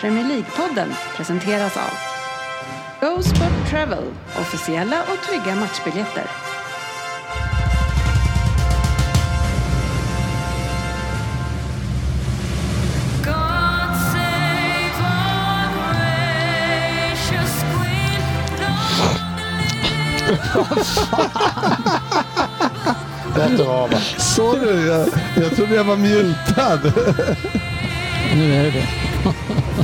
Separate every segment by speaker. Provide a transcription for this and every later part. Speaker 1: Premier League-podden presenteras av Go Sport Travel, officiella och trygga matchbiljetter.
Speaker 2: Teaterama.
Speaker 3: Sorry, jag, jag trodde jag var mutad.
Speaker 4: Nu är det det.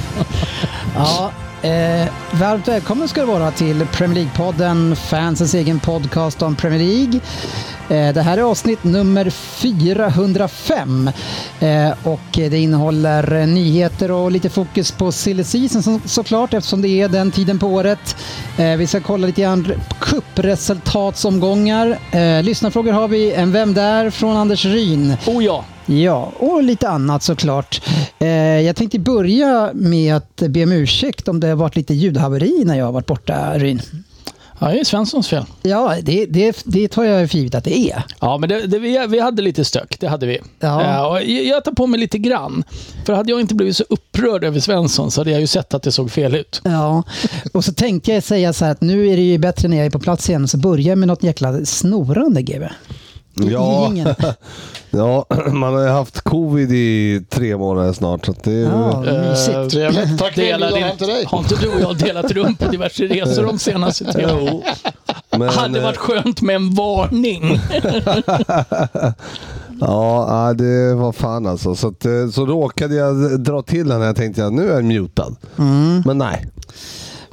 Speaker 4: ja, eh, varmt välkommen ska du vara till Premier League-podden, fansens egen podcast om Premier League. Eh, det här är avsnitt nummer 405 eh, och det innehåller eh, nyheter och lite fokus på silly season så, såklart eftersom det är den tiden på året. Eh, vi ska kolla lite grann cupresultatsomgångar. Eh, lyssnarfrågor har vi, en Vem där? från Anders Ryn.
Speaker 5: Oh ja!
Speaker 4: Ja, och lite annat såklart. Eh, jag tänkte börja med att be om ursäkt om det har varit lite ljudhaveri när jag har varit borta, Ryn.
Speaker 5: Ja, det är Svenssons fel.
Speaker 4: Ja, det, det, det tar jag för givet att det är.
Speaker 5: Ja, men det, det, vi, vi hade lite stök, det hade vi.
Speaker 4: Ja.
Speaker 5: Eh, och jag- jag tar på mig lite grann. För hade jag inte blivit så upprörd över Svensson så hade jag ju sett att det såg fel ut.
Speaker 4: Ja, och så tänkte jag säga så här att nu är det ju bättre när jag är på plats igen, så börja med något jäkla snorande, GB.
Speaker 3: Ja,
Speaker 4: Ingen.
Speaker 3: ja, man har ju haft covid i tre månader snart. Så att det är,
Speaker 4: Ja,
Speaker 5: Eh,
Speaker 4: mysigt.
Speaker 2: Trevligt. Tack för
Speaker 5: Delade
Speaker 2: inbjudan hem
Speaker 5: inte-
Speaker 2: till dig.
Speaker 5: Har inte du och jag delat rum på diverse resor de senaste tre åren?
Speaker 3: men,
Speaker 5: Hade varit
Speaker 3: eh,
Speaker 5: skönt med en varning.
Speaker 3: Ja, nej, det var fan alltså. Så, att, eh, så råkade jag dra till den här jag tänkte jag nu är jag mutad.
Speaker 4: Mm.
Speaker 3: Men nej.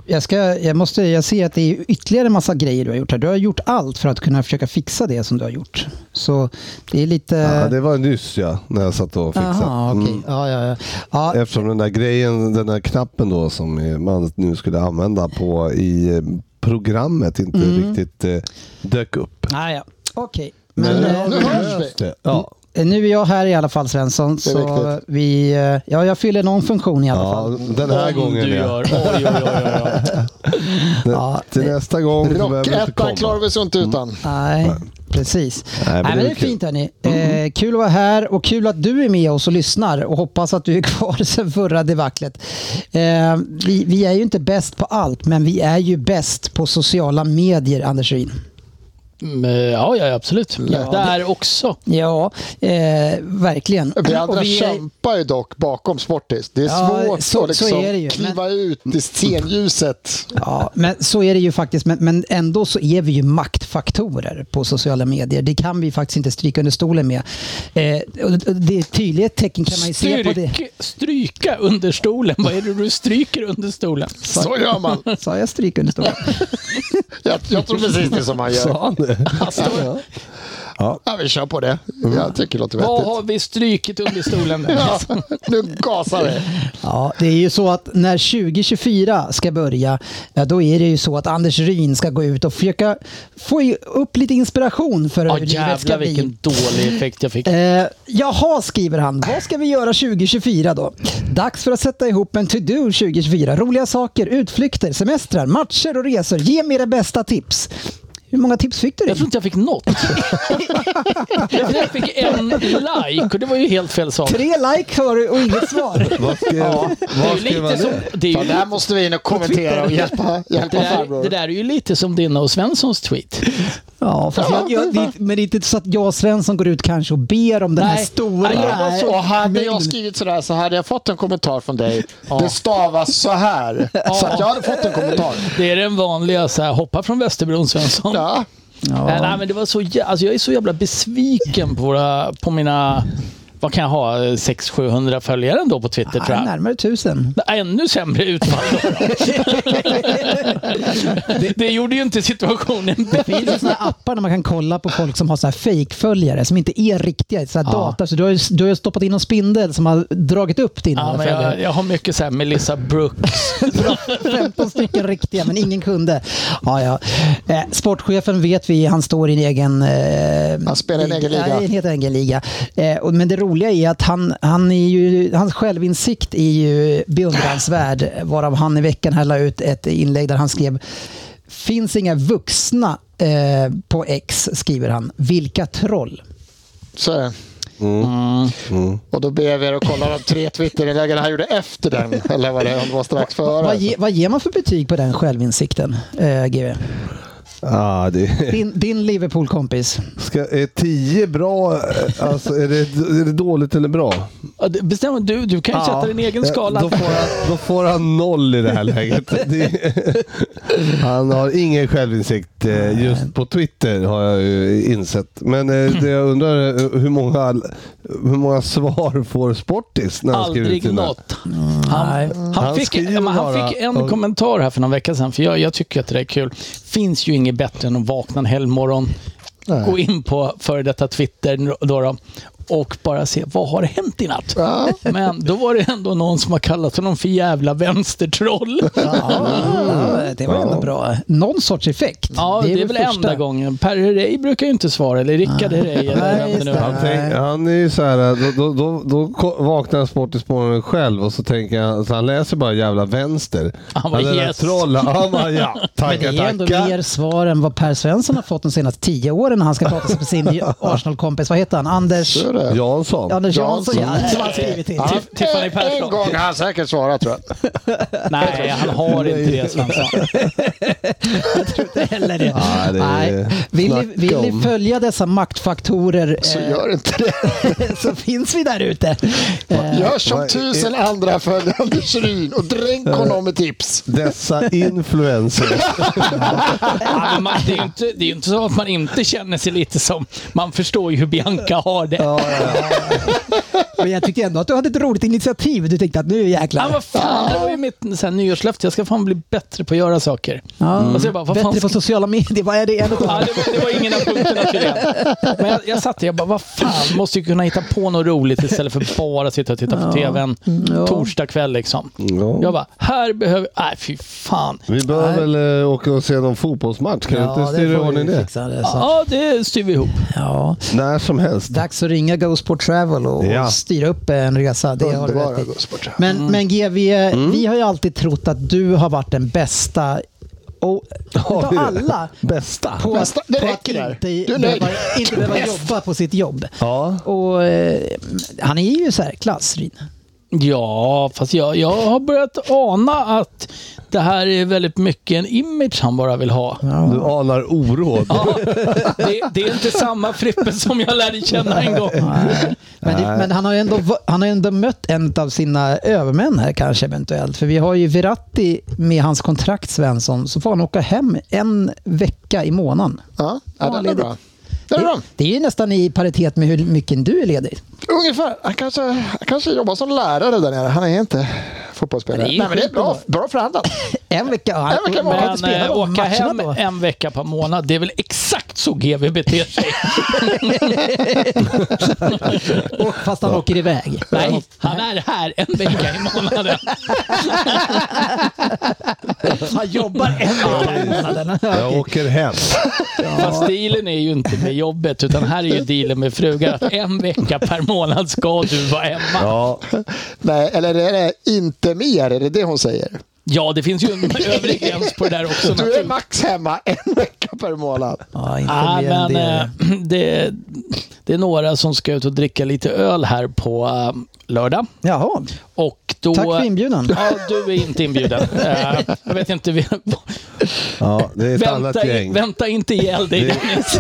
Speaker 4: Jag, ska, jag, måste, jag ser att det är ytterligare en massa grejer du har gjort här. Du har gjort allt för att kunna försöka fixa det som du har gjort. Så det är lite...
Speaker 3: Ja, det var nyss ja, när jag satt och fixade.
Speaker 4: Eh. Jaha, okej.
Speaker 3: Mm.
Speaker 4: Ja, ja, ja. ja,
Speaker 3: Eftersom den där grejen, den där knappen då som eh, man nu skulle använda på i eh, programmet inte
Speaker 4: Mm.
Speaker 3: riktigt eh, dök upp.
Speaker 4: Ah, ja. Okej.
Speaker 3: Men
Speaker 4: Men,
Speaker 2: nu
Speaker 4: eh,
Speaker 2: har vi-
Speaker 4: nu,
Speaker 2: hörs vi.
Speaker 3: det. Ja.
Speaker 4: nu är jag här i alla fall Svensson.
Speaker 2: är
Speaker 4: Så
Speaker 2: viktigt.
Speaker 4: vi, eh, ja, jag fyller någon funktion i alla fall.
Speaker 3: Ja, den här
Speaker 5: Om
Speaker 3: gången
Speaker 5: du
Speaker 3: ja.
Speaker 5: gör. Oj, oj, oj, oj, oj.
Speaker 3: Den-
Speaker 4: Ja,
Speaker 3: till
Speaker 4: det-
Speaker 3: nästa gång så behöver vi inte komma.
Speaker 2: Rockettan klarar vi oss inte utan.
Speaker 4: Nej, precis.
Speaker 3: Nej, men
Speaker 4: Nej, men det är
Speaker 3: kul.
Speaker 4: fint hörni. Eh, kul att vara här och kul att du är med oss och lyssnar och hoppas att du är kvar sen förra debaclet. Eh, vi, vi är ju inte bäst på allt, men vi är ju bäst på sociala medier, Anders Ryn.
Speaker 5: Mm, Ja, ja, absolut. Där också.
Speaker 4: Ja, eh, verkligen.
Speaker 2: Vi andra
Speaker 4: Och vi är-
Speaker 2: kämpar ju dock bakom Sportis. Det är
Speaker 4: Ja,
Speaker 2: svårt
Speaker 4: så-
Speaker 2: att liksom
Speaker 4: så är det ju,
Speaker 2: kliva ut i scenljuset.
Speaker 4: Ja, men så är det ju faktiskt. Men, men ändå så är vi ju maktfaktorer på sociala medier. Det kan vi faktiskt inte stryka under stolen med. Eh, och och det är tydliga tecken kan man ju se på det.
Speaker 5: Stryk, stryka under stolen. Vad är det du stryker under stolen?
Speaker 2: Så gör man.
Speaker 4: Sa jag stryk under stolen?
Speaker 2: Jag, jag tror precis det som man gör.
Speaker 3: Sa han det?
Speaker 2: Ja, vi kör på det. Jag tycker det låter
Speaker 5: Vad har
Speaker 2: vettigt.
Speaker 5: vi strykit under stolen? Dennis?
Speaker 2: Ja, nu gasar vi.
Speaker 4: Ja, det är ju så att när 2024 ska börja, ja, då är det ju så att Anders Ryn ska gå ut och försöka få i- upp lite inspiration för
Speaker 5: Ja,
Speaker 4: hur livet ska
Speaker 5: jävlar
Speaker 4: bli.
Speaker 5: vilken dålig effekt jag fick.
Speaker 4: Eh, jaha, skriver han. Vad ska vi göra 2024 då? Dags för att sätta ihop en to-do 2024. Roliga saker, utflykter, semestrar, matcher och resor. Ge mig era bästa tips. Hur många tips fick du?
Speaker 5: Jag tror inte jag fick något. jag tror jag fick en like och det var ju helt fel sak.
Speaker 4: Tre like har du och inget svar.
Speaker 3: Vad skrev,
Speaker 5: Det är
Speaker 3: vad
Speaker 5: ju
Speaker 3: skrev han
Speaker 5: lite som,
Speaker 3: det?
Speaker 5: det, är
Speaker 2: Fan,
Speaker 5: ju,
Speaker 2: det här måste vi in och kommentera och hjälpa,
Speaker 5: det,
Speaker 2: hjälpa
Speaker 5: där, det
Speaker 2: farbror.
Speaker 5: där är ju lite som dina och Svenssons tweet.
Speaker 4: Ja, fast jag, jag, det, men det är inte så att jag och Svensson går ut kanske och ber om den här
Speaker 5: Nej.
Speaker 4: stora...
Speaker 5: Nej, jag var så-
Speaker 2: Och hade jag
Speaker 4: mängden.
Speaker 2: skrivit sådär så hade jag fått en kommentar från dig. Det stavas så här. Så att jag hade fått en kommentar.
Speaker 5: Det är den vanliga, så här, hoppa från Västerbron Svensson.
Speaker 2: Ja.
Speaker 5: Äh, nej, men det var så jä- alltså, jag är så jävla besviken på, våra, på mina, vad kan jag ha, 600-700 följare ändå på Twitter tror
Speaker 4: Nej,
Speaker 5: jag.
Speaker 4: närmare tusen.
Speaker 5: Ännu sämre utfall då. det, det gjorde ju inte situationen bättre.
Speaker 4: Det finns sådana appar där man kan kolla på folk som har såna här fake-följare som inte är riktiga så här
Speaker 5: Ja.
Speaker 4: data. Så du har, ju, du har ju stoppat in någon spindel som har dragit upp dina
Speaker 5: Ja, men
Speaker 4: följare.
Speaker 5: jag, jag har mycket så här Melissa Brooks.
Speaker 4: 15 stycken riktiga, men ingen kunde. Ja, ja. Eh, sportchefen vet vi, han står i en egen... Eh,
Speaker 2: Han spelar i en egen liga.
Speaker 4: Ja, i en helt egen liga. Eh, och, men det roliga är att han, han är ju, hans självinsikt är ju beundransvärd, varav han i veckan här la ut ett inlägg där han skrev Finns inga vuxna eh, på X, skriver han. Vilka troll.
Speaker 2: Så är det. Mm. Och då ber vi er att kolla de tre Twitterinläggen han gjorde efter den. Eller vad det är, om det var strax före.
Speaker 4: Vad, ge, vad ger man för betyg på den självinsikten, eh, GW?
Speaker 3: Ah, det,
Speaker 4: Din, din Liverpool-kompis.
Speaker 3: ska, är tio bra? eh, Alltså, är, det, är det dåligt eller bra?
Speaker 5: Ja, det- Bestäm du, du kan ju sätta din egen
Speaker 3: eh,
Speaker 5: skala.
Speaker 3: Då får, han, då får han noll i det här läget. Det, han har ingen självinsikt. eh, Just på Twitter har jag ju insett. Men eh, det jag undrar är hur många, hur många svar får Sportis när han skriver ut
Speaker 5: Aldrig
Speaker 3: sina-
Speaker 5: något. Han, han,
Speaker 3: Han
Speaker 5: fick,
Speaker 3: skriver
Speaker 5: men han
Speaker 3: bara-
Speaker 5: fick en
Speaker 3: Ja.
Speaker 5: kommentar här för någon vecka sedan, för jag, jag tycker att det där är kul. Finns ju inget bättre än att vakna en helgmorgon, gå in på före detta Twitter då då, och bara se vad har hänt i natt. Men då var det ändå någon som har kallat honom för jävla vänstertroll.
Speaker 4: Ja, det var ändå bra. Någon sorts effekt.
Speaker 5: Ja, det är, väl
Speaker 4: första.
Speaker 5: enda gången. Per Herrey brukar ju inte svara, eller Rickard Herrey.
Speaker 4: Nej,
Speaker 5: Eller vem det
Speaker 4: just
Speaker 5: nu
Speaker 4: det.
Speaker 5: är.
Speaker 3: Han, tänk, han är ju så här, eh, då, då, då, då ko- vaknar han sport i morgonen själv och så tänker han, så han läser bara jävla vänster.
Speaker 5: Han bara,
Speaker 3: Ja, det där
Speaker 5: yes.
Speaker 3: Troll, han bara ja,
Speaker 4: Men det
Speaker 3: tackar,
Speaker 4: är ändå
Speaker 3: tackar.
Speaker 4: mer svar än vad Per Svensson har fått de senaste tio åren när han ska prata med sin Arsenal-kompis. Vad heter han? Anders,
Speaker 2: Så är det.
Speaker 3: Jansson.
Speaker 4: Anders Jansson,
Speaker 2: Jansson.
Speaker 4: ja, som han skrivit till.
Speaker 5: Tiff- Tiffany
Speaker 2: en, en
Speaker 5: Persson.
Speaker 2: gång har han säkert svarat tror jag.
Speaker 5: Nej, han har inte det, Svensson.
Speaker 4: Eller det.
Speaker 3: Ja, det är-
Speaker 4: Nej. Vill, ni, vill
Speaker 3: snacka
Speaker 4: ni
Speaker 3: om- Alltså,
Speaker 4: följa dessa maktfaktorer
Speaker 2: Så
Speaker 4: eh,
Speaker 2: gör inte det.
Speaker 4: så finns vi där ute. Eh,
Speaker 2: Gör som
Speaker 3: vad-
Speaker 2: tusen andra följer Anders Ryn och dränk honom med tips.
Speaker 3: Dessa influencers.
Speaker 5: Ja, men man, det är ju inte, det är ju inte så att man inte känner sig lite som... Man förstår ju hur Bianca har det.
Speaker 4: Men jag tyckte ändå att du hade ett roligt initiativ. Du tänkte att nu
Speaker 5: Ja,
Speaker 4: jäklar.
Speaker 5: vad fan, det var ju mitt så här, nyårslöfte. Jag ska fan bli bättre på att göra saker.
Speaker 4: Ja,
Speaker 5: Och så jag bara, vad fan
Speaker 4: Bättre
Speaker 5: ska...
Speaker 4: på sociala medier. Vad är det? En utav-
Speaker 5: Ja, det, var, det var ingen av punkterna tydligen. Men jag, jag satt där jag bara, vad fan, måste ju kunna hitta på något roligt istället för att bara sitta och titta på tvn
Speaker 4: Mm, Ja.
Speaker 5: torsdag kväll liksom.
Speaker 3: Ja.
Speaker 5: Jag bara, här behöver... Nej, fy fan.
Speaker 3: Vi bör väl eh, åka och se någon fotbollsmatch. Kan du
Speaker 4: Ja,
Speaker 3: inte styra i
Speaker 4: får vi
Speaker 3: ordning det?
Speaker 4: fixa det, så.
Speaker 5: Ja, det styr vi ihop.
Speaker 4: Ja.
Speaker 3: När som helst.
Speaker 4: Dags att ringa Gosport Travel och
Speaker 3: Ja.
Speaker 4: styra upp en resa. Det har du
Speaker 2: Underbara
Speaker 4: rätt i.
Speaker 2: Gustavsson.
Speaker 4: Men, men GV,
Speaker 2: Mm.
Speaker 4: vi har ju alltid trott att du har varit den bästa och,
Speaker 3: Har
Speaker 4: utav
Speaker 3: vi det?
Speaker 4: alla
Speaker 3: Bästa.
Speaker 4: på,
Speaker 2: Bästa, det
Speaker 4: på att
Speaker 2: räcker där.
Speaker 4: inte,
Speaker 2: Du är nöjd.
Speaker 4: behöva, inte behöva jobba på sitt jobb.
Speaker 3: Ja.
Speaker 4: Och, eh, han är ju särklass, Rin.
Speaker 5: Ja, fast jag, jag har börjat ana att det här är väldigt mycket en image han bara vill ha.
Speaker 3: Du anar oråd.
Speaker 5: Ja, det, det är inte samma Frippe som jag lärde känna en gång.
Speaker 4: Men, det, men han har ju ändå, va- han har ju ändå mött en av sina övermän här kanske eventuellt. För vi har ju Verratti med hans kontrakt Svensson, så får han åka hem en vecka i månaden.
Speaker 2: Ja, ja den är
Speaker 4: Vanligt.
Speaker 2: bra. Den är
Speaker 4: Det,
Speaker 2: bra.
Speaker 4: det är ju nästan i paritet med hur mycket du är ledig.
Speaker 2: Ungefär. Han kanske, han kanske jobbar som lärare där nere. Han är inte fotbollsspelare.
Speaker 5: Men det är ju
Speaker 2: Nej, men det är bra, bra förhandlat.
Speaker 4: En vecka. Han
Speaker 2: En vecka
Speaker 4: kommer
Speaker 2: var
Speaker 4: inte
Speaker 5: Men
Speaker 4: spela
Speaker 5: eh,
Speaker 4: de
Speaker 5: åka
Speaker 4: matcherna
Speaker 5: hem
Speaker 4: då.
Speaker 5: en vecka per månad, det är väl exakt så GV beter sig.
Speaker 4: Och, fast han åker iväg.
Speaker 5: Nej, han är här en vecka i månaden.
Speaker 4: Han jobbar en vecka i månaden.
Speaker 3: Jag åker hem.
Speaker 5: Fast dealen är ju inte med jobbet, utan här är ju dealen med frugan. Att en vecka per månad ska du vara hemma.
Speaker 3: Ja.
Speaker 2: Nej, eller är det inte mer? Är det det hon säger?
Speaker 5: Ja, det finns ju en övre gräns på det där också.
Speaker 2: Du är
Speaker 5: naturligtvis.
Speaker 2: max hemma en vecka per månad.
Speaker 4: Ja, inte
Speaker 5: Ja,
Speaker 4: mer
Speaker 5: men
Speaker 4: än det.
Speaker 5: eh, det, det är några som ska ut och dricka lite öl här på eh, lördag.
Speaker 4: Jaha,
Speaker 5: Och då,
Speaker 4: tack för inbjudan.
Speaker 5: Ja, du är inte inbjuden. Eh, jag vet inte. Vi,
Speaker 3: ja, det är ett annat
Speaker 5: vänta, i-
Speaker 3: gäng.
Speaker 5: vänta inte ihjäl dig,
Speaker 3: Det-
Speaker 5: Dennis.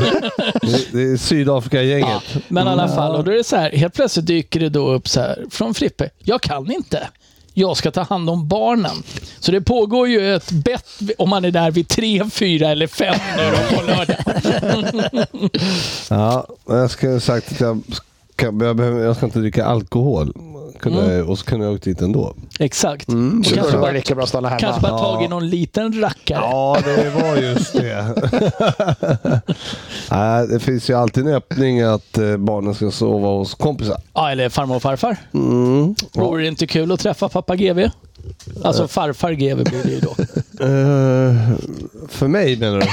Speaker 3: Det- Det är Sydafrika-gänget.
Speaker 5: Men i alla fall, och då är det så här, helt plötsligt dyker det då upp så här från Frippe. Jag kan inte. Jag ska ta hand om barnen. Så det pågår ju ett bett om man är där vid tre, fyra eller fem nu då på lördag.
Speaker 3: Ja, men jag skulle ha sagt att jag ska, jag, behöver, jag ska inte dricka alkohol. Kunde, jag- Och så kunde jag åkt dit ändå.
Speaker 5: Exakt.
Speaker 3: Mm,
Speaker 5: Och
Speaker 2: Så då är
Speaker 5: kanske
Speaker 2: det bara
Speaker 5: bara,
Speaker 2: lika bra att stanna
Speaker 5: kanske
Speaker 2: hemma.
Speaker 5: bara tagit någon liten rackare.
Speaker 3: Ja, det var just det. Nej, det finns ju alltid en öppning att eh, barnen ska sova hos kompisar.
Speaker 5: Ja, eller farmor och farfar.
Speaker 3: Mm.
Speaker 5: Vore det inte kul att träffa pappa GV? Alltså farfar GV blir det ju då.
Speaker 3: Eh, för mig menar du?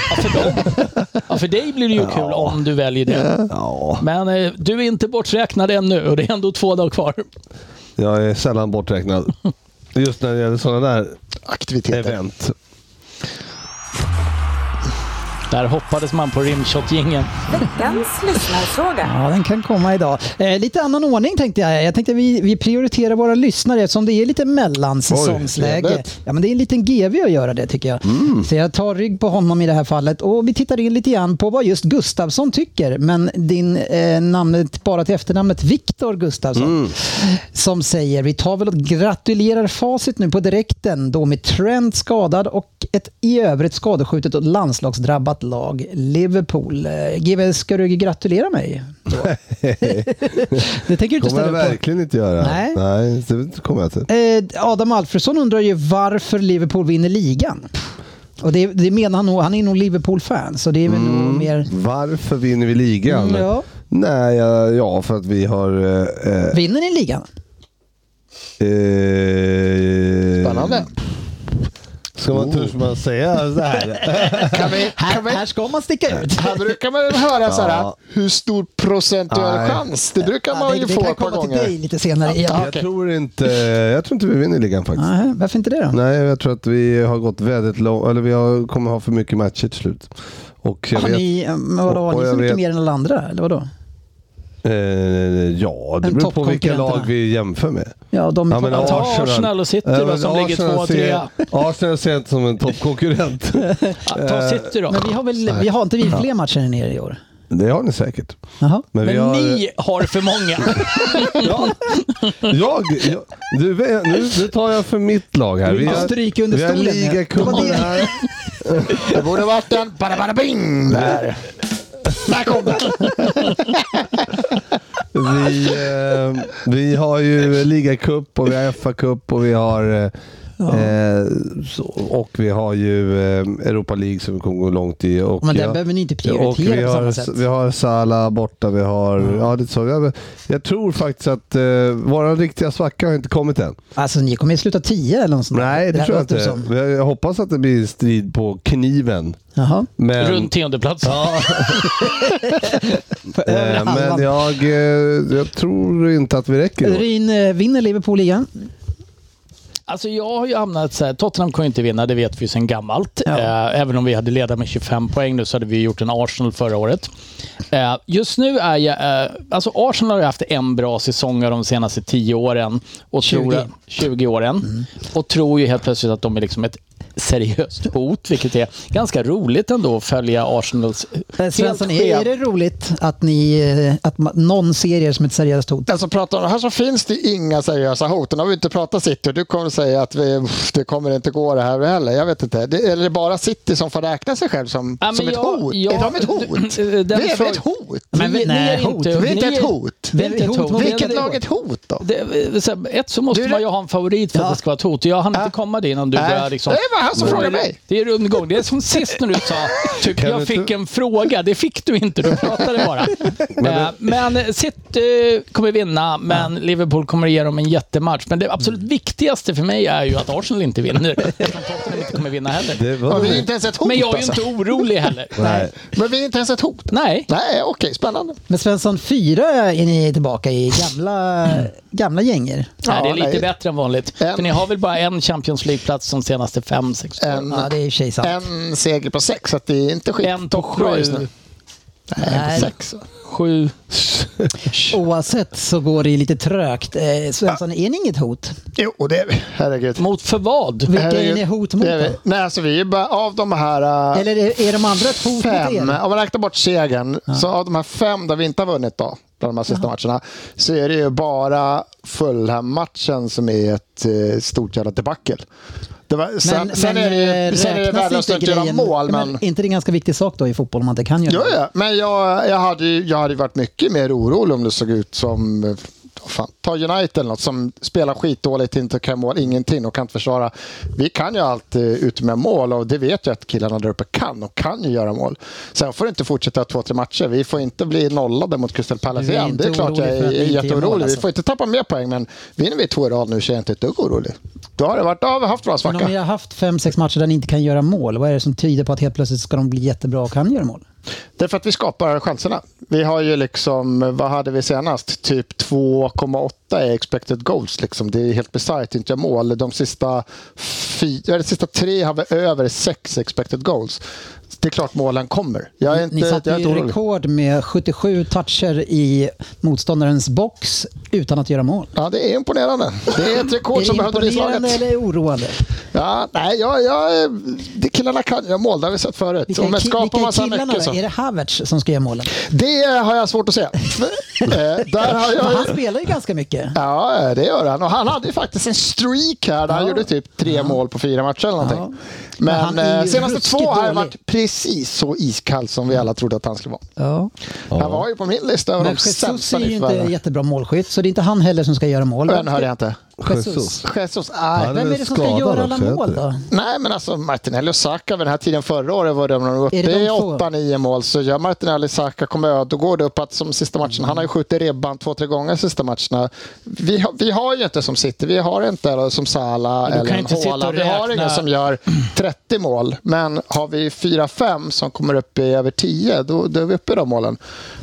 Speaker 5: Ja, för dig blir det ju kul om du väljer det.
Speaker 3: Ja,
Speaker 5: Men eh, du är inte borträknad ännu och det är ändå två dagar kvar.
Speaker 3: jag är sällan borträknad. Just när det gäller sådana där
Speaker 2: Aktiviteter.
Speaker 3: event.
Speaker 5: Där hoppades man på rimshot-jingeln.
Speaker 6: Veckans lyssnarfråga.
Speaker 4: Ja, den kan komma idag. Eh, lite annan ordning tänkte jag. Jag tänkte vi, vi prioriterar våra lyssnare eftersom det är lite mellansäsongsläge.
Speaker 2: trevligt.
Speaker 4: ja, men det är en liten GV att göra det tycker jag. Så jag tar rygg på honom i det här fallet. Och vi tittar in lite grann på vad just Gustavsson tycker. Men din eh, namnet, bara till efternamnet Viktor Gustavsson. Som säger, vi tar väl och gratulerar facit nu på direkten då med Trent skadad och ett i övrigt skadeskjutet och landslagsdrabbat lag, Liverpool. Eh, GV, ska du gratulera mig? Det tänker du inte
Speaker 3: kommer
Speaker 4: ställa
Speaker 3: jag
Speaker 4: upp på.
Speaker 3: verkligen inte göra.
Speaker 4: Nej.
Speaker 3: Nej det kommer jag inte.
Speaker 4: Eh, Adam Alfredsson undrar ju varför Liverpool vinner ligan. Och det, det menar han nog, han är nog Liverpool-fan, så det är väl
Speaker 2: Mm.
Speaker 4: nog
Speaker 3: Eh.
Speaker 4: mer...
Speaker 3: Varför vinner vi ligan?
Speaker 4: Mm, ja.
Speaker 3: Nej, ja, ja, för att vi har... Eh, eh,
Speaker 4: Vinner ni ligan?
Speaker 3: eh,
Speaker 2: Spännande.
Speaker 3: Ska man törs man säga så här?
Speaker 2: Kan vi,
Speaker 4: Här,
Speaker 2: kan vi,
Speaker 4: här ska man sticka ut.
Speaker 2: här brukar man väl höra så här,
Speaker 3: Ja.
Speaker 2: hur stor procentuell
Speaker 3: Nej.
Speaker 2: chans. Det brukar
Speaker 4: Ja,
Speaker 2: man
Speaker 4: det,
Speaker 2: ju
Speaker 4: det
Speaker 2: få
Speaker 4: kan
Speaker 2: ett par
Speaker 4: komma till dig
Speaker 2: gånger.
Speaker 4: lite senare. Ja.
Speaker 3: Jag tror inte Jag tror inte vi vinner ligan faktiskt.
Speaker 4: Nej, varför inte det då?
Speaker 3: Nej, jag tror att vi har gått väldigt långt, eller vi har, kommer ha för mycket matcher till slut. Och jag
Speaker 4: Har
Speaker 3: vet,
Speaker 4: ni, eh, men vadå, har
Speaker 3: Och- och
Speaker 4: ni så
Speaker 3: jag
Speaker 4: mycket
Speaker 3: vet-
Speaker 4: mer än alla andra? Eller vadå?
Speaker 3: eh, ja,
Speaker 4: Men
Speaker 3: det beror på vilka
Speaker 4: toppkonkurrenterna.
Speaker 3: lag vi jämför med.
Speaker 4: Ja, de är på-
Speaker 5: ta Mm. Arsenal och City då,
Speaker 3: men
Speaker 5: som ligger
Speaker 3: Arsenal
Speaker 5: två och
Speaker 3: ser-
Speaker 5: trea.
Speaker 3: Arsenal ser jag inte som en toppkonkurrent.
Speaker 5: Ja, ta City då.
Speaker 4: Men vi har väl, vi har inte vi fler matcher än er i år?
Speaker 3: det har ni säkert.
Speaker 4: Jaha.
Speaker 3: Men, vi
Speaker 5: Men
Speaker 3: har,
Speaker 5: ni har för många.
Speaker 3: Ja, jag, jag, du, vet- nu, nu tar jag för mitt lag här. Vi
Speaker 4: Du
Speaker 3: har,
Speaker 4: stryker under
Speaker 3: vi har
Speaker 4: stolen. Det var
Speaker 3: ligacupen
Speaker 4: det.
Speaker 3: här.
Speaker 2: Det borde varit en bada bada bing där. Där kom den.
Speaker 3: Vi, eh, vi har ju ligacup och vi har FA-cup och vi har eh, eh, så, och vi har ju eh, Europa League som vi kommer gå långt i. Och
Speaker 4: Men
Speaker 3: jag-
Speaker 4: den behöver ni inte
Speaker 3: och
Speaker 4: prioritera
Speaker 3: vi
Speaker 4: på samma
Speaker 3: har,
Speaker 4: sätt.
Speaker 3: vi har Sala borta, vi har... Ja, det är så. Jag, jag tror faktiskt att eh, vår riktiga svacka har inte kommit än.
Speaker 4: Alltså ni kommer ju sluta 10 eller något sånt där.
Speaker 3: Nej, det,
Speaker 4: här
Speaker 3: tror jag
Speaker 4: låter
Speaker 3: inte.
Speaker 4: som.
Speaker 3: Men Jag, jag hoppas att det blir strid på kniven.
Speaker 4: Jaha.
Speaker 3: Men,
Speaker 5: Runt tiondeplatsen.
Speaker 3: Ja,
Speaker 4: Över
Speaker 3: eh,
Speaker 4: halvan.
Speaker 3: men jag, eh, jag tror inte att vi räcker. i år.
Speaker 4: Ryn eh, vinner Liverpool ligan.
Speaker 5: Alltså jag har ju hamnat så här, Tottenham kan ju inte vinna, det vet vi sedan gammalt.
Speaker 4: Ja.
Speaker 5: Eh, även om vi hade ledat med 25 poäng nu så hade vi gjort en Arsenal förra året. Eh, just nu är jag... Eh, alltså Arsenal har ju haft en bra säsong av de senaste 10 åren. Och
Speaker 4: 20.
Speaker 5: Tror, 20 åren. Och tror ju helt plötsligt att de är liksom ett seriöst hot, vilket är ganska roligt ändå att följa Arsenals...
Speaker 4: Eh, Svensson,
Speaker 5: helt
Speaker 4: är,
Speaker 5: skev-
Speaker 4: är det roligt att, ni, eh, att ma- någon ser er som ett seriöst hot?
Speaker 2: Den som pratar om det här så finns det inga seriösa hot. Nu har vi inte pratat City och du kommer att säga att vi, "Uff, det kommer inte gå det här heller. Jag vet inte. Det, eller är det bara City som får räkna sig själv som,
Speaker 5: Ja, men
Speaker 2: som ett
Speaker 5: jag-
Speaker 2: hot?
Speaker 5: jag-
Speaker 2: är de ett hot?
Speaker 5: Den
Speaker 2: vi är väl
Speaker 5: frågan-
Speaker 2: ett hot?
Speaker 4: Men vi-
Speaker 5: Ni- ni
Speaker 4: nej,
Speaker 5: är inte-
Speaker 4: hot.
Speaker 2: Vi är inte
Speaker 5: ni
Speaker 2: ett hot.
Speaker 5: Vi är inte ett hot.
Speaker 2: Vilket
Speaker 5: Vi är-
Speaker 2: lag är ett hot då?
Speaker 5: Det, så här, ett så måste
Speaker 2: Du-
Speaker 5: man ju ha en favorit för att
Speaker 4: Ja.
Speaker 5: det ska vara ett hot. Jag hann inte komma dit innan du
Speaker 2: Nej.
Speaker 5: började. Liksom,
Speaker 2: Det var han som
Speaker 5: Nej.
Speaker 2: frågade mig.
Speaker 5: Det är rundgång. Det är som sist när du sa typ,
Speaker 3: Kan
Speaker 5: jag
Speaker 3: du
Speaker 5: fick
Speaker 3: inte-
Speaker 5: en fråga. Det fick du inte. Du pratade bara. Eh, Men City kommer vinna, men Liverpool kommer ge dem en jättematch. Men det
Speaker 2: Mm.
Speaker 5: absolut viktigaste för mig är ju att Arsenal inte vinner. Eftersom Tottenham inte kommer vinna heller.
Speaker 3: Det var
Speaker 2: Ja, vi är
Speaker 3: det.
Speaker 2: inte ens ett hot
Speaker 5: Men jag är ju
Speaker 2: alltså.
Speaker 5: inte orolig heller.
Speaker 3: Nej.
Speaker 2: Men vi är inte ens ett hot.
Speaker 5: Nej.
Speaker 2: Nej, okej, spännande.
Speaker 4: Men Svensson, fyra är ni tillbaka i gamla, gamla gänger.
Speaker 5: Nej, det är
Speaker 2: Ja,
Speaker 5: lite
Speaker 2: nej.
Speaker 5: bättre än vanligt.
Speaker 2: En-
Speaker 5: För ni har väl bara en Champions League-plats de senaste fem, sex åren?
Speaker 2: En,
Speaker 4: Ja, det är i och för sig sant.
Speaker 2: en seger på sex, så att det är inte skit.
Speaker 5: En på
Speaker 2: Bra just
Speaker 5: sju,
Speaker 2: nu. Nej,
Speaker 4: Nej.
Speaker 2: på sex.
Speaker 5: sju
Speaker 4: Oavsett så går det lite trögt. Eh, Svensson, är ni inget hot?
Speaker 2: Jo, och det är vi. Herregud.
Speaker 5: Mot för vad?
Speaker 4: Vilka är
Speaker 2: Herregud.
Speaker 4: ni hot mot
Speaker 2: Det är vi.
Speaker 4: då?
Speaker 2: Nej, alltså vi är bara av de här... eh,
Speaker 4: Eller är, är de andra ett hot mot
Speaker 2: fem,
Speaker 4: er?
Speaker 2: om man räknar bort segern, så av de här fem där vi inte har vunnit då, bland de här sista matcherna, så är det ju bara Fulham-matchen som är ett eh, stort jävla debacle. Det var, sen, sen är det ju
Speaker 4: eh,
Speaker 2: sen är det
Speaker 4: räknas
Speaker 2: värdelöst
Speaker 4: inte
Speaker 2: att göra
Speaker 4: grejen-
Speaker 2: mål, men...
Speaker 4: Är inte det en ganska viktig sak då i fotboll om man inte kan göra
Speaker 2: Ja,
Speaker 4: det?
Speaker 2: ja. men jag, jag, hade, ju- jag hade ju varit mycket mer orolig om det såg ut som eh, Fan, ta United eller något som spelar skitdåligt, inte kan mål, ingenting och kan inte försvara. Vi kan ju alltid ut med mål och det vet jag att killarna där uppe kan och kan ju göra mål. Sen får det inte fortsätta två, tre matcher. Vi får inte bli nollade mot Crystal
Speaker 4: Du
Speaker 2: Palace
Speaker 4: är
Speaker 2: igen.
Speaker 4: inte
Speaker 2: Det är klart jag
Speaker 4: orolig för
Speaker 2: är
Speaker 4: att ni inte gör
Speaker 2: jätteorolig.
Speaker 4: mål,
Speaker 2: Vi
Speaker 4: alltså.
Speaker 2: får inte tappa mer poäng, men vinner vi två i rad nu så är jag inte ett dugg orolig. Då har det varit, ja, vi har haft bra
Speaker 4: Men om ni
Speaker 2: svacka.
Speaker 4: har haft fem, sex matcher där ni inte kan göra mål, vad är det som tyder på att helt plötsligt ska de bli jättebra och kan göra mål?
Speaker 2: Därför att vi skapar chanserna. Vi har ju liksom, vad hade vi senast? Typ 2,8 åtta är expected goals. Liksom. Det är helt bisarrt, inte jag mål. De sista, fy, ja, de sista tre har vi över sex expected goals. Det är klart målen kommer. Jag är inte,
Speaker 4: Ni satte
Speaker 2: jag är
Speaker 4: ju
Speaker 2: inte orolig.
Speaker 4: rekord med 77 toucher i motståndarens box utan att göra mål.
Speaker 2: Ja, det är imponerande. Det är ett
Speaker 4: Är
Speaker 2: rekord
Speaker 4: det
Speaker 2: som behövde bli
Speaker 4: imponerande
Speaker 2: slaget.
Speaker 4: eller oroande?
Speaker 2: Ja, nej, jag, jag, det killarna kan göra mål, det har vi sett förut.
Speaker 4: Vilka, är
Speaker 2: Och man
Speaker 4: ki-
Speaker 2: skapar
Speaker 4: vilka är
Speaker 2: man så här
Speaker 4: killarna
Speaker 2: mycket
Speaker 4: då?
Speaker 2: så.
Speaker 4: Är det Havertz som ska göra målen?
Speaker 2: Det har jag svårt att se. Eh, Där har
Speaker 4: Men
Speaker 2: jag
Speaker 4: han spelar ju ganska mycket.
Speaker 2: Ja, det gör han. Och han hade ju faktiskt en streak här där han gjorde typ tre mål på fyra matcher eller någonting.
Speaker 4: Men
Speaker 2: Men,
Speaker 4: han är ju
Speaker 2: eh, senaste
Speaker 4: ruskigt
Speaker 2: två har
Speaker 4: dålig.
Speaker 2: han varit precis så iskall som vi alla trodde att han skulle vara.
Speaker 4: Ja.
Speaker 2: Han var ju på min lista över
Speaker 4: Men
Speaker 2: de
Speaker 4: Jesus
Speaker 2: sämsta
Speaker 4: är ju inte
Speaker 2: nyförvärven.
Speaker 4: jättebra målskytt, så det är inte han heller som ska göra mål.
Speaker 2: Den hörde jag inte.
Speaker 4: Jesus.
Speaker 2: Jesus, nej.
Speaker 3: Han
Speaker 4: Vem är det som ska
Speaker 3: Skadad
Speaker 4: göra alla
Speaker 3: också, heter
Speaker 4: mål
Speaker 3: det.
Speaker 4: då?
Speaker 2: Nej, men alltså Martinelli och Saka vid den här tiden förra året var de när de var
Speaker 4: Är det
Speaker 2: uppe
Speaker 4: de
Speaker 2: i
Speaker 4: två?
Speaker 2: 8-9 mål. Så gör Martinelli Saka kommer öd, då går det upp att som sista matchen. Han har ju skjutit ribban två, tre gånger sista matcherna. Vi har, vi har ju inte som City, vi har inte eller som Salah
Speaker 5: kan
Speaker 2: eller en
Speaker 5: inte sitta och
Speaker 2: Haaland. Vi har
Speaker 5: räkna-
Speaker 2: ingen som gör 30 mål. Men har vi 4-5 som kommer upp i över 10, då, då är vi uppe i de målen.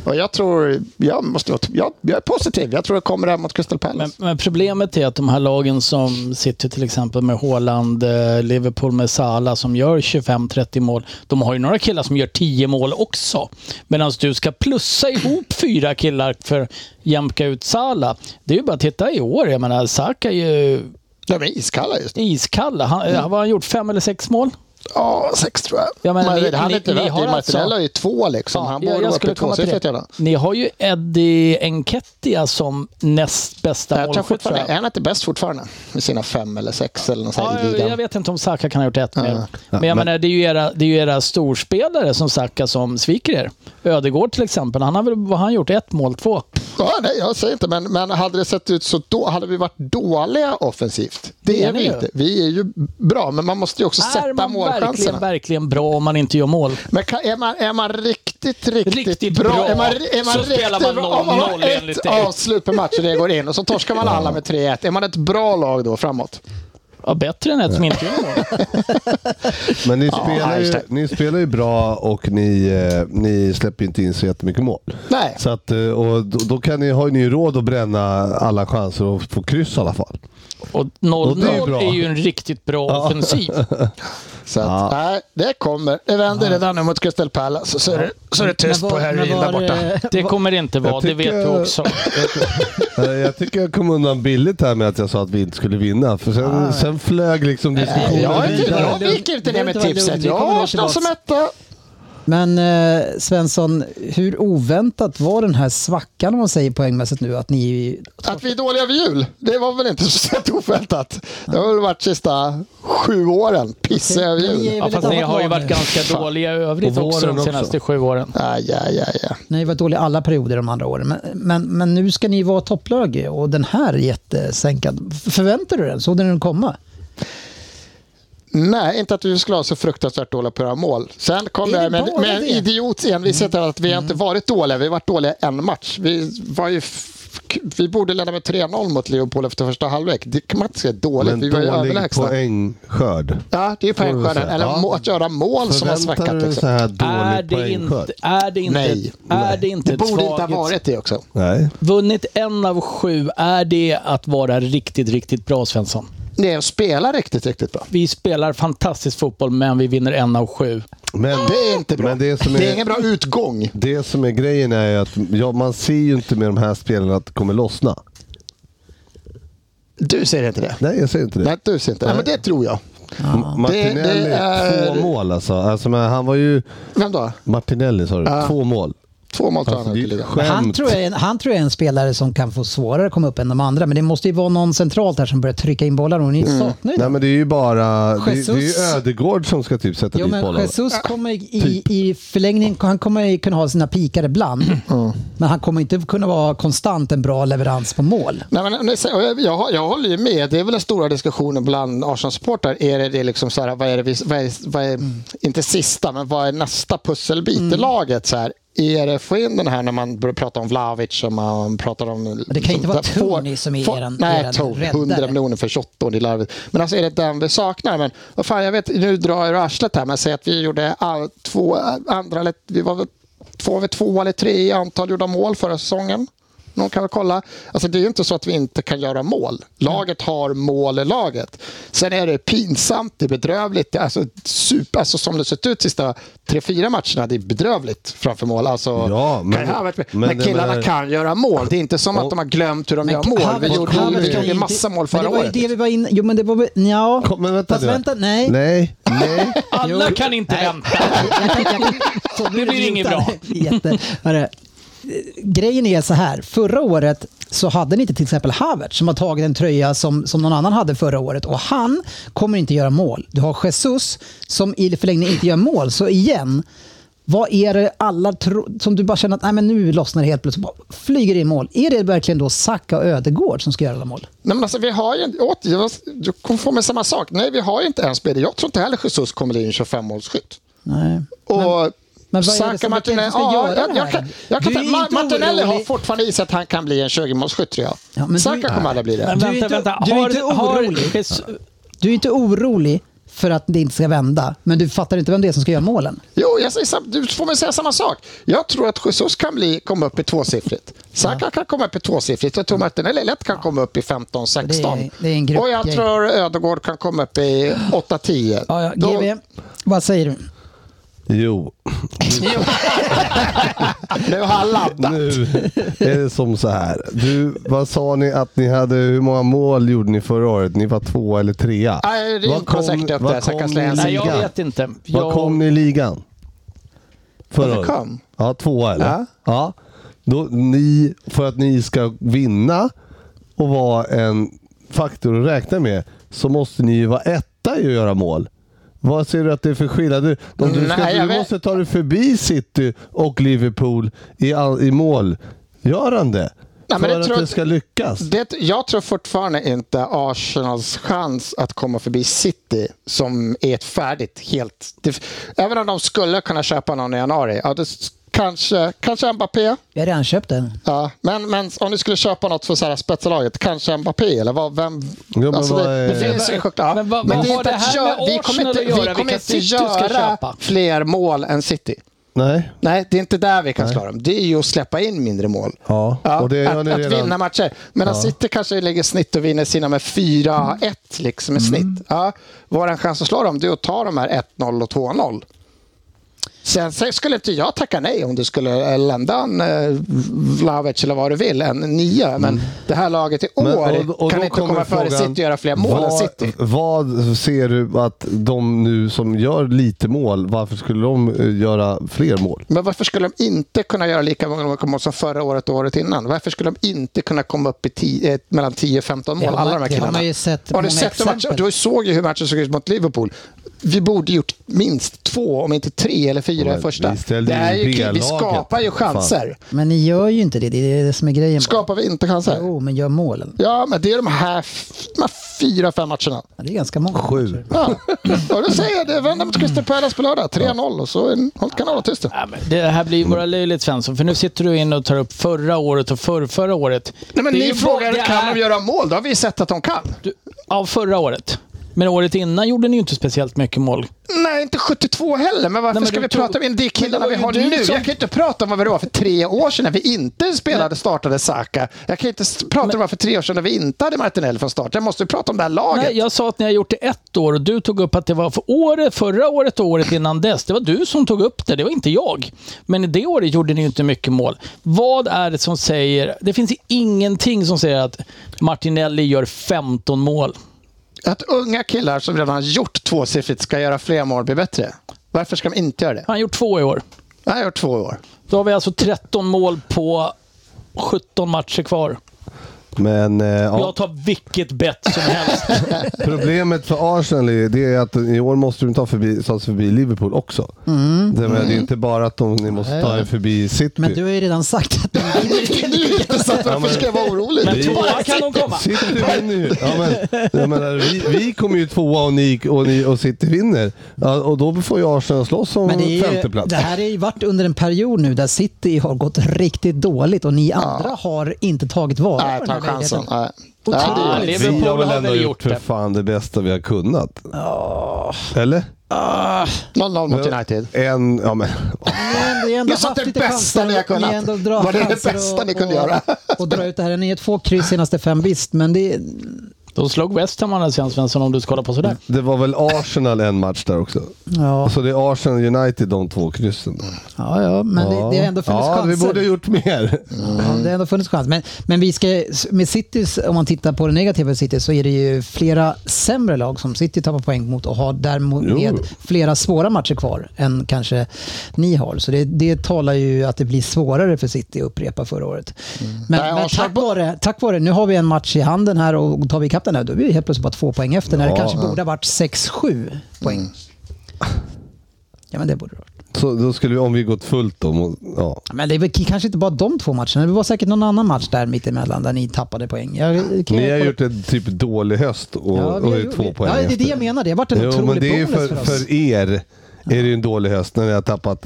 Speaker 2: Och jag tror, jag, måste, vara- jag, jag är positiv. Jag tror det kommer det här mot Crystal Palace.
Speaker 5: Men, men problemet är att de här lagen som sitter till exempel med Haaland, eh, Liverpool med Salah som gör 25-30 mål. De har ju några killar som gör 10 mål också. Medan du ska plussa ihop fyra killar för att jämka ut Salah. Det är ju bara att titta i år. Jag menar, Saka är ju
Speaker 2: De är iskalla just nu.
Speaker 5: iskall. Han, mm. Vad har han gjort? Fem eller sex mål?
Speaker 2: Ja, sex tror jag.
Speaker 5: Ja, men
Speaker 2: men,
Speaker 5: ni-
Speaker 2: han är
Speaker 5: ni-
Speaker 2: inte
Speaker 5: ni
Speaker 2: värt
Speaker 5: har
Speaker 2: det. Martinelli
Speaker 5: alltså-
Speaker 2: har ju två liksom. han
Speaker 5: Ja,
Speaker 2: borde vara uppe i
Speaker 5: komma till det.
Speaker 2: tvåsiffrigt redan.
Speaker 5: Ni har ju Eddie Nketiah som näst bästa
Speaker 2: Jag tror
Speaker 5: målskytt. tror
Speaker 2: fortfarande,
Speaker 5: jag.
Speaker 2: är han inte bäst fortfarande? Med sina fem eller sex eller något sånt
Speaker 5: Ja,
Speaker 2: här i
Speaker 5: jag, jag
Speaker 2: ligan.
Speaker 5: vet inte om Saka kan ha gjort ett mer. Men jag
Speaker 3: men-
Speaker 5: menar, det är, ju era, det är ju era storspelare som Saka som sviker er. Ödegård till exempel, han har väl vad har han gjort? Ett mål, två?
Speaker 2: Ja, nej, jag säger inte, men, men hade det sett ut så då hade vi varit dåliga offensivt. Det är
Speaker 5: är ni
Speaker 2: vi
Speaker 5: ju.
Speaker 2: inte. Vi är ju bra, men man måste ju också
Speaker 5: är
Speaker 2: sätta
Speaker 5: man verkligen,
Speaker 2: målchanserna.
Speaker 5: verkligen bra om man inte gör mål?
Speaker 2: Men kan, är, man, är man riktigt, riktigt,
Speaker 5: Riktigt
Speaker 2: bra,
Speaker 5: bra,
Speaker 2: är man, är man
Speaker 5: så
Speaker 2: riktigt,
Speaker 5: spelar man
Speaker 2: bra- om man har
Speaker 5: 0-0 enligt
Speaker 2: ett
Speaker 5: dig.
Speaker 2: avslut per match och det går in och så torskar man alla med 3-1. Är man ett bra lag då framåt?
Speaker 5: Ja, bättre än ett som inte gör mål.
Speaker 3: Men ni spelar, ju,
Speaker 2: hashtag.
Speaker 3: ni spelar ju bra och ni, eh, ni släpper ju inte in så jättemycket mål.
Speaker 2: Nej.
Speaker 3: Så att, eh, och då, då kan ni, har ni ju råd att bränna alla chanser och få kryss i alla fall.
Speaker 5: Och
Speaker 3: Och det är ju
Speaker 5: 0-0
Speaker 3: bra.
Speaker 5: är, ju en riktigt bra offensiv.
Speaker 2: Så att, nej, det kommer. Det vänder redan nu mot Crystal Palace. Så är det, så är det tyst
Speaker 4: Men
Speaker 2: på
Speaker 4: var-
Speaker 2: heroin
Speaker 4: men
Speaker 2: där
Speaker 4: var,
Speaker 2: borta.
Speaker 4: eh,
Speaker 5: Det kommer det inte vara,
Speaker 3: Jag
Speaker 5: det vet
Speaker 3: tycker-
Speaker 5: du också.
Speaker 3: Eh, jag tycker jag kom undan billigt här med att jag sa att vi inte skulle vinna. För sen, sen flög liksom diskussionen
Speaker 2: Jag, är inte,
Speaker 3: vidare.
Speaker 2: jag viker inte ner med
Speaker 4: Lugnt, lugnt,
Speaker 2: tipset.
Speaker 4: vi
Speaker 2: Jag
Speaker 4: kommer
Speaker 2: har
Speaker 4: nog
Speaker 2: Arsenal som
Speaker 4: tillbaks.
Speaker 2: etta.
Speaker 4: Men eh, Svensson, hur oväntat var den här svackan om man säger poängmässigt nu? Att ni,
Speaker 2: Att vi är dåliga vid jul, det var väl inte så sent oväntat. Det har väl varit sista sju åren. Pissiga vid
Speaker 4: Ni är
Speaker 2: jul.
Speaker 5: Ja,
Speaker 4: väl ett
Speaker 5: fast ni
Speaker 4: annat
Speaker 5: har ju
Speaker 4: lag
Speaker 5: varit
Speaker 4: nu.
Speaker 5: ganska dåliga i övrigt
Speaker 3: Och
Speaker 5: också de
Speaker 3: våren
Speaker 5: senaste
Speaker 3: också.
Speaker 5: sju åren.
Speaker 2: Aj, aj, aj, aj.
Speaker 4: Ni har varit dåliga alla perioder de andra åren. Men, men, men nu ska ni vara topplag och den här är jättesänkad. F- Förväntar du den? Såg du den komma?
Speaker 2: Nej, inte att vi skulle ha så fruktansvärt dåliga på våra mål. Sen kom
Speaker 4: Är det
Speaker 2: jag med,
Speaker 4: bara
Speaker 2: med en
Speaker 4: det?
Speaker 2: idiots envishet här att vi har inte varit dåliga. Vi har varit dåliga en match. Vi, var ju f- vi borde leda med 3-0 mot Leopold efter första halvlek. Det kan man inte säga dåligt.
Speaker 3: Men
Speaker 2: vi var ju
Speaker 3: dålig
Speaker 2: överlägna.
Speaker 3: poängskörd.
Speaker 2: Ja, det är ju
Speaker 3: Får vi
Speaker 2: poängskörden.
Speaker 3: säga.
Speaker 2: Eller
Speaker 3: Ja.
Speaker 2: må- att göra mål som har
Speaker 3: Förväntar
Speaker 2: svackat.
Speaker 3: du dig så
Speaker 2: Liksom.
Speaker 3: här dålig
Speaker 5: Är det inte,
Speaker 3: poängskörd?
Speaker 5: är det inte,
Speaker 2: Nej.
Speaker 5: är det inte
Speaker 2: Det
Speaker 5: ett
Speaker 2: borde inte ha
Speaker 5: svagt-
Speaker 2: varit det också.
Speaker 3: Nej.
Speaker 5: Vunnit en av sju, är det att vara riktigt, riktigt bra Svensson?
Speaker 2: Det är att spela riktigt, riktigt bra.
Speaker 5: Vi spelar fantastisk fotboll, men vi vinner en av sju.
Speaker 3: Men
Speaker 2: Det är inte bra.
Speaker 3: Men det som
Speaker 2: det är
Speaker 3: är-
Speaker 2: ingen bra utgång.
Speaker 3: Det som är grejen är ju att ja, man ser ju inte med de här spelarna att det kommer lossna.
Speaker 2: Du ser inte det.
Speaker 3: Nej, jag ser inte det.
Speaker 2: Nej, du ser inte det. Men det tror jag.
Speaker 3: Martinelli,
Speaker 2: Det- det är-
Speaker 3: två mål alltså. alltså. men Han var ju...
Speaker 2: Vem då?
Speaker 3: Martinelli sa du, två mål.
Speaker 2: Två mål
Speaker 3: Alltså,
Speaker 2: tror jag han
Speaker 3: det
Speaker 2: har gjort
Speaker 3: är
Speaker 2: i
Speaker 3: ju
Speaker 2: ligan.
Speaker 3: skämt.
Speaker 4: Han tror, jag är en, han tror jag är en spelare som kan få svårare att komma upp än de andra. Men det måste ju vara någon centralt här som börjar trycka in bollar och ni saknar ju
Speaker 3: Mm. Nej
Speaker 4: det.
Speaker 3: men det är ju bara... Det, det är ju
Speaker 4: Jesus.
Speaker 3: Ödegård som ska typ sätta
Speaker 4: Jo,
Speaker 3: dit Typ.
Speaker 4: men
Speaker 3: bollarna.
Speaker 4: Jesus kommer i, i förlängningen han kommer ju kunna ha sina pikar ibland.
Speaker 3: Mm.
Speaker 4: Men han kommer inte kunna vara konstant en bra leverans på mål.
Speaker 2: Nej, men, nej, så- och jag, jag, jag håller ju med. Det är väl den stora diskussionen bland Arsenal-supportrar. Är det, det liksom så här, vad är det, vi- vad är, vad är, inte sista, men vad är nästa pusselbit i
Speaker 4: Mm.
Speaker 2: laget? Så här? Är det, få in den här när man börjar prata om Vlahovic och man pratar om...
Speaker 4: det kan ju inte vara
Speaker 2: som- får-
Speaker 4: Tony som är
Speaker 2: får-
Speaker 4: eran-
Speaker 2: Nej,
Speaker 4: eran
Speaker 2: Tony.
Speaker 4: räddare.
Speaker 2: 100 miljoner för 28 år, det är larvigt. Men alltså är det den vi saknar? Men vad fan, jag vet, nu drar jag ur arslet här, men säg att vi gjorde all, två andra, eller vi var väl två, två eller tre i antal gjorda mål förra säsongen. någon kan väl kolla. Alltså, det är ju inte så att vi inte kan göra mål. Laget har mål i laget. Sen är det pinsamt, det är bedrövligt. Det är alltså, super, alltså, som det sett ut sista tre, fyra matcherna, det är bedrövligt framför mål. Alltså,
Speaker 3: Ja, men-
Speaker 2: men, men,
Speaker 3: men jag
Speaker 2: killarna
Speaker 3: menar-
Speaker 2: kan göra mål. Det är inte som att de har glömt hur de gör mål. Vi
Speaker 4: Havertz-
Speaker 2: gjorde,
Speaker 4: Havertz-
Speaker 2: vi gjorde massa mål
Speaker 4: men
Speaker 2: förra
Speaker 4: det var ju
Speaker 2: året.
Speaker 4: Det vi var in, jo, men det var väl- nja.
Speaker 3: Kom, men vänta
Speaker 4: Fast
Speaker 3: nu.
Speaker 4: vänta, nej.
Speaker 3: Nej, nej.
Speaker 5: Alla kan inte vänta.
Speaker 4: Jag kan, jag kan, så
Speaker 5: Det blir inget bra.
Speaker 4: Jätte, hörru, grejen är så här, förra året så hade ni inte till exempel Havertz som har tagit en tröja som, som någon annan hade förra året och han kommer inte göra mål. Du har Jesus som i förlängningen inte gör mål. Så igen, vad är det alla tro, som du bara känner att nej, men nu lossnar det helt plötsligt, bara flyger in mål. Är det verkligen då Saka och Ödegård som ska göra alla mål?
Speaker 2: Nej, men alltså, vi har ju, åter, jag, du kommer få med samma sak. Nej, vi har ju inte en spelare. Jag tror inte heller Jesus kommer bli en 25-målsskytt.
Speaker 4: Nej.
Speaker 2: Och
Speaker 4: men vad är det
Speaker 2: Saka
Speaker 4: som Martinelli
Speaker 2: Martinelli,
Speaker 4: ska
Speaker 2: ja,
Speaker 4: göra
Speaker 2: jag, jag
Speaker 4: här?
Speaker 2: kan, jag kan
Speaker 4: Du är
Speaker 2: ta,
Speaker 4: inte
Speaker 2: Ma- Martinelli har
Speaker 4: orolig.
Speaker 2: fortfarande i sig att han kan bli en 20-målsskytt tror jag.
Speaker 4: Ja, men du-
Speaker 2: Saka kommer aldrig bli det.
Speaker 5: Men
Speaker 4: Du är
Speaker 5: vänta,
Speaker 4: inte-
Speaker 5: vänta.
Speaker 4: du är
Speaker 5: har,
Speaker 4: inte
Speaker 5: har,
Speaker 4: orolig.
Speaker 5: Jesus-
Speaker 4: Du är inte orolig för att det inte ska vända, men du fattar inte vem det är som ska göra målen.
Speaker 2: Jo, jag säger, sam- du får väl säga samma sak. Jag tror att Jesus kan bli, komma upp i tvåsiffrigt. Saka kan komma upp i tvåsiffrigt. Jag tror Martinelli lätt kan komma upp i 15-16.
Speaker 4: Det är- det är en grupp-
Speaker 2: Och jag
Speaker 4: grej.
Speaker 2: tror Ödegård kan komma upp i 8-10.
Speaker 4: Ja, ja,
Speaker 2: Då-
Speaker 4: GB, vad säger du?
Speaker 3: Jo,
Speaker 2: Nu har han laddat.
Speaker 3: nu är det som så här. Du, vad sa ni att ni hade, hur många mål gjorde ni förra året? Ni var två eller trea?
Speaker 2: Nej, ring
Speaker 3: Vad kom-
Speaker 2: Prosecco upp
Speaker 3: vad
Speaker 2: där så jag
Speaker 3: kom
Speaker 2: kan
Speaker 3: ni
Speaker 2: slänga
Speaker 3: i
Speaker 2: en
Speaker 5: nej,
Speaker 2: signal.
Speaker 5: jag
Speaker 3: ligan?
Speaker 5: vet inte.
Speaker 3: Vad
Speaker 5: Jag-
Speaker 3: kom ni i ligan? Förra
Speaker 2: Varför
Speaker 3: året?
Speaker 2: kom?
Speaker 3: Ja, tvåa eller?
Speaker 2: Ja.
Speaker 3: ja. Då, ni, för att ni ska vinna och vara en faktor att räkna med så måste ni ju vara etta i att göra mål. Vad ser du att det är för skillnad? Du, om du, ska,
Speaker 2: Nej, jag
Speaker 3: du
Speaker 2: vet-
Speaker 3: måste ta dig förbi City och Liverpool i, all, i målgörande
Speaker 2: Nej, men
Speaker 3: för
Speaker 2: det
Speaker 3: att
Speaker 2: tror jag-
Speaker 3: det ska lyckas.
Speaker 2: Det, jag tror fortfarande inte Arsenals chans att komma förbi City som är ett färdigt helt... Det, även om de skulle kunna köpa någon i januari. Ja, det, s- kanske, kanske Mbappé.
Speaker 4: Jag har redan köpt den.
Speaker 2: Ja, men, men om ni skulle köpa något för så här spetsa laget, kanske Mbappé eller vad, vem?
Speaker 3: Ja, men
Speaker 2: alltså,
Speaker 3: vad
Speaker 2: det,
Speaker 3: är-
Speaker 2: det finns ju chock- ja.
Speaker 5: Men vad- vad
Speaker 2: det är
Speaker 5: har
Speaker 2: inte
Speaker 5: det
Speaker 2: att
Speaker 5: här
Speaker 2: gö-
Speaker 5: med
Speaker 2: Vi kommer inte,
Speaker 5: Arsenal att göra,
Speaker 2: vi kommer
Speaker 5: vilka
Speaker 2: inte
Speaker 5: City ska
Speaker 2: göra
Speaker 5: köpa?
Speaker 2: fler mål än City.
Speaker 3: Nej.
Speaker 2: Nej, det är inte där vi kan slå dem. Det är ju att släppa in mindre mål.
Speaker 3: Ja, och det gör
Speaker 2: att,
Speaker 3: ni
Speaker 2: att
Speaker 3: redan.
Speaker 2: vinna matcher. Medan City kanske lägger snitt och vinner sina med 4-1 liksom i snitt.
Speaker 3: Mm.
Speaker 2: Ja, Vår chans att slå dem det är att ta de här 1-0 och 2-0. Sen, sen skulle inte jag tacka nej om du skulle eh, landa en eh, Vlahovic eller vad du vill, en nia. Men
Speaker 3: Mm.
Speaker 2: det här laget i år kan
Speaker 3: då
Speaker 2: inte komma
Speaker 3: kommer
Speaker 2: före
Speaker 3: frågan,
Speaker 2: City och göra fler mål än
Speaker 3: vad,
Speaker 2: City.
Speaker 3: Vad ser du att de nu som gör lite mål, varför skulle de eh, göra fler mål?
Speaker 2: Men varför skulle de inte kunna göra lika många mål som förra året och året innan? Varför skulle de inte kunna komma upp i tio, eh, mellan 10 och 15 mål?
Speaker 4: Det har man-
Speaker 2: alla de här
Speaker 4: det har
Speaker 2: killarna.
Speaker 4: man ju sett
Speaker 2: har du,
Speaker 4: många
Speaker 2: sett de matcher,
Speaker 4: exempel.
Speaker 2: du såg ju hur matchen såg ut mot Liverpool. Vi borde gjort minst två, om inte tre eller fyra i
Speaker 3: Men
Speaker 2: första.
Speaker 3: vi ställde
Speaker 2: Det är
Speaker 3: ju
Speaker 2: ju, kul. vi
Speaker 3: B-laget.
Speaker 2: skapar ju chanser.
Speaker 4: Men ni gör ju inte det, det är det som är grejen.
Speaker 2: Skapar vi inte chanser?
Speaker 4: Jo, men gör målen.
Speaker 2: Ja, men det är de här, f- de här fyra, fem matcherna.
Speaker 4: Ja, Det är ganska många.
Speaker 3: Sju.
Speaker 2: Ja. och då säger jag det. Vänder mot Crystal Palace på lördag. 3-0 och så en- håll kanalen tyst.
Speaker 5: Ja, men det här blir ju bara löjligt Svensson, för nu sitter du in och tar upp förra året och förrförra året.
Speaker 2: Nej, men
Speaker 5: Det är
Speaker 2: ni
Speaker 5: ju bara- det
Speaker 2: frågar, kan
Speaker 5: är-
Speaker 2: de göra mål? Då har vi sett att de kan.
Speaker 5: Du- Ja, förra året. Men året innan gjorde ni ju inte speciellt mycket mål.
Speaker 2: Nej, inte 72 heller. Men varför
Speaker 5: Nej, men
Speaker 2: ska
Speaker 5: du
Speaker 2: vi
Speaker 5: tog-
Speaker 2: prata om de killarna
Speaker 5: Men
Speaker 2: vi
Speaker 5: det var
Speaker 2: har
Speaker 5: ju du
Speaker 2: nu?
Speaker 5: som-
Speaker 2: Jag kan inte prata om vad det var för tre år sedan när vi inte spelade, startade Saka. Jag kan inte s- prata om vad det var för tre år sedan när vi inte hade Martinelli från start. Jag måste prata om det här laget.
Speaker 5: Nej, jag sa att ni har gjort det ett år och du tog upp att det var för året, förra året och året innan dess. Det var du som tog upp det, det var inte jag. Men i det året gjorde ni ju inte mycket mål. Vad är det som säger... Det finns ju ingenting som säger att Martinelli gör 15 mål.
Speaker 2: Att unga killar som redan har gjort tvåsiffrigt ska göra fler mål blir bättre. Varför ska de inte göra det?
Speaker 5: Han har gjort två i år.
Speaker 2: Jag har gjort två år.
Speaker 5: Då har vi alltså 13 mål på 17 matcher kvar.
Speaker 3: Men eh, ja,
Speaker 5: Jag tar vilket bett som helst.
Speaker 3: problemet för Arsenal är, det är att i år måste de ta, förbi, ta sig förbi Liverpool också.
Speaker 2: Mm.
Speaker 3: Det, men, det är inte bara att de, ni måste ta er förbi City.
Speaker 4: Men du har ju redan sagt att de vinner inte ligan.
Speaker 2: Så att varför ska jag vara orolig?
Speaker 5: Men tvåa kan de komma.
Speaker 3: City vinner ju. Ja, men, jag menar, vi, vi kommer ju tvåa och, ni, och, ni, och City vinner. Ja, och då får ju Arsenal slåss om
Speaker 4: Men det, är ju,
Speaker 3: femteplats.
Speaker 4: det här har ju varit under en period nu där City har gått riktigt dåligt och ni andra har inte tagit vara
Speaker 2: Nej,
Speaker 4: på den
Speaker 2: ta
Speaker 4: här
Speaker 2: chansen.
Speaker 4: möjligheten.
Speaker 2: Nej. Nej, det
Speaker 5: Ah,
Speaker 2: är
Speaker 5: Liverpool
Speaker 3: Vi har väl
Speaker 5: har
Speaker 3: ändå
Speaker 5: väl
Speaker 3: gjort
Speaker 5: gjort
Speaker 3: för
Speaker 5: det.
Speaker 3: fan det bästa vi har kunnat. Eller?
Speaker 5: Ah,
Speaker 2: 0-0 mot United.
Speaker 3: En, ja men.
Speaker 4: Men det är ändå
Speaker 2: Jag sa att
Speaker 4: haft
Speaker 2: det
Speaker 4: lite
Speaker 2: bästa
Speaker 4: chanser.
Speaker 2: ni har kunnat.
Speaker 4: Ni ändå drar
Speaker 2: Var det det
Speaker 4: chanser
Speaker 2: bästa
Speaker 4: och-
Speaker 2: ni kunde
Speaker 4: och-
Speaker 2: göra?
Speaker 4: Och dra ut det här. Ni är två kryss senaste fem, visst. Men det är...
Speaker 5: de slog West Ham å andra sidan Svensson om du ska hålla på sådär.
Speaker 3: Det var väl Arsenal en match där också.
Speaker 4: Ja,
Speaker 3: Så det är Arsenal United de två kryssen.
Speaker 4: ja, ja men det, det har ändå funnits
Speaker 3: ja,
Speaker 4: chanser.
Speaker 3: vi borde ha gjort mer.
Speaker 4: Ja,
Speaker 3: Mm.
Speaker 4: det har ändå funnits chans. Men, men vi ska, med Citys, om man tittar på det negativa i City, så är det ju flera sämre lag som City tappar poäng mot och har därmed
Speaker 3: Jo.
Speaker 4: flera svåra matcher kvar än kanske ni har. Så det, det talar ju att det blir svårare för City att upprepa förra året.
Speaker 3: Mm.
Speaker 4: Men,
Speaker 2: Nej,
Speaker 4: men
Speaker 2: Arsenal-
Speaker 4: tack, vare, tack vare, nu har vi en match i handen här och tar vi ikapp den här, då är vi helt plötsligt bara två poäng efter när det
Speaker 3: Ja, Mm.
Speaker 4: kanske
Speaker 3: ja.
Speaker 4: borde ha varit 6-7 poäng. Ja, men det borde det ha varit.
Speaker 3: Så då skulle vi, om vi gått fullt då. mot- Ja.
Speaker 4: Men det är väl k- kanske inte bara de två matcherna. Det var säkert någon annan match där mittemellan där ni tappade poäng. Jag, kan
Speaker 3: Ni har
Speaker 4: jag-
Speaker 3: gjort en typ dålig höst och,
Speaker 4: Ja, vi
Speaker 3: och
Speaker 4: har
Speaker 3: är
Speaker 4: gjort-
Speaker 3: två
Speaker 4: vi-
Speaker 3: poäng
Speaker 4: Ja, det är
Speaker 3: efter.
Speaker 4: det jag menar. Det har varit en
Speaker 3: Jo,
Speaker 4: otrolig
Speaker 3: men det är ju
Speaker 4: bonus
Speaker 3: för,
Speaker 4: för, oss.
Speaker 3: för er är det ju en dålig höst när ni har tappat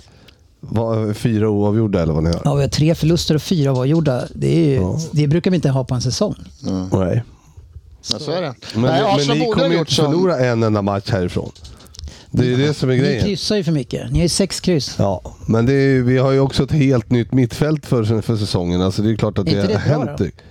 Speaker 3: vad, fyra oavgjorda eller vad ni har.
Speaker 4: Ja, vi har tre förluster och fyra var gjorda. Det, är ju,
Speaker 3: Ja.
Speaker 4: det brukar vi inte ha på en säsong.
Speaker 3: Nej.
Speaker 2: Men så är det.
Speaker 3: Men,
Speaker 2: Nej,
Speaker 3: men
Speaker 2: Arsenal
Speaker 3: ni
Speaker 2: borde
Speaker 3: kommer
Speaker 2: ha
Speaker 3: ju
Speaker 2: gjort
Speaker 3: inte
Speaker 2: som...
Speaker 3: förlora en enda match härifrån. Det är det som är
Speaker 4: Ni
Speaker 3: grejen.
Speaker 4: kryssar ju för mycket. Ni har ju sex kryss.
Speaker 3: Ja, men det är, ju- vi har ju också ett helt nytt mittfält för, för säsongen. Alltså det är klart att
Speaker 4: Är
Speaker 3: det,
Speaker 4: inte det
Speaker 3: har
Speaker 4: bra
Speaker 3: hänt.
Speaker 4: då?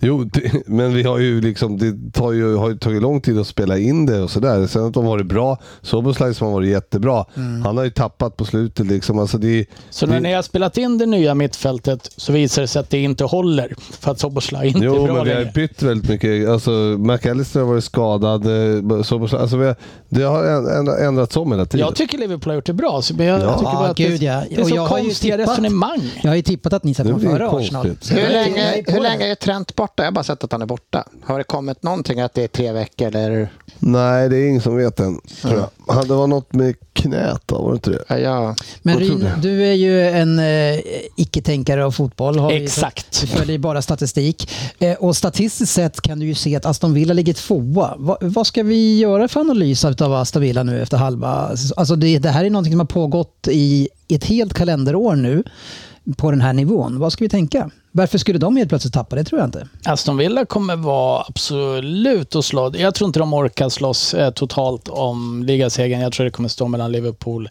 Speaker 3: Jo, det, men vi har ju liksom, det tar ju, har ju tagit lång tid att spela in det och sådär. Sen att de har varit bra. Soboslaj som har varit jättebra. Han har ju tappat på slutet liksom. Alltså det, är-
Speaker 5: Så när ni har spelat in det nya mittfältet så visar det sig att det inte håller för att Soboslaj inte
Speaker 3: Jo,
Speaker 5: är bra
Speaker 3: men vi har ju
Speaker 5: längre.
Speaker 3: bytt väldigt mycket. Alltså, McAllister har varit skadad. eh, Soboslaj- Alltså, vi har, det har än- än- ändrats om hela tiden.
Speaker 5: Jag tycker Liverpool har gjort det bra, så- men jag
Speaker 3: Ja.
Speaker 5: tycker bara
Speaker 4: Ja,
Speaker 5: att det,
Speaker 4: gud, ja.
Speaker 5: det är
Speaker 4: Och
Speaker 5: så
Speaker 4: jag har ju
Speaker 5: konstiga
Speaker 4: tippat-
Speaker 5: resonemang.
Speaker 4: Jag har ju tippat att ni ska
Speaker 3: Det
Speaker 4: komma
Speaker 3: blir
Speaker 4: före
Speaker 3: konstigt.
Speaker 4: Arsenal. Så
Speaker 2: Hur
Speaker 4: jag- jag
Speaker 2: länge,
Speaker 4: är på
Speaker 2: hur
Speaker 4: det.
Speaker 2: länge är Trent borta? Jag har bara sett att han är borta. Har det kommit någonting att det är tre veckor eller?
Speaker 3: Nej, det är ingen som vet än. Tror jag. Han- Det var något med knät, då, var det inte det?
Speaker 2: Ja, jag...
Speaker 4: Men
Speaker 3: Vad tror
Speaker 4: Ryn, du är ju en eh, icke-tänkare av fotboll. Har vi-
Speaker 5: Exakt.
Speaker 4: Du följer ju bara statistik. Eh, och statistiskt sett kan du ju se att Aston Villa ligger tvåa. Va, vad ska vi göra för analys av Aston Villa nu efter halva säsong- Alltså det, det här är någonting som har pågått i ett helt kalenderår nu på den här nivån. Vad ska vi tänka? Varför skulle de helt plötsligt tappa? Det tror jag inte.
Speaker 5: Aston Villa kommer vara absolut och slå. Jag tror inte de orkar slåss eh, totalt om ligasegern. Jag tror det kommer stå mellan Liverpool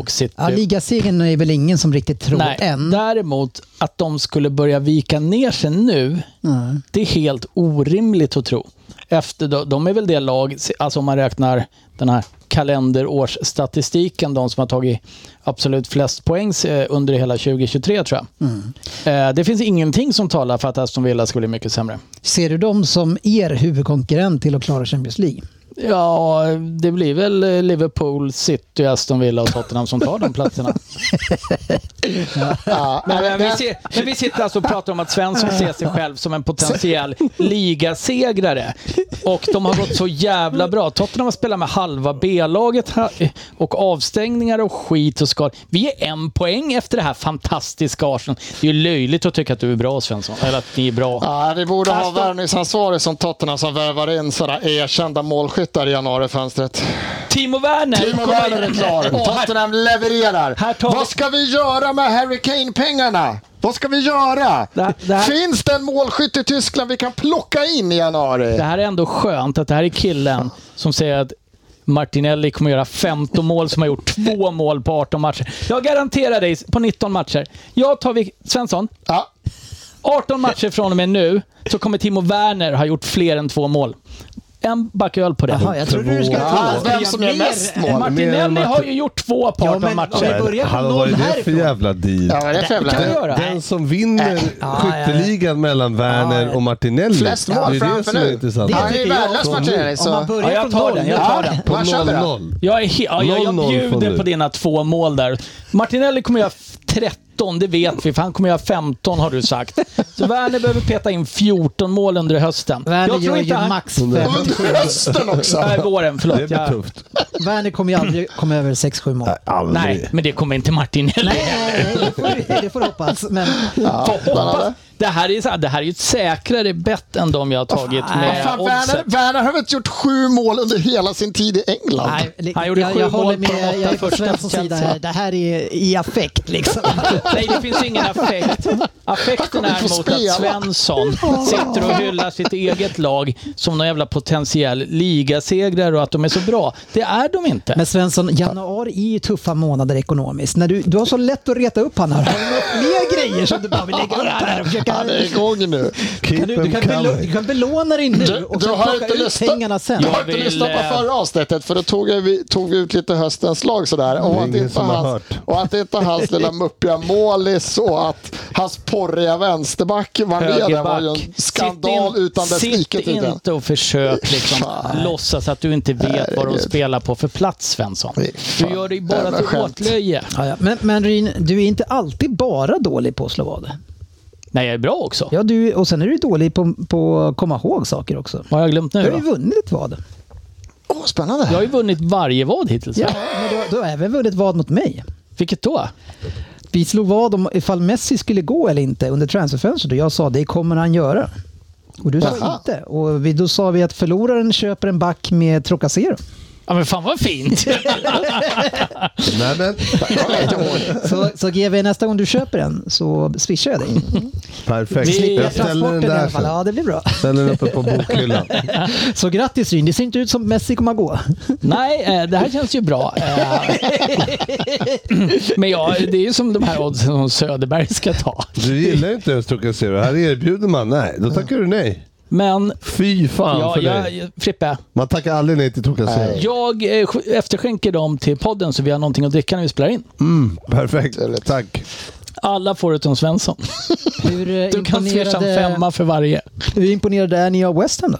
Speaker 5: och City.
Speaker 4: Mm. Ja, Ligasegern är väl ingen som riktigt tror
Speaker 5: Nej,
Speaker 4: än.
Speaker 5: Däremot att de skulle börja vika ner sig nu,
Speaker 4: Nej.
Speaker 5: det är helt orimligt att tro. Efter, då- de är väl det lag, alltså om man räknar den här kalenderårsstatistiken, de som har tagit absolut flest poäng eh, under hela 2023 tror jag. Eh, Det finns ingenting som talar för att Aston Villa skulle bli mycket sämre.
Speaker 4: Ser du dem som er huvudkonkurrent till att klara Champions League?
Speaker 5: Ja, det blir väl eh, Liverpool, City, Aston Villa och Tottenham som tar de platserna.
Speaker 2: ja,
Speaker 5: Men,
Speaker 2: nej,
Speaker 5: men, vi,
Speaker 2: den-
Speaker 5: ser, men vi sitter alltså och pratar om att Svensson ser sig själv som en potentiell ligasegrare. Och de har gått så jävla bra. Tottenham har spelat med halva B-laget här, och avstängningar och skit och skad. Vi är en poäng efter det här fantastiska Arsenal. Det är ju löjligt att tycka att du är bra Svensson, eller att ni är bra.
Speaker 2: Ja, vi borde ha
Speaker 5: Aston-
Speaker 2: värvningsansvarig som Tottenham som värvar in sådär erkända målskyttar i januarifönstret.
Speaker 5: Timo Werner!
Speaker 2: Timo Werner är klar.
Speaker 5: Åh, här-
Speaker 2: Tottenham levererar.
Speaker 5: Här tar vi-
Speaker 2: Vad ska vi göra med Harry Kane-pengarna? Vad ska vi göra?
Speaker 5: Det- det här-
Speaker 2: Finns det en målskytt i Tyskland vi kan plocka in i januari?
Speaker 5: Det här är ändå skönt att det här är killen som säger att Martinelli kommer göra 15 mål som har gjort två mål på 18 matcher. Jag garanterar dig på 19 matcher. Jag tar Vik- Svensson,
Speaker 2: Ja.
Speaker 5: 18 matcher från och med nu så kommer Timo Werner ha gjort fler än två mål. En backöl på det.
Speaker 4: Jaha, jag trodde du skulle
Speaker 3: Två.
Speaker 4: tro
Speaker 2: Ja,
Speaker 4: att
Speaker 2: vem
Speaker 4: vi
Speaker 2: som
Speaker 4: gör
Speaker 2: gör mest
Speaker 4: mer-
Speaker 2: mål.
Speaker 5: Martinelli har ju gjort två på
Speaker 4: Ja,
Speaker 5: 18
Speaker 4: men-
Speaker 5: matcher.
Speaker 4: ja, börjar från
Speaker 3: Hallå,
Speaker 4: noll
Speaker 3: vad är det för
Speaker 4: härifrån.
Speaker 3: jävla deal?
Speaker 2: Ja, vad är det för jävla...
Speaker 5: kan vi göra.
Speaker 3: Den som vinner
Speaker 4: ja,
Speaker 3: skytteligan mellan Werner
Speaker 4: Ja, ja.
Speaker 3: och Martinelli.
Speaker 2: Flest
Speaker 3: det är
Speaker 2: mål
Speaker 3: det
Speaker 2: framför
Speaker 3: som är
Speaker 2: nu.
Speaker 3: intressant.
Speaker 2: Han är typ-
Speaker 4: tycker
Speaker 2: ju
Speaker 4: jag
Speaker 2: värdelös
Speaker 4: också.
Speaker 2: Martinelli.
Speaker 4: Om man
Speaker 2: så-
Speaker 4: börjar
Speaker 5: Ja, jag
Speaker 4: från
Speaker 5: tar
Speaker 4: noll,
Speaker 5: den, jag
Speaker 4: ja.
Speaker 5: tar
Speaker 2: den.
Speaker 3: På
Speaker 2: Vad känner du?
Speaker 3: 0-0.
Speaker 5: Jag, är he- ja, jag, jag
Speaker 3: 0-0 från
Speaker 5: bjuder
Speaker 3: nu.
Speaker 5: på dina två mål där. Martinelli kommer göra 13, det vet vi, för han kommer göra 15 har du sagt. Så Werner behöver peta in 14 mål under hösten.
Speaker 4: Werner
Speaker 5: jag
Speaker 4: gör
Speaker 5: tror inte
Speaker 4: ju
Speaker 5: han...
Speaker 4: max fem.
Speaker 2: Under hösten också.
Speaker 5: Nej, våren, förlåt.
Speaker 3: Det blir
Speaker 5: jag...
Speaker 3: tufft.
Speaker 4: Werner kommer ju aldrig komma över 6-7 mål.
Speaker 3: Aldrig.
Speaker 5: Nej, men det kommer inte Martinelli.
Speaker 4: Nej, det får, det får hoppas. Men
Speaker 5: Får hoppas. Det här är, så här, det här är ju ett säkrare bett än de jag har tagit
Speaker 2: Vad
Speaker 5: med
Speaker 2: fan, Werner,
Speaker 5: oddset.
Speaker 2: Werner har väl inte gjort sju mål under hela sin tid i England?
Speaker 5: Nej.
Speaker 4: li-
Speaker 5: Han gjorde
Speaker 4: jag,
Speaker 5: sju
Speaker 4: jag
Speaker 5: mål
Speaker 4: håller
Speaker 5: på de åtta
Speaker 4: med, jag är på
Speaker 5: första
Speaker 4: Svenssons sida
Speaker 5: chanserna.
Speaker 4: här. Det här är i affekt liksom.
Speaker 5: Nej, det finns ingen affekt. Affekten är
Speaker 2: Vi får
Speaker 5: mot att
Speaker 2: spela.
Speaker 5: Svensson sitter och hyllar sitt eget lag som någon jävla potentiell ligasegrare och att de är så bra. Det är de inte.
Speaker 4: Men Svensson, januari är ju tuffa månader ekonomiskt. När du, du har så lätt att reta upp han här. Har du något mer grejer som du bara vill lägga upp här? och Försöka,
Speaker 2: Han är igång nu.
Speaker 3: Keep
Speaker 4: kan du, du,
Speaker 3: them
Speaker 4: kan belo,
Speaker 3: coming.
Speaker 4: du kan belåna dig nu och
Speaker 2: du
Speaker 4: sen
Speaker 2: har
Speaker 4: plocka
Speaker 2: inte
Speaker 4: ut
Speaker 2: lyssnat.
Speaker 4: pengarna sen.
Speaker 2: Jag har inte
Speaker 5: vill,
Speaker 2: lyssnat på
Speaker 5: eh,
Speaker 2: förra avsnittet för då tog, jag, vi- tog vi ut lite höstens lag sådär. Och att,
Speaker 3: ingen
Speaker 2: inte
Speaker 3: som har
Speaker 2: hans,
Speaker 3: hört.
Speaker 2: och att inte hans lilla muppiga målis och att hans porriga vänsterback var med där var ju en skandal
Speaker 5: sitt in-
Speaker 2: utan dess
Speaker 5: sitt
Speaker 2: like tydligen.
Speaker 5: inte och försök liksom
Speaker 2: Fan.
Speaker 5: låtsas att du inte vet vad de
Speaker 2: Herregud.
Speaker 5: spelar på för plats, Svensson. Du gör dig bara
Speaker 2: jävla
Speaker 5: till
Speaker 2: skämt.
Speaker 5: åtlöje.
Speaker 4: Ja, ja. Men, men Ryn, du är inte alltid bara dålig på att slå vad.
Speaker 5: Nej, jag är bra också.
Speaker 4: Ja, du, och sen är du dålig på, på att komma ihåg saker också.
Speaker 5: Vad har jag glömt
Speaker 4: Du
Speaker 5: nu
Speaker 4: har ju
Speaker 5: då?
Speaker 4: vunnit ett vad.
Speaker 2: Åh, spännande.
Speaker 5: Jag har ju vunnit varje vad hittills.
Speaker 4: Ja, men du, har- du har även vunnit vad mot mig.
Speaker 5: Vilket då?
Speaker 4: Vi slog vad om ifall Messi skulle gå eller inte under transferfönstret och jag sa det kommer han göra. Och du sa
Speaker 2: Jaha.
Speaker 4: inte. Och vi, då sa vi att förloraren köper en back med Trocacero.
Speaker 5: Ja, men fan vad fint!
Speaker 3: Nej, men,
Speaker 4: Så, så GV, nästa gång du köper en så swishar jag dig.
Speaker 3: perfekt.
Speaker 5: Vi-
Speaker 3: Jag ställer
Speaker 4: Transporten
Speaker 3: den
Speaker 4: i alla
Speaker 3: där
Speaker 4: fall.
Speaker 3: sen.
Speaker 4: Ja, det blir bra.
Speaker 3: Ställer den uppe på bokhyllan.
Speaker 4: Så grattis Ryn, det ser inte ut som Messi kommer att gå.
Speaker 5: Nej, eh, det här känns ju bra. Eh, Men ja, det är ju som de här oddsen som Söderberg ska ta.
Speaker 3: Du gillar ju inte ens Trocacero. Här erbjuder man. Nej, då tackar du nej.
Speaker 5: Men
Speaker 3: Fy fan
Speaker 5: ja,
Speaker 3: för
Speaker 5: jag,
Speaker 3: dig.
Speaker 5: jag, Frippe,
Speaker 3: Man tackar aldrig nej till Trocacero.
Speaker 5: jag eh, sk- efterskänker dem till podden så vi har någonting att dricka när vi spelar in.
Speaker 3: Perfekt. Tack.
Speaker 5: Alla får utom Svensson.
Speaker 4: Hur eh,
Speaker 5: Du kan swisha en
Speaker 4: imponerade,
Speaker 5: femma för varje.
Speaker 4: hur imponerade är ni av West Ham då?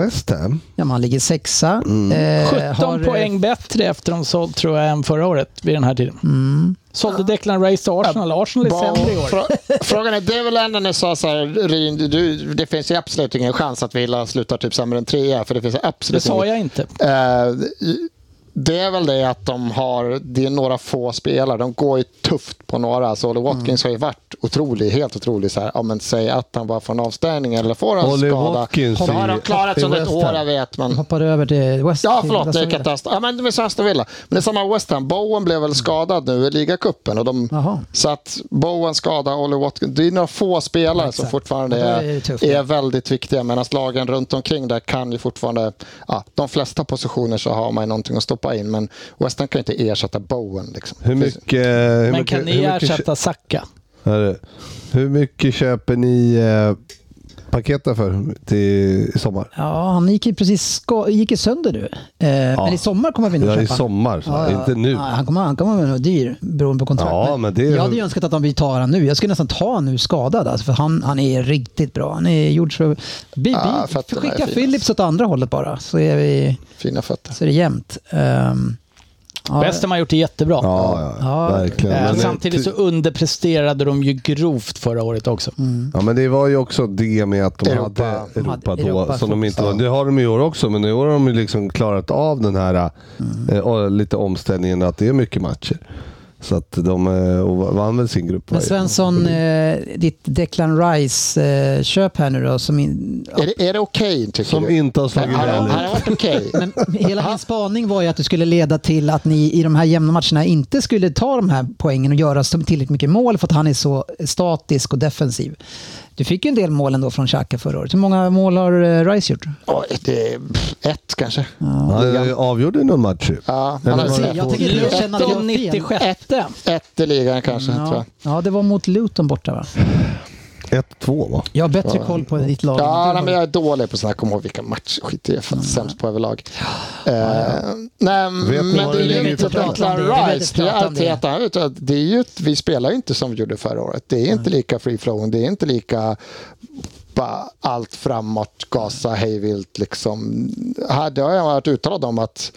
Speaker 3: West Ham.
Speaker 4: Ja, man ligger sexa. Eh,
Speaker 5: 17
Speaker 4: har, eh,
Speaker 5: poäng bättre efter de sålt tror jag än förra året vid den här tiden. Sålde Declan Rice till Arsenal. Arsenal är
Speaker 2: Bara-
Speaker 5: sämre i år.
Speaker 2: frå- Frågan är, det är väl ändå när du sa så här, Ryn, du, det finns ju absolut ingen chans att Villa slutar typ sämre än trea, för det finns
Speaker 5: Det
Speaker 2: absolut
Speaker 5: sa
Speaker 2: ingen
Speaker 5: jag inte.
Speaker 2: Eh, det är väl det att de har, det är några få spelare, de går ju tufft på några. Så
Speaker 3: Mm.
Speaker 2: Ollie Watkins har ju varit otrolig, helt otrolig. Så här, ja, men säg att han bara får en avstängning eller får en
Speaker 3: Ollie
Speaker 2: skada.
Speaker 3: Watkins
Speaker 2: så har
Speaker 3: i-
Speaker 2: de klarat
Speaker 3: i
Speaker 2: sig under ett
Speaker 3: West
Speaker 2: år,
Speaker 3: Ham.
Speaker 2: jag vet. Men...
Speaker 4: Hoppar över till West
Speaker 2: Ja,
Speaker 4: till
Speaker 2: förlåt,
Speaker 4: West
Speaker 2: det är
Speaker 4: Ham.
Speaker 2: katastrof. Ja, men det är så Aston Villa. Men det är samma West Ham. Bowen blev väl skadad nu i ligacupen. och de-
Speaker 4: Jaha.
Speaker 2: Så att Bowen skada Ollie Watkins. Det är några få spelare som
Speaker 4: exakt.
Speaker 2: fortfarande
Speaker 4: Ja, då är
Speaker 2: är,
Speaker 4: det ju tufft.
Speaker 2: är väldigt viktiga. Medan lagen runt omkring där kan ju fortfarande... Ja, de flesta positioner så har man ju någonting att stoppa in. Men West Ham kan ju inte ersätta Bowen. Liksom.
Speaker 3: Hur mycket... eh, Hur
Speaker 5: Men
Speaker 3: mycket,
Speaker 5: kan ni
Speaker 3: hur mycket,
Speaker 5: ersätta Saka?
Speaker 3: Hörru, hur mycket köper ni eh, Paketa för till i sommar?
Speaker 4: Ja, han gick ju precis ska, gick ju sönder nu. Eh, Men i sommar kommer vi nog
Speaker 3: Ja, i
Speaker 4: köpa.
Speaker 3: sommar. Så.
Speaker 4: Ja, ja.
Speaker 3: Inte nu.
Speaker 4: Ja, han kommer han kommer vara dyr beroende på kontrakt.
Speaker 3: Ja, men det är-
Speaker 4: Jag hade ju önskat att de vi tar han nu. Jag skulle nästan ta han nu skadad. Alltså, för han, han är riktigt bra. Han är gjord så... Vi,
Speaker 2: Ja,
Speaker 4: vi,
Speaker 2: fötterna är
Speaker 4: skicka
Speaker 2: fina.
Speaker 4: Phillips åt andra hållet bara så är, vi,
Speaker 2: Fina fötter.
Speaker 4: så är det jämnt. Ehm, ja,
Speaker 5: Bäst har man gjort det jättebra.
Speaker 3: Ja, ja,
Speaker 4: Ja.
Speaker 3: verkligen.
Speaker 5: Eh,
Speaker 3: Men, eh,
Speaker 5: Samtidigt så underpresterade de ju grovt förra året också.
Speaker 3: Ja, men det var ju också det med att de
Speaker 2: Europa.
Speaker 3: hade Europa
Speaker 4: Hade
Speaker 3: då.
Speaker 4: Europa
Speaker 3: som de
Speaker 4: fokus,
Speaker 3: inte var. Det har de i år också, men i år har de ju liksom klarat av den här
Speaker 4: Mm.
Speaker 3: eh, och lite omställningen att det är mycket matcher. Så att de eh, och vann väl sin grupp.
Speaker 4: Men
Speaker 3: varje-
Speaker 4: Svensson, eh, ditt Declan Rice-köp här nu då. Som in,
Speaker 2: Är det, är det okej, tycker
Speaker 3: som
Speaker 2: du?
Speaker 3: inte har slagit
Speaker 2: Har
Speaker 3: väl
Speaker 2: det har det
Speaker 3: ut.
Speaker 2: varit okej?
Speaker 4: Men hela min spaning var ju att det skulle leda till att ni i de här jämna matcherna inte skulle ta de här poängen och göra så tillräckligt mycket mål för att han är så statisk och defensiv. Du fick ju en del mål ändå från Xhaka förra året. Hur många mål har eh, Rice gjort?
Speaker 2: Oj, det är pff, ett kanske.
Speaker 3: Han eh, avgjorde någon match ju.
Speaker 2: Ja,
Speaker 3: Eller
Speaker 2: han har
Speaker 3: var det
Speaker 4: Jag
Speaker 3: två?
Speaker 4: tycker det jag känner att jag har fel.
Speaker 5: 1996.
Speaker 2: ett i ligan kanske. Tror
Speaker 4: Ja,
Speaker 2: jag.
Speaker 4: ja, det var mot Luton borta va?
Speaker 3: 1-2 va?
Speaker 4: Jag har bättre koll på ditt lag. Mm.
Speaker 2: Ja,
Speaker 4: än du
Speaker 2: nej, men
Speaker 4: har.
Speaker 2: jag är dålig på sådana här, kommer ihåg vilka matcher, skit i det, för att jag är sämst på överlag. Eh, nej,
Speaker 3: Vet ni
Speaker 2: men det
Speaker 3: vad det
Speaker 2: är
Speaker 3: ligger
Speaker 2: ju
Speaker 3: i
Speaker 2: inte
Speaker 4: fördraget?
Speaker 2: Declan
Speaker 4: Det är väldigt
Speaker 2: Rice, det är
Speaker 4: prat om det.
Speaker 2: Arteta, utan det är ju, ett- vi spelar ju inte som vi gjorde förra året. Det är inte lika free flowing, det är inte lika bara allt framåt, gasa hejvilt liksom. Här, Det har jag varit uttalad om att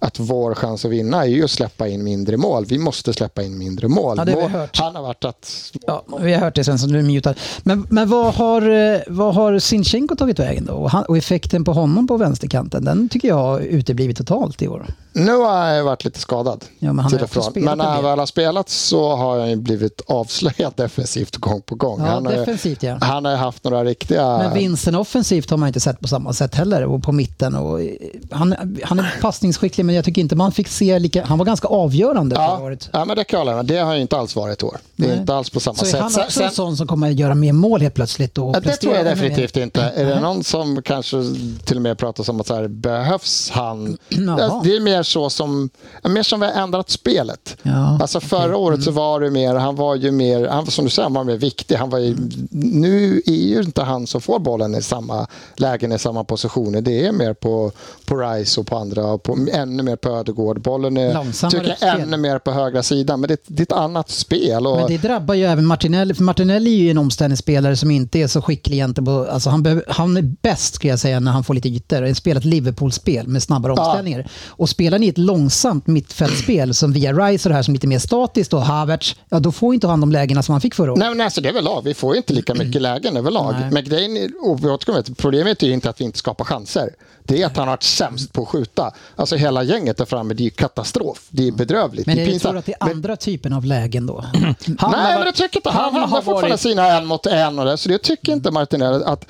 Speaker 2: att vår chans att vinna är ju att släppa in mindre mål. Vi måste släppa in mindre mål.
Speaker 4: Ja, det har vi
Speaker 2: Mål-
Speaker 4: hört.
Speaker 2: Han har varit att...
Speaker 4: Ja, vi har hört det Svensson, du är mutad. Men, men vad har, eh, vad har Sinchenko tagit vägen då? Och, han, och effekten på honom på vänsterkanten, den tycker jag har uteblivit totalt i år.
Speaker 2: Nu har jag varit lite skadad.
Speaker 4: Ja, men han har
Speaker 2: till
Speaker 4: ju
Speaker 2: och
Speaker 4: också
Speaker 2: från.
Speaker 4: spelat
Speaker 2: Men när
Speaker 4: en
Speaker 2: han
Speaker 4: del.
Speaker 2: väl har spelat så har jag ju blivit avslöjad defensivt gång på gång.
Speaker 4: Ja,
Speaker 2: han, har, ju-
Speaker 4: defensivt ja.
Speaker 2: han har ju haft några riktiga...
Speaker 4: Men vinsten offensivt har man inte sett på samma sätt heller, och på mitten. Och eh, han, han är passningsskicklig, men jag tycker inte man fick se lika... Han var ganska avgörande förra
Speaker 2: Ja,
Speaker 4: året.
Speaker 2: ja, men det kan jag hålla med. Det har ju inte alls varit i år. Det är
Speaker 4: Nej.
Speaker 2: inte alls på samma
Speaker 4: Så
Speaker 2: sätt.
Speaker 4: är han
Speaker 2: Sen-
Speaker 4: också en
Speaker 2: sen-
Speaker 4: sån som kommer att göra mer mål helt plötsligt? Och
Speaker 2: Ja, det tror
Speaker 4: prestera
Speaker 2: jag
Speaker 4: ännu mer?
Speaker 2: definitivt inte. Är det någon som kanske till och med pratar om att så här, behövs han?
Speaker 4: Jaha.
Speaker 2: Alltså, Det är mer så som, mer som vi har ändrat spelet.
Speaker 4: Ja,
Speaker 2: alltså förra året så var det mer, han var ju mer, han, var- som du säger, han var mer viktig. Han var ju, nu är ju inte han som får bollen i samma lägen, i samma positioner. Det är mer på, på Rice och på andra, och på, ännu mer på Ödegård. Bollen är,
Speaker 4: Långsammare
Speaker 2: tycker jag,
Speaker 4: spel.
Speaker 2: ännu mer på högra sidan, men det, det är ett annat spel. Och,
Speaker 4: Men det drabbar ju även Martinelli, för Martinelli är ju en omställningsspelare som inte är så skicklig egentligen på, alltså han, behöver, han är bäst skulle jag säga när han får lite ytor. Han spelar ett Liverpool-spel med snabbare omställningar. Och spelar ni ett långsamt mittfältspel som via Rice och det här som lite mer statiskt och Havertz, ja då får ju inte han de lägena som han fick förra året.
Speaker 2: Nej, men alltså, det är väl lag. Vi får ju inte lika mycket lägen överlag.
Speaker 4: Nej.
Speaker 2: Men grejen är, och vi återkommer till, problemet är ju inte att vi inte skapar chanser. Det är att han har varit sämst på att skjuta. Alltså hela gänget där framme, det är ju katastrof. Det är bedrövligt.
Speaker 4: Men
Speaker 2: det är
Speaker 4: jag
Speaker 2: pinsamt.
Speaker 4: tror att det är
Speaker 2: Men-
Speaker 4: andra typen av lägen då.
Speaker 5: Han har
Speaker 2: Nej, men det
Speaker 5: varit-
Speaker 2: tycker inte han. Han
Speaker 5: har
Speaker 2: har fortfarande
Speaker 5: varit-
Speaker 2: sina en mot en och det, så det tycker inte Martinelli. Att,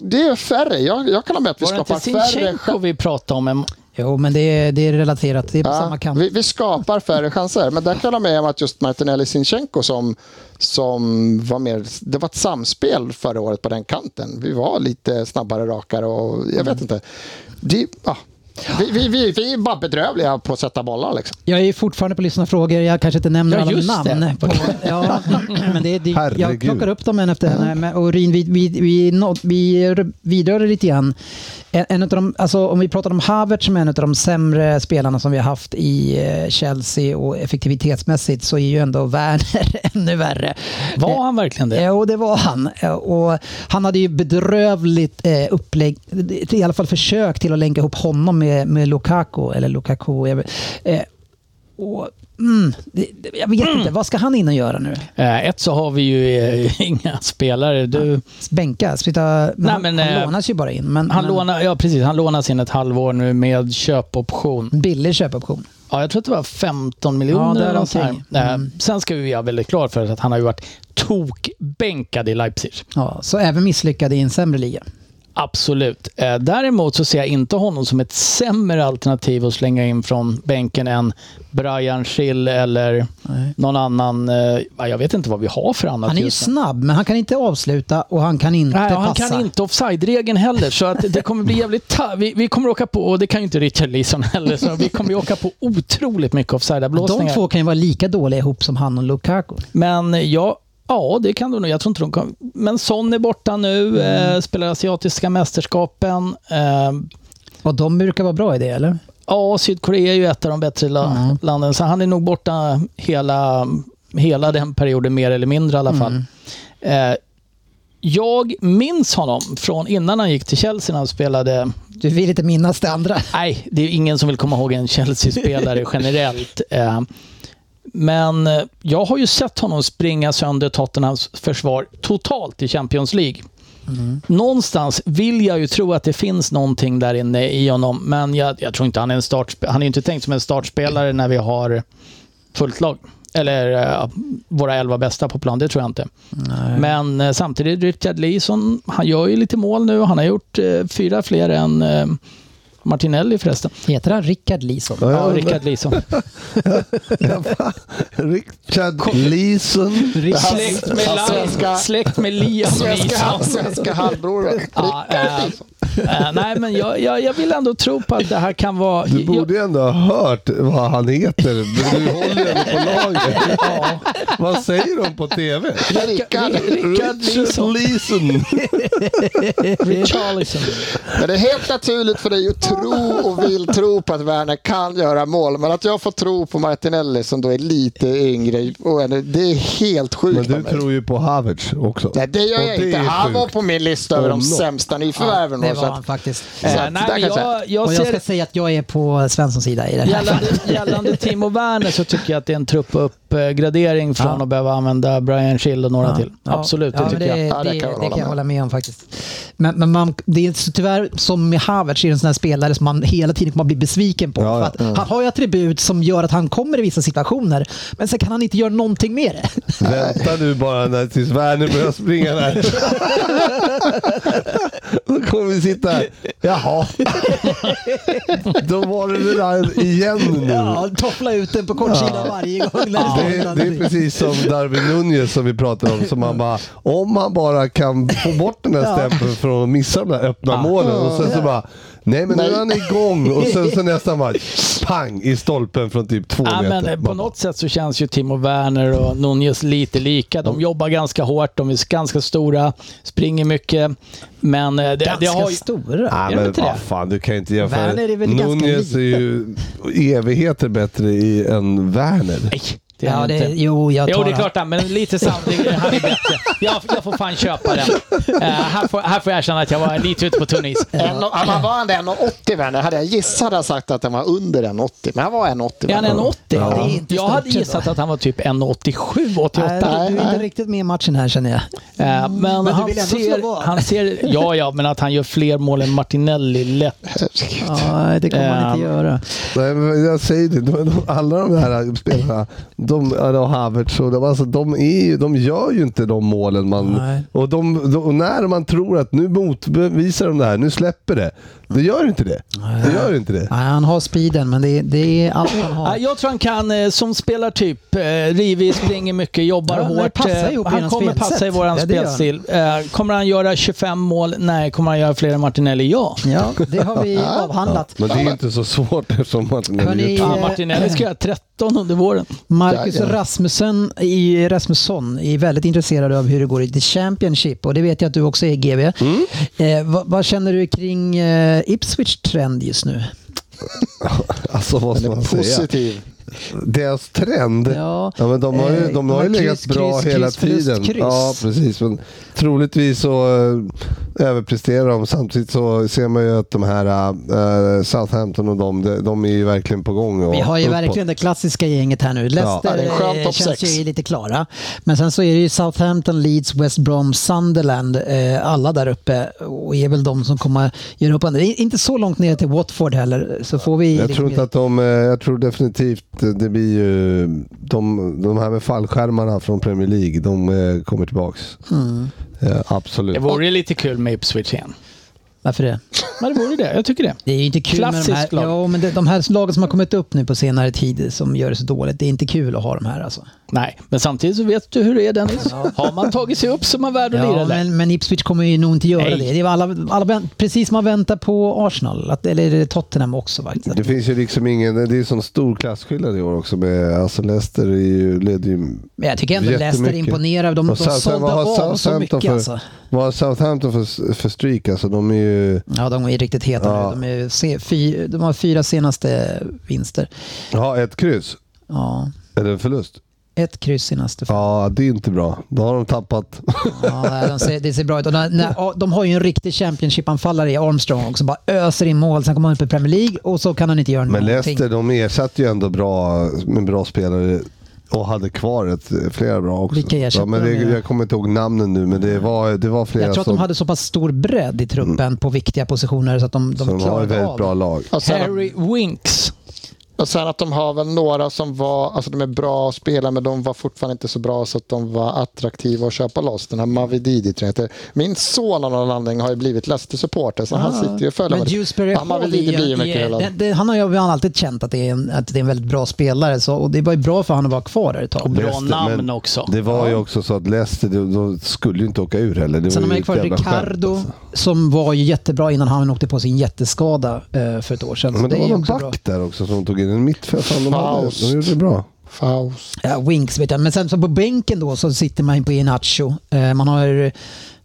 Speaker 2: det är färre. Jag, jag kan ha med att vi
Speaker 5: Var det
Speaker 2: skapar
Speaker 5: inte
Speaker 2: färre
Speaker 5: Sinchenko
Speaker 2: chanser.
Speaker 5: vi pratade om? En,
Speaker 4: Jo, men det är, det är relaterat, det är på samma kant.
Speaker 2: vi, vi skapar färre chanser, men där kan jag hålla med om att just Martinelli Sinchenko som, som var mer, det var ett samspel förra året på den kanten. Vi var lite snabbare, rakare och jag
Speaker 4: Mm.
Speaker 2: vet inte. Det, ja. vi, vi, vi, vi är bara bedrövliga på att sätta bollar. Liksom.
Speaker 4: Jag är fortfarande på lyssna frågor. Jag kanske inte nämner
Speaker 5: Ja,
Speaker 4: alla
Speaker 5: just det.
Speaker 4: namn. På, ja, men det, det, jag
Speaker 3: Herregud.
Speaker 4: plockar upp dem en efter en. Men- Och Rin, vi, vi, vi, nå- vi vidrörde lite grann. En, en utav de, alltså, om vi pratar om Havertz som är en av de sämre spelarna som vi har haft i eh, Chelsea och effektivitetsmässigt så är ju ändå Werner ännu värre.
Speaker 5: var han verkligen det?
Speaker 4: Jo, Eh, det var han. Eh, Och han hade ju bedrövligt eh, upplägg, i alla fall försök till att länka ihop honom med, med Lukaku. Eller Lukaku. jag vet- Eh, och, mm, det, det- jag vet
Speaker 5: Mm.
Speaker 4: inte, vad ska han in och göra nu?
Speaker 5: Eh, Ett så har vi ju eh, inga spelare. Du,
Speaker 4: Bänka? Spita, men
Speaker 5: Nej,
Speaker 4: han
Speaker 5: men,
Speaker 4: han
Speaker 5: eh,
Speaker 4: lånas ju bara in. Men,
Speaker 5: han,
Speaker 4: men,
Speaker 5: lånar, ja, precis, han lånas in ett halvår nu med köpoption.
Speaker 4: Billig köpoption.
Speaker 5: Ja, jag tror att det var 15
Speaker 4: Ja,
Speaker 5: miljoner.
Speaker 4: där
Speaker 5: eller något sånt
Speaker 4: omkring.
Speaker 5: här. Eh, Sen ska vi vara väldigt klar för att han har ju varit tokbänkad i Leipzig.
Speaker 4: Ja, så även misslyckad i en sämre liga.
Speaker 5: Absolut. Eh, Däremot så ser jag inte honom som ett sämre alternativ att slänga in från bänken än Brian Schill eller
Speaker 4: Nej.
Speaker 5: någon annan. eh, ja, Jag vet inte vad vi har för annat
Speaker 4: Han är ju
Speaker 5: just nu.
Speaker 4: snabb, men han kan inte avsluta och han kan inte
Speaker 5: Nej, och han
Speaker 4: passa.
Speaker 5: kan inte offside-regeln heller, så att det kommer bli jävligt ta- vi, vi kommer åka på, och det kan ju inte Richard Leeson heller, så vi kommer ju åka på otroligt mycket
Speaker 4: de
Speaker 5: offside-blåsningar.
Speaker 4: två kan ju vara lika dåliga ihop som han och Lukaku.
Speaker 5: Men ja, ja, det kan de nog. Jag tror inte de kan. Men Son är borta nu,
Speaker 4: Mm.
Speaker 5: eh, spelar asiatiska mästerskapen. Eh,
Speaker 4: Och de brukar vara bra i det, eller?
Speaker 5: ja, Sydkorea är ju ett av de bättre la-
Speaker 4: Mm.
Speaker 5: landen, så han är nog borta hela, hela den perioden, mer eller mindre i alla fall. Eh, jag minns honom från innan han gick till Chelsea när han spelade
Speaker 4: Du vill inte minnas det andra.
Speaker 5: Nej, det är ingen som vill komma ihåg en Chelsea-spelare generellt. Eh, Men eh, jag har ju sett honom springa sönder Tottenhams försvar totalt i Champions League. Någonstans vill jag ju tro att det finns någonting där inne i honom, men jag, jag tror inte han är en startspelare. Han är ju inte tänkt som en startspelare när vi har fullt lag. Eller eh, våra elva bästa på plan, det tror jag inte. Men eh, samtidigt, Richard Leeson, han gör ju lite mål nu. Han har gjort eh, fyra fler än eh, Martinelli förresten.
Speaker 4: Heter han Rickard Lison?
Speaker 3: Ja,
Speaker 5: Ja,
Speaker 3: men-
Speaker 5: Rickard Leeson.
Speaker 3: Richard Leeson.
Speaker 5: Släkt med, Lai-
Speaker 2: Hans svenska-
Speaker 5: släkt med Liam
Speaker 2: Svenska,
Speaker 5: Leeson.
Speaker 2: svenska halvbror.
Speaker 5: Ja, eh, eh, nej, men jag, jag, jag vill ändå tro på att det här kan vara...
Speaker 3: Du borde ju ändå ha hört vad han heter. men Du håller ju ändå på laget. Vad säger de på tv?
Speaker 2: Rickard. Mm.
Speaker 5: Rickard Leeson.
Speaker 3: Leeson.
Speaker 5: Richarlison.
Speaker 2: Men det är helt naturligt för dig att tro och vill tro på att Werner kan göra mål. Men att jag får tro på Martinelli som då är lite yngre, och ändå- det är helt
Speaker 3: Men
Speaker 2: sjukt. av
Speaker 3: du
Speaker 2: mig.
Speaker 3: tror ju på Havertz också.
Speaker 2: Nej, det gör
Speaker 3: Och
Speaker 2: jag
Speaker 3: det
Speaker 2: inte.
Speaker 3: är
Speaker 2: Han var
Speaker 3: sjukt.
Speaker 2: på min lista över de
Speaker 3: Om något.
Speaker 2: sämsta nyförvärven.
Speaker 4: det
Speaker 2: och så så
Speaker 4: var
Speaker 2: att,
Speaker 4: han faktiskt.
Speaker 2: så att,
Speaker 5: Eh, nej,
Speaker 2: där
Speaker 5: men
Speaker 2: kan jag säga.
Speaker 5: jag, jag
Speaker 4: och jag
Speaker 5: ser
Speaker 4: ska säga att jag är på Svenssons sida i det här fallet.
Speaker 5: Gällande, gällande Timo Werner så tycker jag att det är en trappuppgradering från
Speaker 4: Ja.
Speaker 5: att behöva använda Brian Shield och några till. Absolut,
Speaker 4: ja,
Speaker 5: det
Speaker 4: men
Speaker 5: tycker jag.
Speaker 2: Ja,
Speaker 4: det,
Speaker 2: det
Speaker 4: det
Speaker 2: kan
Speaker 4: kan
Speaker 2: jag
Speaker 4: jag,
Speaker 2: hålla med om.
Speaker 4: hålla med om faktiskt. Men, men man, det är inte- tyvärr som med Havertz, är det en sån här spelare som man hela tiden kommer att bli besviken på.
Speaker 3: Ja, Mm.
Speaker 4: för
Speaker 3: ja.
Speaker 4: att Han har ju attribut som gör att han kommer i vissa situationer, men sen kan han inte göra någonting med det.
Speaker 3: Vänta nu bara när, tills Werner börjar springa där. Då kommer vi sitta här. Jaha. Då var det det där igen nu.
Speaker 4: Ja, toffla ut den på kortsidan varje gång. När
Speaker 3: Mm. Ja,
Speaker 4: det, står
Speaker 3: Det, det är
Speaker 4: någonting.
Speaker 3: precis som Darwin Nunez som vi pratade om. Som man bara, om han bara kan få bort den där stämpeln från att missa de där öppna målen. Och sen så bara, nej men nu är han igång. Och sen så nästan bara, pang i stolpen från typ två
Speaker 5: Ja,
Speaker 3: meter.
Speaker 5: men eh, på något sätt så känns ju Timo Werner och Nunez lite lika. De jobbar ganska hårt, de är ganska stora, springer mycket. Men eh, det, det
Speaker 4: Ganska
Speaker 5: har ju...
Speaker 4: stora.
Speaker 3: Nej,
Speaker 5: Är de
Speaker 3: men
Speaker 5: inte det?
Speaker 3: vad fan, du kan inte jämföra.
Speaker 4: Werner är väl ganska
Speaker 3: Nunez är ju evigheter bättre i än Werner.
Speaker 5: Nej, det är
Speaker 4: Ja,
Speaker 5: han
Speaker 4: det,
Speaker 5: inte.
Speaker 4: jo, jag tar
Speaker 5: Jo, det är
Speaker 4: han.
Speaker 5: klart han, men lite sanning. Han är bättre. Jag, jag får fan köpa den. Eh, här, får, här får jag erkänna att jag var lite ute på tunn is.
Speaker 2: En, och- han var ändå 1,80 Werner. Hade jag gissat hade jag sagt att han var under 1,80. Men han var 1,80.
Speaker 5: Är han
Speaker 2: Werner.
Speaker 5: 1,80?
Speaker 4: Det är inte
Speaker 5: Jag hade
Speaker 4: stort
Speaker 5: gissat
Speaker 4: ändå.
Speaker 5: att han var typ 1,87, 88.
Speaker 4: Nej, du du är inte riktigt med i matchen här känner jag.
Speaker 5: Eh, Men,
Speaker 4: du
Speaker 5: han,
Speaker 4: vill ändå slå
Speaker 5: ser,
Speaker 4: vad?
Speaker 5: han ser... Ja, ja, men att han gör fler mål än Martinelli lätt.
Speaker 4: Ja, det kommer man inte
Speaker 5: Ehm.
Speaker 4: göra.
Speaker 3: Nej, men jag säger det, de, de, alla de här spelarna, de, ja, och Havertz, och de, alltså, de, är, ju- de gör ju inte de målen man...
Speaker 4: Nej.
Speaker 3: Och, de, de, och när man tror att nu motbevisar de det här, nu släpper det. Det gör inte det. Det gör inte det.
Speaker 4: Nej, han har speeden, men det, det är allt han
Speaker 5: Ja,
Speaker 4: har.
Speaker 5: Jag tror han kan, eh, som spelartyp, eh, rivig, springer mycket, jobbar
Speaker 4: Ja, men det
Speaker 5: hårt.
Speaker 4: passar
Speaker 5: Eh,
Speaker 4: ihop i
Speaker 5: han
Speaker 4: hans
Speaker 5: kommer
Speaker 4: spelsätt.
Speaker 5: passa i våran
Speaker 4: Ja, det gör han.
Speaker 5: spelstil. Eh, Kommer han göra 25 mål? Nej. Kommer han göra fler än Martinelli? Ja.
Speaker 4: Ja, det har vi avhandlat.
Speaker 3: Men det är ju inte så svårt eftersom Martin
Speaker 4: Hörni,
Speaker 5: Ja,
Speaker 4: Eh,
Speaker 5: Martinelli ska göra 13 under våren.
Speaker 4: Marcus
Speaker 2: Ja, ja.
Speaker 4: Rasmussen i Rasmusson är väldigt intresserad av hur det går i The Championship och det vet jag att du också är GB.
Speaker 3: Mm.
Speaker 4: Eh, vad, vad känner du kring eh, Ipswich trend just nu?
Speaker 3: Alltså vad ska man säga?
Speaker 2: Positiv.
Speaker 3: Deras trend.
Speaker 4: Ja,
Speaker 3: men de har ju,
Speaker 4: eh,
Speaker 3: de har ju
Speaker 4: kryss,
Speaker 3: legat bra
Speaker 4: kryss,
Speaker 3: hela
Speaker 4: kryss, förlust,
Speaker 3: tiden.
Speaker 4: kryss.
Speaker 3: Ja, precis. Men troligtvis så eh, överpresterar de. Samtidigt så ser man ju att de här eh, Southampton och de, de, de är ju verkligen på gång. Och
Speaker 4: Vi har ju
Speaker 3: uppåt.
Speaker 4: verkligen det klassiska gänget här nu.
Speaker 2: Ja,
Speaker 4: Leicester
Speaker 2: det är en skön
Speaker 4: eh,
Speaker 2: topp
Speaker 4: känns
Speaker 2: sex.
Speaker 4: ju lite klara. Men sen så är det ju Southampton, Leeds, West Brom, Sunderland, eh, alla där uppe och är väl de som kommer göra upp andra. I- Inte så långt ner till Watford heller. Så får vi
Speaker 3: Jag
Speaker 4: liksom-
Speaker 3: tror inte att de, eh, jag tror definitivt eh, det blir ju, de, de här med fallskärmarna från Premier League, de eh, kommer tillbaks.
Speaker 4: Mm.
Speaker 3: Eh, absolut.
Speaker 5: Det vore ju lite kul med Ipswich igen.
Speaker 4: Varför det?
Speaker 5: Men det vore det. Jag tycker det.
Speaker 4: Det är ju inte kul
Speaker 5: Klassiskt
Speaker 4: med de här,
Speaker 5: lag.
Speaker 4: ja, men det, de här lagen som har kommit upp nu på senare tid som gör det så dåligt. Det är inte kul att ha de här alltså.
Speaker 5: Nej, men samtidigt så vet du hur det är Dennis. Har man tagit sig upp så är man värd att lira
Speaker 4: Ja,
Speaker 5: där.
Speaker 4: men, men Ipswich kommer ju nog inte göra
Speaker 5: Nej.
Speaker 4: det. Det är väl alla, alla, vänt- precis som man väntar på Arsenal, att, eller är det Tottenham också faktiskt.
Speaker 3: Det finns ju liksom ingen, det är ju sån stor klasskillnad i år också. Med, alltså Leicester är ju, leder ju
Speaker 4: Men jag tycker ändå
Speaker 3: jättemycket.
Speaker 4: Leicester imponerar. De, de
Speaker 3: Och South-
Speaker 4: sålde
Speaker 3: vad har
Speaker 4: av så
Speaker 3: Southampton
Speaker 4: mycket
Speaker 3: för,
Speaker 4: alltså.
Speaker 3: Vad har Southampton för, för stryk alltså? De är ju...
Speaker 4: Ja, de är riktigt heta
Speaker 3: Ja.
Speaker 4: nu. De, är se, fy, de har fyra senaste vinster.
Speaker 3: Ja, ett kryss.
Speaker 4: Ja,
Speaker 3: Eller en förlust.
Speaker 4: ett kryss senaste. Ja.
Speaker 3: Ja, det är inte bra. Då har de tappat.
Speaker 4: nej, de ser, det ser bra ut. Och när, när, ja, de har ju en riktig Championship-anfallare i Armstrong också. Bara öser in mål, sen kommer han upp i Premier League och så kan han inte göra
Speaker 3: Men
Speaker 4: någonting.
Speaker 3: Leicester, de ersatte ju ändå bra med bra spelare och hade kvar ett, flera bra också.
Speaker 4: Vilka ersatte
Speaker 3: ja, men
Speaker 4: de
Speaker 3: det,
Speaker 4: med?
Speaker 3: Jag kommer inte ihåg namnen nu, men det var, det var flera
Speaker 4: Jag tror att
Speaker 3: som,
Speaker 4: de hade så pass stor bredd i truppen på viktiga positioner så att de, de
Speaker 3: som Mm. har
Speaker 4: klarade
Speaker 3: ett väldigt
Speaker 4: av
Speaker 3: bra
Speaker 4: det.
Speaker 3: lag.
Speaker 2: Och sen,
Speaker 5: Harry Winks.
Speaker 2: och sen att de har väl några som var, alltså de är bra spelare men de var fortfarande inte så bra så att de var attraktiva att köpa loss. Den här Mavididi tror jag heter. Min son av någon anledning har ju blivit Leicester-supporter så han sitter ju och följer.
Speaker 4: Ah. Men
Speaker 2: vad det-
Speaker 4: Dewsbury
Speaker 2: Ja,
Speaker 4: Hall
Speaker 2: Mavididi
Speaker 4: är-
Speaker 2: blir ju
Speaker 4: är-
Speaker 2: mycket hyllad.
Speaker 4: det, det, Han har ju alltid känt att det är en, att det är en väldigt bra spelare så, och det var ju bra för han att vara kvar där ett tag.
Speaker 5: Bra
Speaker 3: Leicester,
Speaker 5: namn
Speaker 3: men
Speaker 5: också.
Speaker 3: Det var ju också så att Leicester, de, de skulle ju inte åka ur heller. Det
Speaker 4: Sen
Speaker 3: var
Speaker 4: har
Speaker 3: ju
Speaker 4: man ju kvar
Speaker 3: ett jävla skämt,
Speaker 4: Ricardo
Speaker 3: alltså.
Speaker 4: som var ju jättebra innan han åkte på sin jätteskada eh, för ett år sedan.
Speaker 3: Ja, Men
Speaker 4: det är
Speaker 3: det, var
Speaker 4: ju
Speaker 3: någon
Speaker 4: också
Speaker 3: back
Speaker 4: bra.
Speaker 3: där också som tog in en mittfältare. De, hade-
Speaker 2: Faust.
Speaker 3: de gjorde det bra.
Speaker 2: Faust.
Speaker 4: Ja, Winks vet jag. Men sen så på bänken då så sitter man ju på Inacho. Eh, man har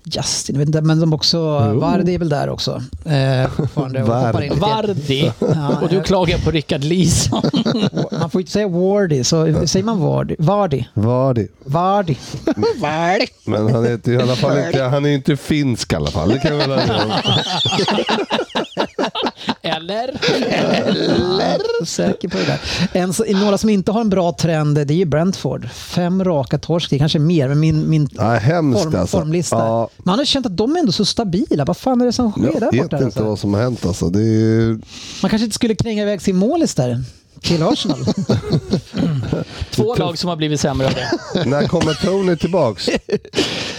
Speaker 4: Justin, jag vet inte, men de också, Vardy är väl där också. Eh, fortfarande och
Speaker 3: Vardy.
Speaker 4: hoppar in lite.
Speaker 5: Vardi. Och du
Speaker 4: jag-
Speaker 5: klagar på Rickard Leeson.
Speaker 4: Man får ju inte säga Wardy, så säger man Wardy? Vardy?
Speaker 3: Var det?
Speaker 4: Vardy.
Speaker 2: Varg.
Speaker 3: Men han är inte, i alla fall inte, han är inte finsk i alla fall. Det kan jag väl ha med om.
Speaker 5: Eller?
Speaker 4: Eller? Säker på det där. En, så- några som inte har en bra trend, det är ju Brentford. Fem raka torsk, det är kanske mer, men min, min
Speaker 3: Ja, hemskt
Speaker 4: form,
Speaker 3: alltså.
Speaker 4: formlista.
Speaker 3: Ja.
Speaker 4: Man har känt att de är ändå så stabila. Vad fan är det som sker
Speaker 3: Jag
Speaker 4: där
Speaker 3: vet
Speaker 4: borta?
Speaker 3: inte
Speaker 4: Alltså?
Speaker 3: vad som har hänt alltså. Det är ju...
Speaker 4: Man kanske inte skulle kränga iväg sin målis där. Till Arsenal.
Speaker 5: Två lag som har blivit sämre av det.
Speaker 3: När kommer Tony tillbaks?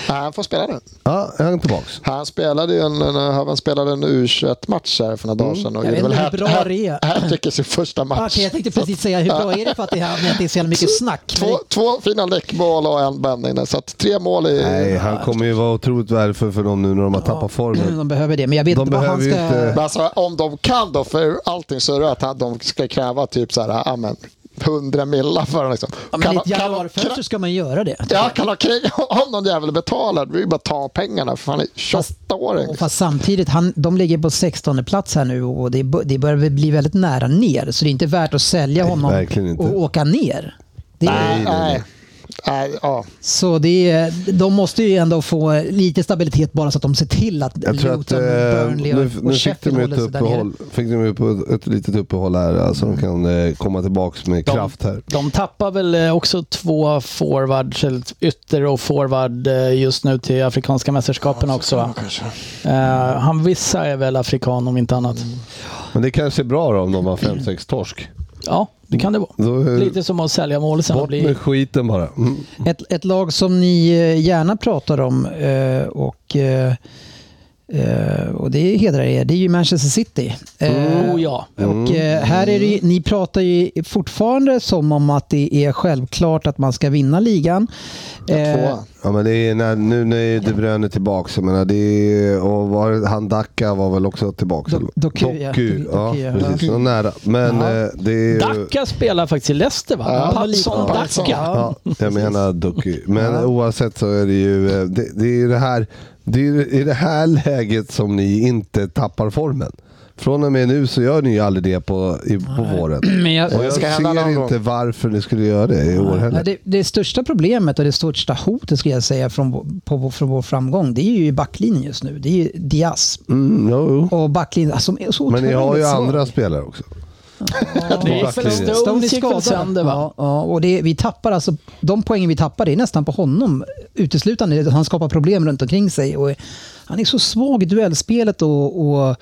Speaker 2: Han får spela nu.
Speaker 3: Ja, är han tillbaks?
Speaker 2: Han spelade ju en, en, han spelade en U21-match här för några dagar sedan.
Speaker 4: Mm.
Speaker 2: Och
Speaker 4: Jag vet
Speaker 2: gjorde
Speaker 4: inte
Speaker 2: hat-
Speaker 4: hur bra
Speaker 2: hat-
Speaker 4: det är.
Speaker 2: Hattrick i sin första match.
Speaker 4: Okej, jag tänkte precis säga, hur bra är det för att det är, att det är så jävla mycket snack? Men
Speaker 2: Två, två fina läckmål och en bändning. Så att tre mål i...
Speaker 3: Nej, han kommer ju vara otroligt värdefull för dem nu när de har tappat
Speaker 4: det-
Speaker 3: formen.
Speaker 4: Mm, De behöver det, men jag vet
Speaker 3: De
Speaker 4: inte vad han ska...
Speaker 3: behöver ju inte-
Speaker 2: Men alltså, om de kan då, för allting så är det att han- de ska kräva typ så här, amen, 100 millar för honom. Liksom.
Speaker 4: Ja, men
Speaker 2: kan
Speaker 4: I
Speaker 2: de-
Speaker 4: ett
Speaker 2: kan de,
Speaker 4: januarifönster
Speaker 2: krä-
Speaker 4: ska man göra det.
Speaker 2: ja, kan de kriga om någon jävel betalar? Det är ju bara att ta pengarna, för han är 28-åring.
Speaker 4: Och
Speaker 2: liksom.
Speaker 4: fast samtidigt, han, de ligger på 16 plats här nu och det, bör- det börjar väl bli väldigt nära ner. Så det är inte värt att sälja honom
Speaker 3: verkligen inte.
Speaker 4: och åka ner. Det är,
Speaker 2: Nej, nej. liksom. nej ja.
Speaker 4: Så det är, de måste ju ändå få lite stabilitet bara så att de ser till att
Speaker 3: Jag tror att eh,
Speaker 4: Burnley och, och
Speaker 3: nu, nu fick de
Speaker 4: Sheffield
Speaker 3: ju ett
Speaker 4: håller sig där nere.
Speaker 3: uppehåll, fick de ju på ett, ett litet uppehåll här, så alltså, de kan eh, komma tillbaks med
Speaker 5: De-
Speaker 3: kraft här.
Speaker 5: De tappar väl eh, också två forwards, eller ytter och forward eh, just nu till afrikanska mästerskapen också. Va? Eh, han vissa är väl afrikan om inte annat.
Speaker 3: Men det kanske är bra då om de har 5-6 torsk.
Speaker 5: Ja, det kan det vara.
Speaker 3: Då, eh,
Speaker 5: Lite som att sälja mål sen.
Speaker 3: bort med skiten bara. Mm.
Speaker 4: Ett, ett lag som ni eh, gärna pratar om eh, och, eh, eh, och det hedrar er, det är ju Manchester City.
Speaker 3: Mm.
Speaker 4: Eh,
Speaker 5: Oh ja.
Speaker 4: Och eh, här är det ju, ni pratar ju fortfarande som om att det är självklart att man ska vinna ligan. Eh,
Speaker 2: Tvåa.
Speaker 3: Ja, men det är när, nu när är De Bruyne tillbaka, jag menar, det är, och var, han Dacka var väl också tillbaka?
Speaker 4: Do-
Speaker 3: eller?
Speaker 4: Doku, ja.
Speaker 3: Doku, ja,
Speaker 4: Doku, ja.
Speaker 3: precis. Så nära. Men eh, det är ju...
Speaker 5: Dacka spelar faktiskt i Leicester va? Ja, Patson
Speaker 2: lite.
Speaker 5: Dacka.
Speaker 3: Ja, jag menar Doku. Men oavsett så är det ju eh, det, det, är ju det, här, det, är ju i det här läget som ni inte tappar formen. Från och med nu så gör ni ju aldrig det på, i, på våren.
Speaker 4: men jag,
Speaker 3: Och jag
Speaker 2: ska hända någon
Speaker 3: ser
Speaker 2: gång.
Speaker 3: inte varför ni skulle göra det i år
Speaker 4: Eh, Ja,
Speaker 3: heller.
Speaker 4: det, det största problemet och det största hotet skulle jag säga från, vår- på, vår- från vår framgång, det är ju backlinjen just nu. Det är ju Diaz
Speaker 3: Mm, jo, jo.
Speaker 4: och backlinjen alltså, de är så
Speaker 3: Men ni har ju
Speaker 4: otroligt
Speaker 3: andra
Speaker 4: svag.
Speaker 3: spelare också.
Speaker 5: Nicol
Speaker 3: Backlinjen.
Speaker 5: Stones
Speaker 4: är
Speaker 5: gick väl
Speaker 4: skadad.
Speaker 5: sönder va?
Speaker 4: Ja, ja, och det, vi tappar alltså, de poängen vi tappar det är nästan på honom uteslutande. Han skapar problem runt omkring sig. Och han är så svag i duellspelet och, och,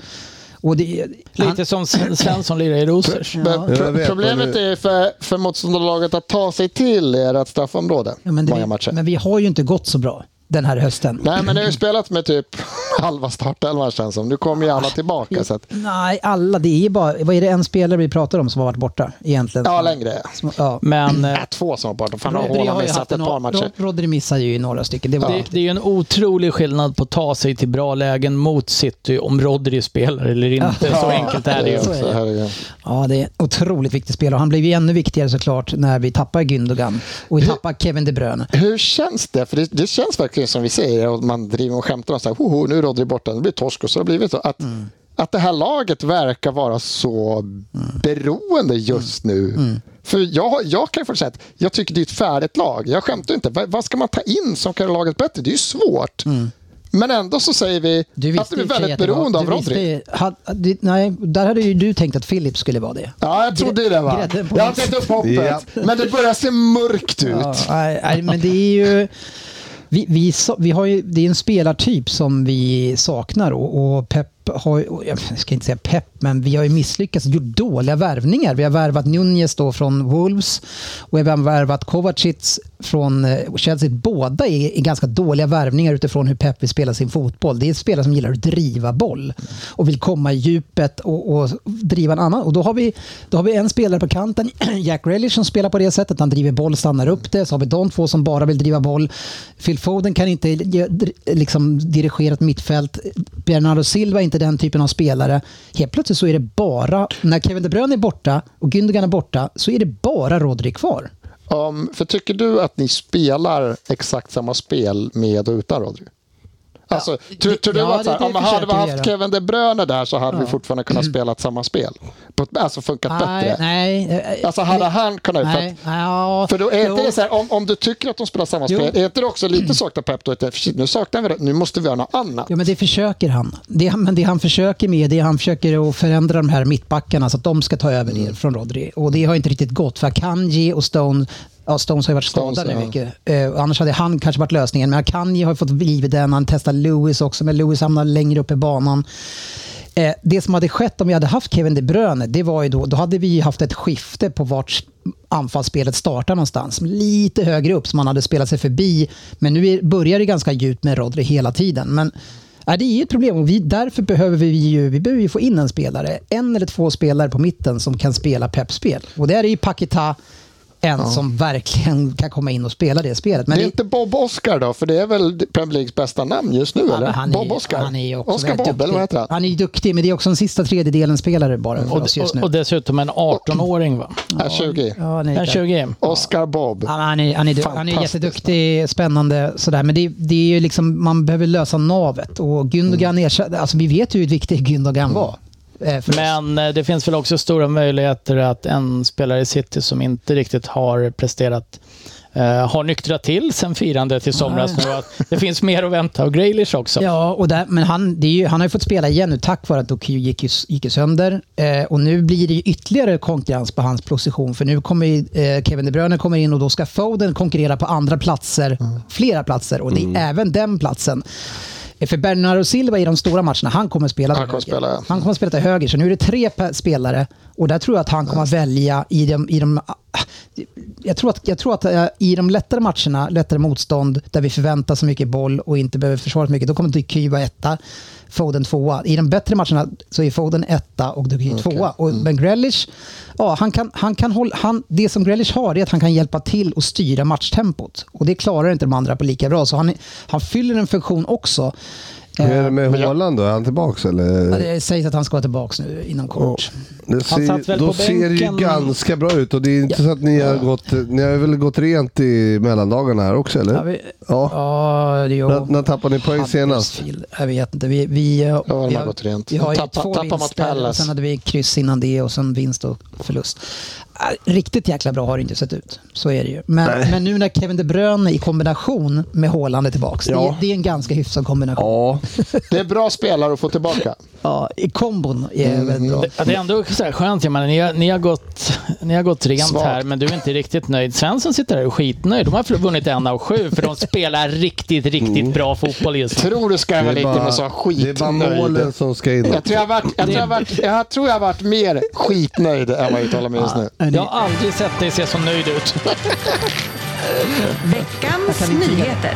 Speaker 4: och det, han,
Speaker 5: Lite som Sven- Svensson lirar i Rosers.
Speaker 2: Men
Speaker 3: Jag
Speaker 2: pro-
Speaker 3: vet, men
Speaker 2: problemet
Speaker 3: nu-
Speaker 2: är för, för motståndarlaget att ta sig till ert straffområde
Speaker 4: ja, men,
Speaker 2: många
Speaker 4: det,
Speaker 2: matcher.
Speaker 4: men vi har ju inte gått så bra den här hösten.
Speaker 2: Nej, men ni har ju spelat med typ halva startelvan känns som. Nu kommer ju alla tillbaka. Så att,
Speaker 4: Nej, alla. Det är ju bara, vad är det en spelare vi pratar om som har varit borta egentligen?
Speaker 2: ja, längre.
Speaker 4: Som- Ja.
Speaker 5: Men eh,
Speaker 2: Äh, två som var borta. Fan, har
Speaker 4: Rodri
Speaker 2: Håland
Speaker 4: har ju
Speaker 2: missat
Speaker 4: haft
Speaker 2: ett
Speaker 4: en-
Speaker 2: par matcher.
Speaker 4: Rod- Rodri missar ju i några stycken. Det var
Speaker 5: det, det är ju en otrolig skillnad på att ta sig till bra lägen mot City om Rodri spelar eller inte. Så enkelt är det ju.
Speaker 2: också, herregud.
Speaker 4: Ja, det är en otroligt viktig spelare. Han blev ju ännu viktigare såklart när vi tappar Gündogan och vi tappar Kevin De Bruyne.
Speaker 2: Hur känns det? För det, det känns verkligen som vi säger, och man driver och skämtar om så här, hoho, nu är Rodri borta, det blir torsk och så har det blivit så. Att,
Speaker 4: Mm.
Speaker 2: att det här laget verkar vara så
Speaker 4: Mm.
Speaker 2: beroende just nu. För jag, jag kan ju få säga att jag tycker det är ett färdigt lag. Jag skämtar inte. Vad, vad ska man ta in som kan göra laget bättre? Det är ju svårt. Men ändå så säger vi
Speaker 4: Mm. Du
Speaker 2: att
Speaker 4: visste
Speaker 2: vi
Speaker 4: i
Speaker 2: är
Speaker 4: och för sig
Speaker 2: väldigt
Speaker 4: att det
Speaker 2: beroende
Speaker 4: var-
Speaker 2: av
Speaker 4: du visste
Speaker 2: Rodri.
Speaker 4: ju- ha- det- Nej, där hade ju du tänkt att Philip skulle vara det.
Speaker 2: Ja, jag trodde ju det. Va?
Speaker 4: Grädden på
Speaker 2: Jag har
Speaker 4: isen.
Speaker 2: gett upp hoppet.
Speaker 3: Ja.
Speaker 2: Men det börjar se mörkt ut.
Speaker 4: Ja, nej, nej, men det är ju... Vi, vi, sa- vi har ju, det är en spelartyp som vi saknar och, och Pep har ju- och jag ska inte säga Pep, men vi har ju misslyckats och gjort dåliga värvningar. Vi har värvat Nunez då från Wolves och vi har värvat Kovacic från eh, Chelsea. Båda är, är ganska dåliga värvningar utifrån hur Pep vill spela sin fotboll. Det är spelare som gillar att driva boll och vill komma i djupet och, och driva en annan. Och då, har vi, då har vi en spelare på kanten, Jack Relish, som spelar på det sättet. Han driver boll, stannar upp det. Så har vi de två som bara vill driva boll. Phil Foden kan inte ge- dr- liksom, dirigera ett mittfält. Bernardo Silva är inte den typen av spelare. Helt plötsligt så är det bara, när Kevin De Bruyne är borta och Gündogan är borta, så är det bara Rodri kvar.
Speaker 2: Om, för tycker du att ni spelar exakt samma spel med och utan Rodri? Alltså, tror, tror du
Speaker 4: ja,
Speaker 2: att så här,
Speaker 4: det- det
Speaker 2: om man hade
Speaker 4: försöker vi
Speaker 2: haft
Speaker 4: göra.
Speaker 2: Kevin De Bruyne där så hade vi fortfarande kunnat spela ett samma spel? På, ett- alltså funkat
Speaker 4: Nej,
Speaker 2: bättre?
Speaker 4: nej. eh,
Speaker 2: Alltså hade han kunnat... för att-
Speaker 4: nej, ja,
Speaker 2: För då är inte
Speaker 4: jo.
Speaker 2: det så här, om, om du tycker att de spelar samma
Speaker 4: Jo.
Speaker 2: spel, är inte det också lite saknar Pep då? att, Shit, nu saknar vi det, nu måste vi göra något annat.
Speaker 4: Ja, men det försöker han. Det, han- men det han försöker med det är att han försöker att förändra de här mittbackarna så att de ska ta över det från Rodri. Och det har inte riktigt gått för Akanji och Stone Ja, Stones har ju varit
Speaker 2: Stones,
Speaker 4: skadad nu
Speaker 2: ja.
Speaker 4: mycket. Eh, annars hade han kanske varit lösningen. Men Akanji har ju fått liv i den. Han testar Lewis också, men Lewis hamnar längre upp i banan. Eh, det som hade skett om vi hade haft Kevin De Bruyne, det var ju då, då hade vi ju haft ett skifte på vart anfallsspelet startar någonstans. Lite högre upp, som man hade spelat sig förbi. Men nu är, börjar det ganska djupt med Rodri hela tiden. Men ja, det är ju ett problem och vi, därför behöver vi ju, vi behöver ju få in en spelare. En eller två spelare på mitten som kan spela peppspel. Och där är ju Pakita en som verkligen kan komma in och spela det spelet. Men
Speaker 2: det är
Speaker 4: det,
Speaker 2: inte Bob Oscar då, för det är väl Premier Leagues bästa namn just nu?
Speaker 4: ja,
Speaker 2: eller?
Speaker 4: men han är,
Speaker 2: Bob Oscar?
Speaker 4: Han är ju också
Speaker 2: Oscar
Speaker 4: väldigt
Speaker 2: Bob, eller vad
Speaker 4: duktig.
Speaker 2: heter han?
Speaker 4: Han är ju duktig, men det är också en sista tredjedelen spelare bara för
Speaker 5: Och,
Speaker 4: oss just nu.
Speaker 5: och, och dessutom en 18-åring va?
Speaker 2: Ja, 20.
Speaker 4: Ja, han är
Speaker 5: En
Speaker 4: där.
Speaker 5: 20.
Speaker 2: Oscar Bob.
Speaker 4: Ja, men han, är, han, är, du- han är
Speaker 2: Fantastiskt.
Speaker 4: jätteduktig, spännande sådär. Men det, det är ju liksom, man behöver lösa navet. Och Gündogan
Speaker 2: Mm.
Speaker 4: erkände, alltså vi vet ju hur viktig Gündogan var. eh, För oss.
Speaker 5: Men eh, det finns väl också stora möjligheter att en spelare i City som inte riktigt har presterat eh, har nyktrat till sen firandet i somras nu. Att det finns mer att vänta och Grealish också.
Speaker 2: liksom.
Speaker 4: Ja, och där, men han, det är ju, han har ju fått spela igen nu tack vare att Doku gick, ju s- gick ju sönder. Eh, och nu blir det ju ytterligare konkurrens på hans position. För nu kommer ju, eh, Kevin De Bruyne kommer in och då ska Foden konkurrera på andra platser,
Speaker 2: Mm.
Speaker 4: flera platser. Och det är även den platsen. Eh, För Bernardo Silva i de stora matcherna, han kommer spela till
Speaker 2: Han kommer
Speaker 4: höger.
Speaker 2: spela, ja.
Speaker 4: Han kommer spela till höger, så nu är det tre pe- spelare. Och där tror jag att han kommer att välja i de... I de ah, jag tror att, jag tror att eh, i de lättare matcherna, lättare motstånd, där vi förväntar så mycket boll och inte behöver försvara så mycket, då kommer Duky vara etta, Foden tvåa. I de bättre matcherna så är Foden etta och Duky tvåa. Och,
Speaker 3: Mm.
Speaker 4: Men Grealish, ja, han kan, han kan hålla, han, det som Grealish har är att han kan hjälpa till och styra matchtempot. Och det klarar inte de andra på lika bra, så han, han fyller en funktion också.
Speaker 3: Hur är det
Speaker 4: Eh,
Speaker 3: med Haaland då? Är han tillbaka eller?
Speaker 4: Ja, Det Eh, sägs att han ska vara tillbaka nu inom kort.
Speaker 3: Det
Speaker 5: satt
Speaker 3: ser,
Speaker 5: väl
Speaker 3: då
Speaker 5: på
Speaker 3: ser det ju
Speaker 5: bänken.
Speaker 3: ganska bra ut och det är inte så att ni har gått... Ni har väl gått rent i mellandagarna här också eller?
Speaker 4: Ja, vi,
Speaker 3: ja.
Speaker 4: ja det är
Speaker 3: När,
Speaker 4: ju...
Speaker 3: när tappade ni poäng senast?
Speaker 4: Huddersfield. Jag vet inte. Vi, vi, eh,
Speaker 2: har
Speaker 4: vi,
Speaker 2: man gått rent.
Speaker 4: vi har ju
Speaker 2: Tappa-
Speaker 4: två
Speaker 2: tappar mot
Speaker 4: vinster.
Speaker 2: Palace.
Speaker 4: och Sen hade vi kryss innan det och sen vinst och förlust. Äh, Riktigt jäkla bra har det inte sett ut. Så är det ju. Men, men nu när Kevin De Bruyne i kombination med Haaland är tillbaka.
Speaker 3: Ja.
Speaker 4: Det, det är en ganska hyfsad kombination.
Speaker 3: Ja.
Speaker 2: Det är bra spelare att få tillbaka.
Speaker 4: Ja. I kombon är
Speaker 3: Mm.
Speaker 4: väldigt bra.
Speaker 5: Ja, det är ändå så här skönt. Jag menar, ni, har, ni, har gått, ni har gått rent
Speaker 2: Svagt.
Speaker 5: här, men du är inte riktigt nöjd. Svensson sitter där och är skitnöjd. De har förl- vunnit en av sju, för de spelar riktigt,
Speaker 2: Mm.
Speaker 5: riktigt bra fotboll just nu.
Speaker 2: Tror du ska jag väl
Speaker 3: Det är
Speaker 2: inte med
Speaker 3: bara,
Speaker 2: så
Speaker 3: det är bara målen
Speaker 2: skitnöjd?
Speaker 3: som ska in.
Speaker 2: Jag tror jag, varit, jag, tror jag, varit, jag tror jag varit mer skitnöjd än vad jag uttalar mig just nu.
Speaker 5: Jag har aldrig sett dig se så nöjd ut.
Speaker 1: Veckans nyheter.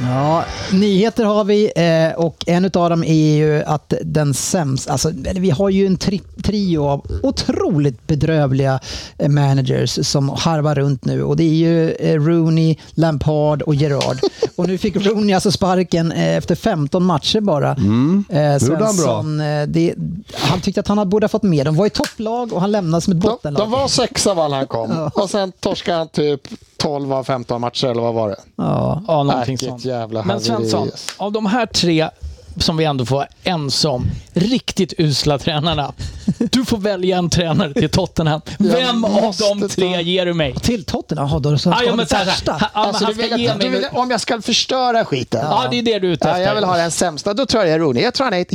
Speaker 4: Ja, nyheter har vi eh, och en av dem är ju att den sämst, alltså eller vi har ju en tri- trio av otroligt bedrövliga eh, managers som harvar runt nu och det är ju eh, Rooney, Lampard och Gerrard. Och nu fick Rooney alltså sparken eh, efter 15 matcher bara. Mm. Eh,
Speaker 3: gjorde han bra.
Speaker 4: eh, det, han tyckte att han borde ha fått med dem. var i topplag och han lämnade som ett
Speaker 2: De,
Speaker 4: bottenlag.
Speaker 2: de var sexa var när han kom och sen torskade han typ 12 av 15 matcher eller vad var det?
Speaker 4: ja.
Speaker 5: Ja, någonting
Speaker 2: Vilket
Speaker 5: sånt.
Speaker 2: jävla
Speaker 5: Men
Speaker 2: haveri.
Speaker 5: Svensson, av de här tre som vi ändå får vara ens om, riktigt usla tränarna. Du får välja en tränare till Tottenham. Vem av
Speaker 2: måste
Speaker 5: de
Speaker 2: ta-
Speaker 5: tre ger du mig?
Speaker 4: Till Tottenham? Jaha, då så
Speaker 5: Ah, ja, men så här,
Speaker 4: värsta.
Speaker 5: ha- ja, men
Speaker 2: Alltså,
Speaker 5: han
Speaker 2: du
Speaker 5: ska
Speaker 2: vill att,
Speaker 5: ge
Speaker 2: du
Speaker 5: mig-
Speaker 2: vill, om jag ska förstöra skiten?
Speaker 5: Ja, det är det du är ute
Speaker 2: Ja,
Speaker 5: efter.
Speaker 2: jag vill ha den sämsta. Då tror jag det är Rooney. Jag tror han är,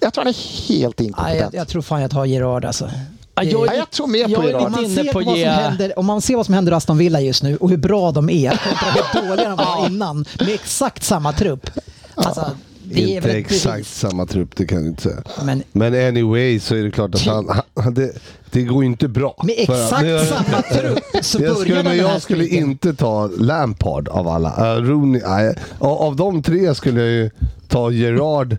Speaker 2: jag tror han är helt
Speaker 4: Nej,
Speaker 2: inkompetent.
Speaker 4: jag, jag tror fan jag tar Gerard alltså.
Speaker 5: Ja, jag,
Speaker 2: Ja, jag tror mer på
Speaker 5: jag är
Speaker 2: Gerard.
Speaker 5: lite
Speaker 4: man
Speaker 5: inne
Speaker 4: ser
Speaker 5: på
Speaker 4: på vad
Speaker 5: ge...
Speaker 4: som händer, om man ser vad som händer i Aston Villa just nu och hur bra de är kontra hur dåliga de var innan med exakt samma trupp. Alltså, det är
Speaker 3: Inte
Speaker 4: väl ett bevis.
Speaker 3: exakt samma trupp, det kan jag inte säga.
Speaker 4: Men
Speaker 3: Men anyway så är det klart att han, han det, det går ju inte bra.
Speaker 4: med
Speaker 3: För att-
Speaker 4: exakt
Speaker 3: jag-
Speaker 4: samma trupp så
Speaker 3: Jag skulle,
Speaker 4: börjar
Speaker 3: men
Speaker 4: den här
Speaker 3: jag skulle
Speaker 4: streaken.
Speaker 3: inte ta Lampard av alla. Eh, Rooney, nej. av, av de tre skulle jag ju ta Gerard. eh,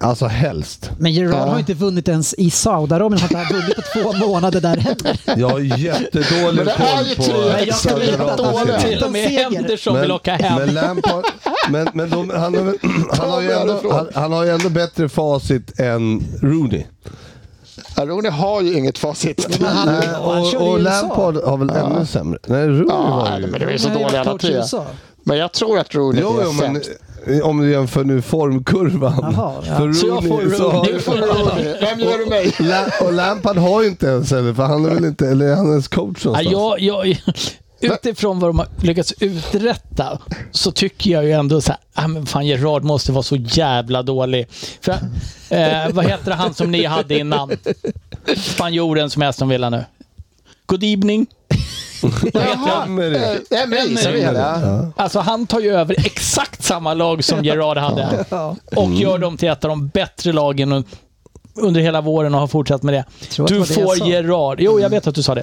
Speaker 3: Alltså helst.
Speaker 4: Men Gerard har ju inte vunnit ens i Saudiarabien. Han har inte vunnit på två månader där heller.
Speaker 3: Jag har jättedålig
Speaker 2: Men det är ju
Speaker 3: koll på
Speaker 2: tre
Speaker 3: eh,
Speaker 2: Men jag skulle
Speaker 3: Saudi-Arabien.
Speaker 2: veta att
Speaker 5: Dåligt.
Speaker 2: det
Speaker 5: Till och med
Speaker 4: Seger.
Speaker 5: Henderson vill åka
Speaker 3: men
Speaker 5: hem.
Speaker 3: Lampard, men, men de, han, har, väl- han, har ju
Speaker 2: Ta mig
Speaker 3: ändå,
Speaker 2: härifrån.
Speaker 3: han, han har ju ändå bättre facit än Rooney.
Speaker 2: Ja, Rooney har ju inget facit.
Speaker 4: Han,
Speaker 3: Eh,
Speaker 4: han
Speaker 3: och
Speaker 4: körde ju
Speaker 3: och
Speaker 4: i USA.
Speaker 3: Lampard har väl ännu sämre? Nej, Rooney
Speaker 2: Ja,
Speaker 3: var
Speaker 2: men
Speaker 3: ju...
Speaker 2: det är ju så
Speaker 4: Han har ju
Speaker 2: dåliga alla
Speaker 4: varit coach i
Speaker 2: tre.
Speaker 4: USA.
Speaker 2: Men jag tror att Rooney
Speaker 3: Jo,
Speaker 2: är
Speaker 3: jo, men
Speaker 2: sämst.
Speaker 3: om du jämför nu formkurvan.
Speaker 4: Jaha, ja.
Speaker 3: För
Speaker 5: Så jag får
Speaker 3: Rooney så
Speaker 5: Rooney.
Speaker 2: Nu får du Rooney. Vem ger du mig?
Speaker 3: La- och Lampard har ju inte ens heller, för han är väl inte, eller är han ens coach
Speaker 5: Ja,
Speaker 3: någonstans?
Speaker 5: jag, jag, utifrån vad de har lyckats uträtta så tycker jag ju ändå så här, ah, men fan Gerard måste vara så jävla dålig. För, eh, vad heter han som ni hade innan? Spanjoren som Aston Villa nu. Good evening.
Speaker 3: Emery.
Speaker 2: Eh, Emery, så är det. ja.
Speaker 5: Alltså han tar ju över exakt samma lag som Gerard hade och
Speaker 4: Mm.
Speaker 5: gör dem till ett av de bättre lagen un- under hela våren och har fortsatt med det.
Speaker 4: tror att det
Speaker 5: Du
Speaker 4: var det jag
Speaker 5: får
Speaker 4: sa. Mm.
Speaker 5: Gerard. Jo, jag vet att du sa det.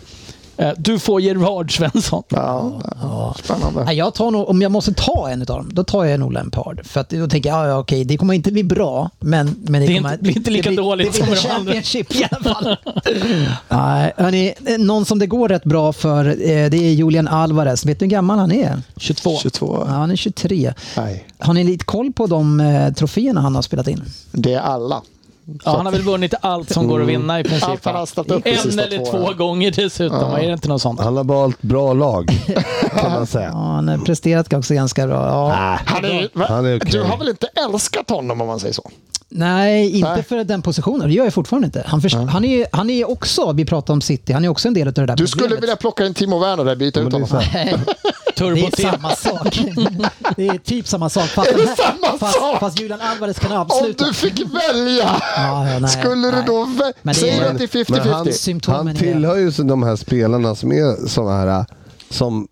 Speaker 5: Eh, Du får Gerard Svensson.
Speaker 2: Ja, ja. Spännande.
Speaker 4: Nej, jag tar nog, om jag måste ta en av dem, då tar jag nog Lampard. För att då tänker jag, "Ah, ja, ja, okej, det kommer inte bli bra, men... men det,
Speaker 5: Det är
Speaker 4: kommer,
Speaker 5: inte- blir inte lika
Speaker 4: det
Speaker 5: dåligt
Speaker 4: det
Speaker 5: som
Speaker 4: blir
Speaker 5: de andra.
Speaker 4: Championship i alla fall. Nej, hörni, någon som det går rätt bra för, eh, det är Julian Alvarez. Vet du hur gammal han är?
Speaker 5: 22.
Speaker 2: 22.
Speaker 4: Ja, han är 23.
Speaker 2: Nej,
Speaker 4: Har ni lite koll på de eh, troféerna han har spelat in?
Speaker 2: det är alla.
Speaker 5: Ja, han har väl vunnit allt som går att vinna i princip.
Speaker 2: Allt han har ställt upp de
Speaker 5: en
Speaker 2: sista
Speaker 5: eller
Speaker 2: två
Speaker 5: två
Speaker 2: åren.
Speaker 5: gånger dessutom. Är det inte något sånt?
Speaker 3: Han har valt bra lag, kan man säga.
Speaker 4: Ja, han har presterat också ganska bra. Ja.
Speaker 2: Han är, va?
Speaker 3: Han är okej.
Speaker 2: Du har väl inte älskat honom om man säger så?
Speaker 4: Nej, inte
Speaker 2: Nej.
Speaker 4: för den positionen. Det gör jag fortfarande inte. Han, förs- han, är, han är också, vi pratar om City, han är också en del av det där
Speaker 2: Du skulle
Speaker 4: problemet.
Speaker 2: vilja plocka in Timo Werner där och byta ut
Speaker 3: Men det är
Speaker 2: honom?
Speaker 3: så här.
Speaker 4: Det
Speaker 5: Turbo
Speaker 4: är samma sak. Det är typ samma sak. Fast,
Speaker 2: Är det
Speaker 4: den här-
Speaker 2: samma
Speaker 4: fast,
Speaker 2: sak?
Speaker 4: fast Julian Alvarez kan
Speaker 2: Om
Speaker 4: avsluta.
Speaker 2: du fick välja,
Speaker 4: Ja, ja, nej,
Speaker 2: skulle du
Speaker 4: nej.
Speaker 2: då... vä-
Speaker 4: Men det
Speaker 2: Säg
Speaker 4: är-
Speaker 2: att det är
Speaker 3: Men han,
Speaker 2: 50-50.
Speaker 4: Symptomen
Speaker 3: han
Speaker 4: är-
Speaker 3: tillhör ju så de här spelarna som är såna här som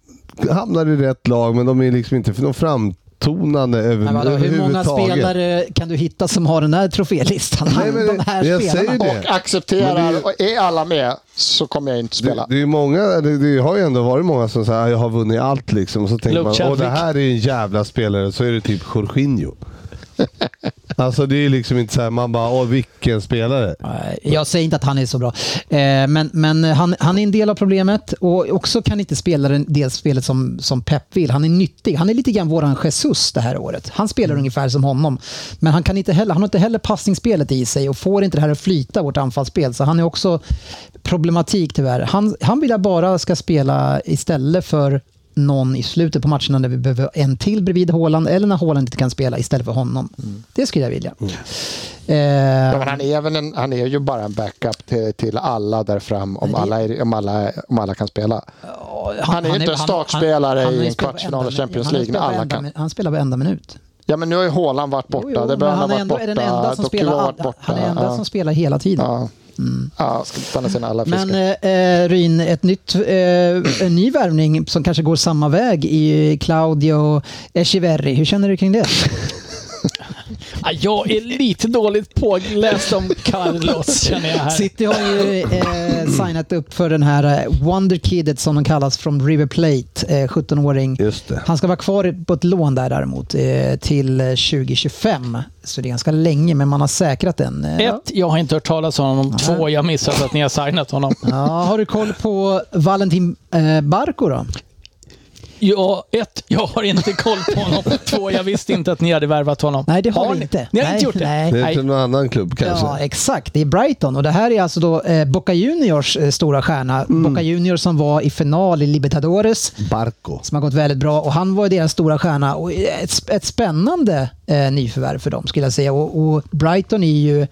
Speaker 3: hamnar i rätt lag men de är liksom inte för de framtonande över,
Speaker 4: Men vadå, hur många
Speaker 3: överhuvudtaget.
Speaker 4: spelare kan du hitta som har den här trofélistan?
Speaker 3: Nej, men
Speaker 4: de här
Speaker 3: jag säger
Speaker 4: spelarna.
Speaker 3: det.
Speaker 2: Och accepterar,
Speaker 3: Men det är-
Speaker 2: och är alla med så kommer jag inte
Speaker 3: Det,
Speaker 2: spela.
Speaker 3: det, är ju många, det, det har ju ändå varit många som säger "Ah, jag har vunnit allt liksom. Så tänker
Speaker 5: Luke
Speaker 3: man, åh
Speaker 5: Chadwick.
Speaker 3: det här är ju en jävla spelare. Så är det typ Jorginho. alltså det är liksom inte så här, man bara, åh vilken spelare.
Speaker 4: Nej, Jag säger inte att han är så bra. Eh, Men, men han, han är en del av problemet och också kan inte spela en del spelet som, som Pep vill. Han är nyttig. Han är lite grann våran Jesus det här året. Han spelar ungefär som honom. Men han, kan inte heller, han har inte heller passningsspelet i sig och får inte det här att flyta, vårt anfallsspel. Så han är också problematik tyvärr. Han, han vill jag bara ska spela istället för någon i slutet på matcherna när vi behöver en till bredvid Haaland eller när Haaland inte kan spela istället för honom. Det skulle jag vilja. Eh,
Speaker 2: Ja, men han, är även en, han är ju bara en backup till, till alla där fram om alla, är, om, alla, om alla kan spela. Han är ju inte en startspelare
Speaker 4: han har ju
Speaker 2: i en
Speaker 4: spelat på
Speaker 2: kvartsfinal i
Speaker 4: enda-
Speaker 2: Champions
Speaker 4: han har
Speaker 2: League när
Speaker 4: spelat på
Speaker 2: alla
Speaker 4: enda
Speaker 2: kan.
Speaker 4: min- Han spelar varenda minut.
Speaker 2: Ja, men nu har ju Haaland varit borta.
Speaker 4: Jo, jo,
Speaker 2: det
Speaker 4: men
Speaker 2: börjar ha
Speaker 4: han är
Speaker 2: varit
Speaker 4: ändå
Speaker 2: borta.
Speaker 4: är den enda som
Speaker 2: Doku
Speaker 4: spelar,
Speaker 2: har varit
Speaker 4: all,
Speaker 2: borta.
Speaker 4: han är enda
Speaker 2: ja.
Speaker 4: som spelar hela tiden.
Speaker 2: Ja. Ja, ska stanna sina alla fiskar.
Speaker 4: Men eh, Ryn, ett nytt, eh, en ny värvning som kanske går samma väg i Claudio Echeverri. Hur känner du kring det?
Speaker 5: Ja, jag är lite dåligt påläst om Carlos, känner jag här.
Speaker 4: City har ju eh, signat upp för den här eh, Wonderkidet som de kallas från River Plate, eh, 17-åring.
Speaker 3: Just det.
Speaker 4: Han ska vara kvar på ett lån där däremot eh, till eh, 2025. Så det är ganska länge, men man har säkrat den. eh.
Speaker 5: Ett, jag har inte hört talas om honom. Två, jag har missat att ni har signat honom.
Speaker 4: Ja, har du koll på Valentin eh, Barco då?
Speaker 5: Ja, ett, jag har inte koll på honom. Två, jag visste inte att ni hade värvat honom.
Speaker 4: Nej, det har vi
Speaker 5: ni
Speaker 4: inte.
Speaker 5: Ni har
Speaker 4: Nej,
Speaker 5: inte gjort det?
Speaker 4: nej.
Speaker 3: Det är
Speaker 5: Nej.
Speaker 3: till någon annan klubb kanske.
Speaker 4: Ja, exakt. Det är Brighton. Och det här är alltså då eh, Boca Juniors eh, stora stjärna.
Speaker 3: Mm.
Speaker 4: Boca Juniors som var i final i Libertadores.
Speaker 3: Barco.
Speaker 4: Som har gått väldigt bra och han var ju deras stora stjärna och ett, sp- ett spännande eh, nyförvärv för dem skulle jag säga. Och, och Brighton är ju eh,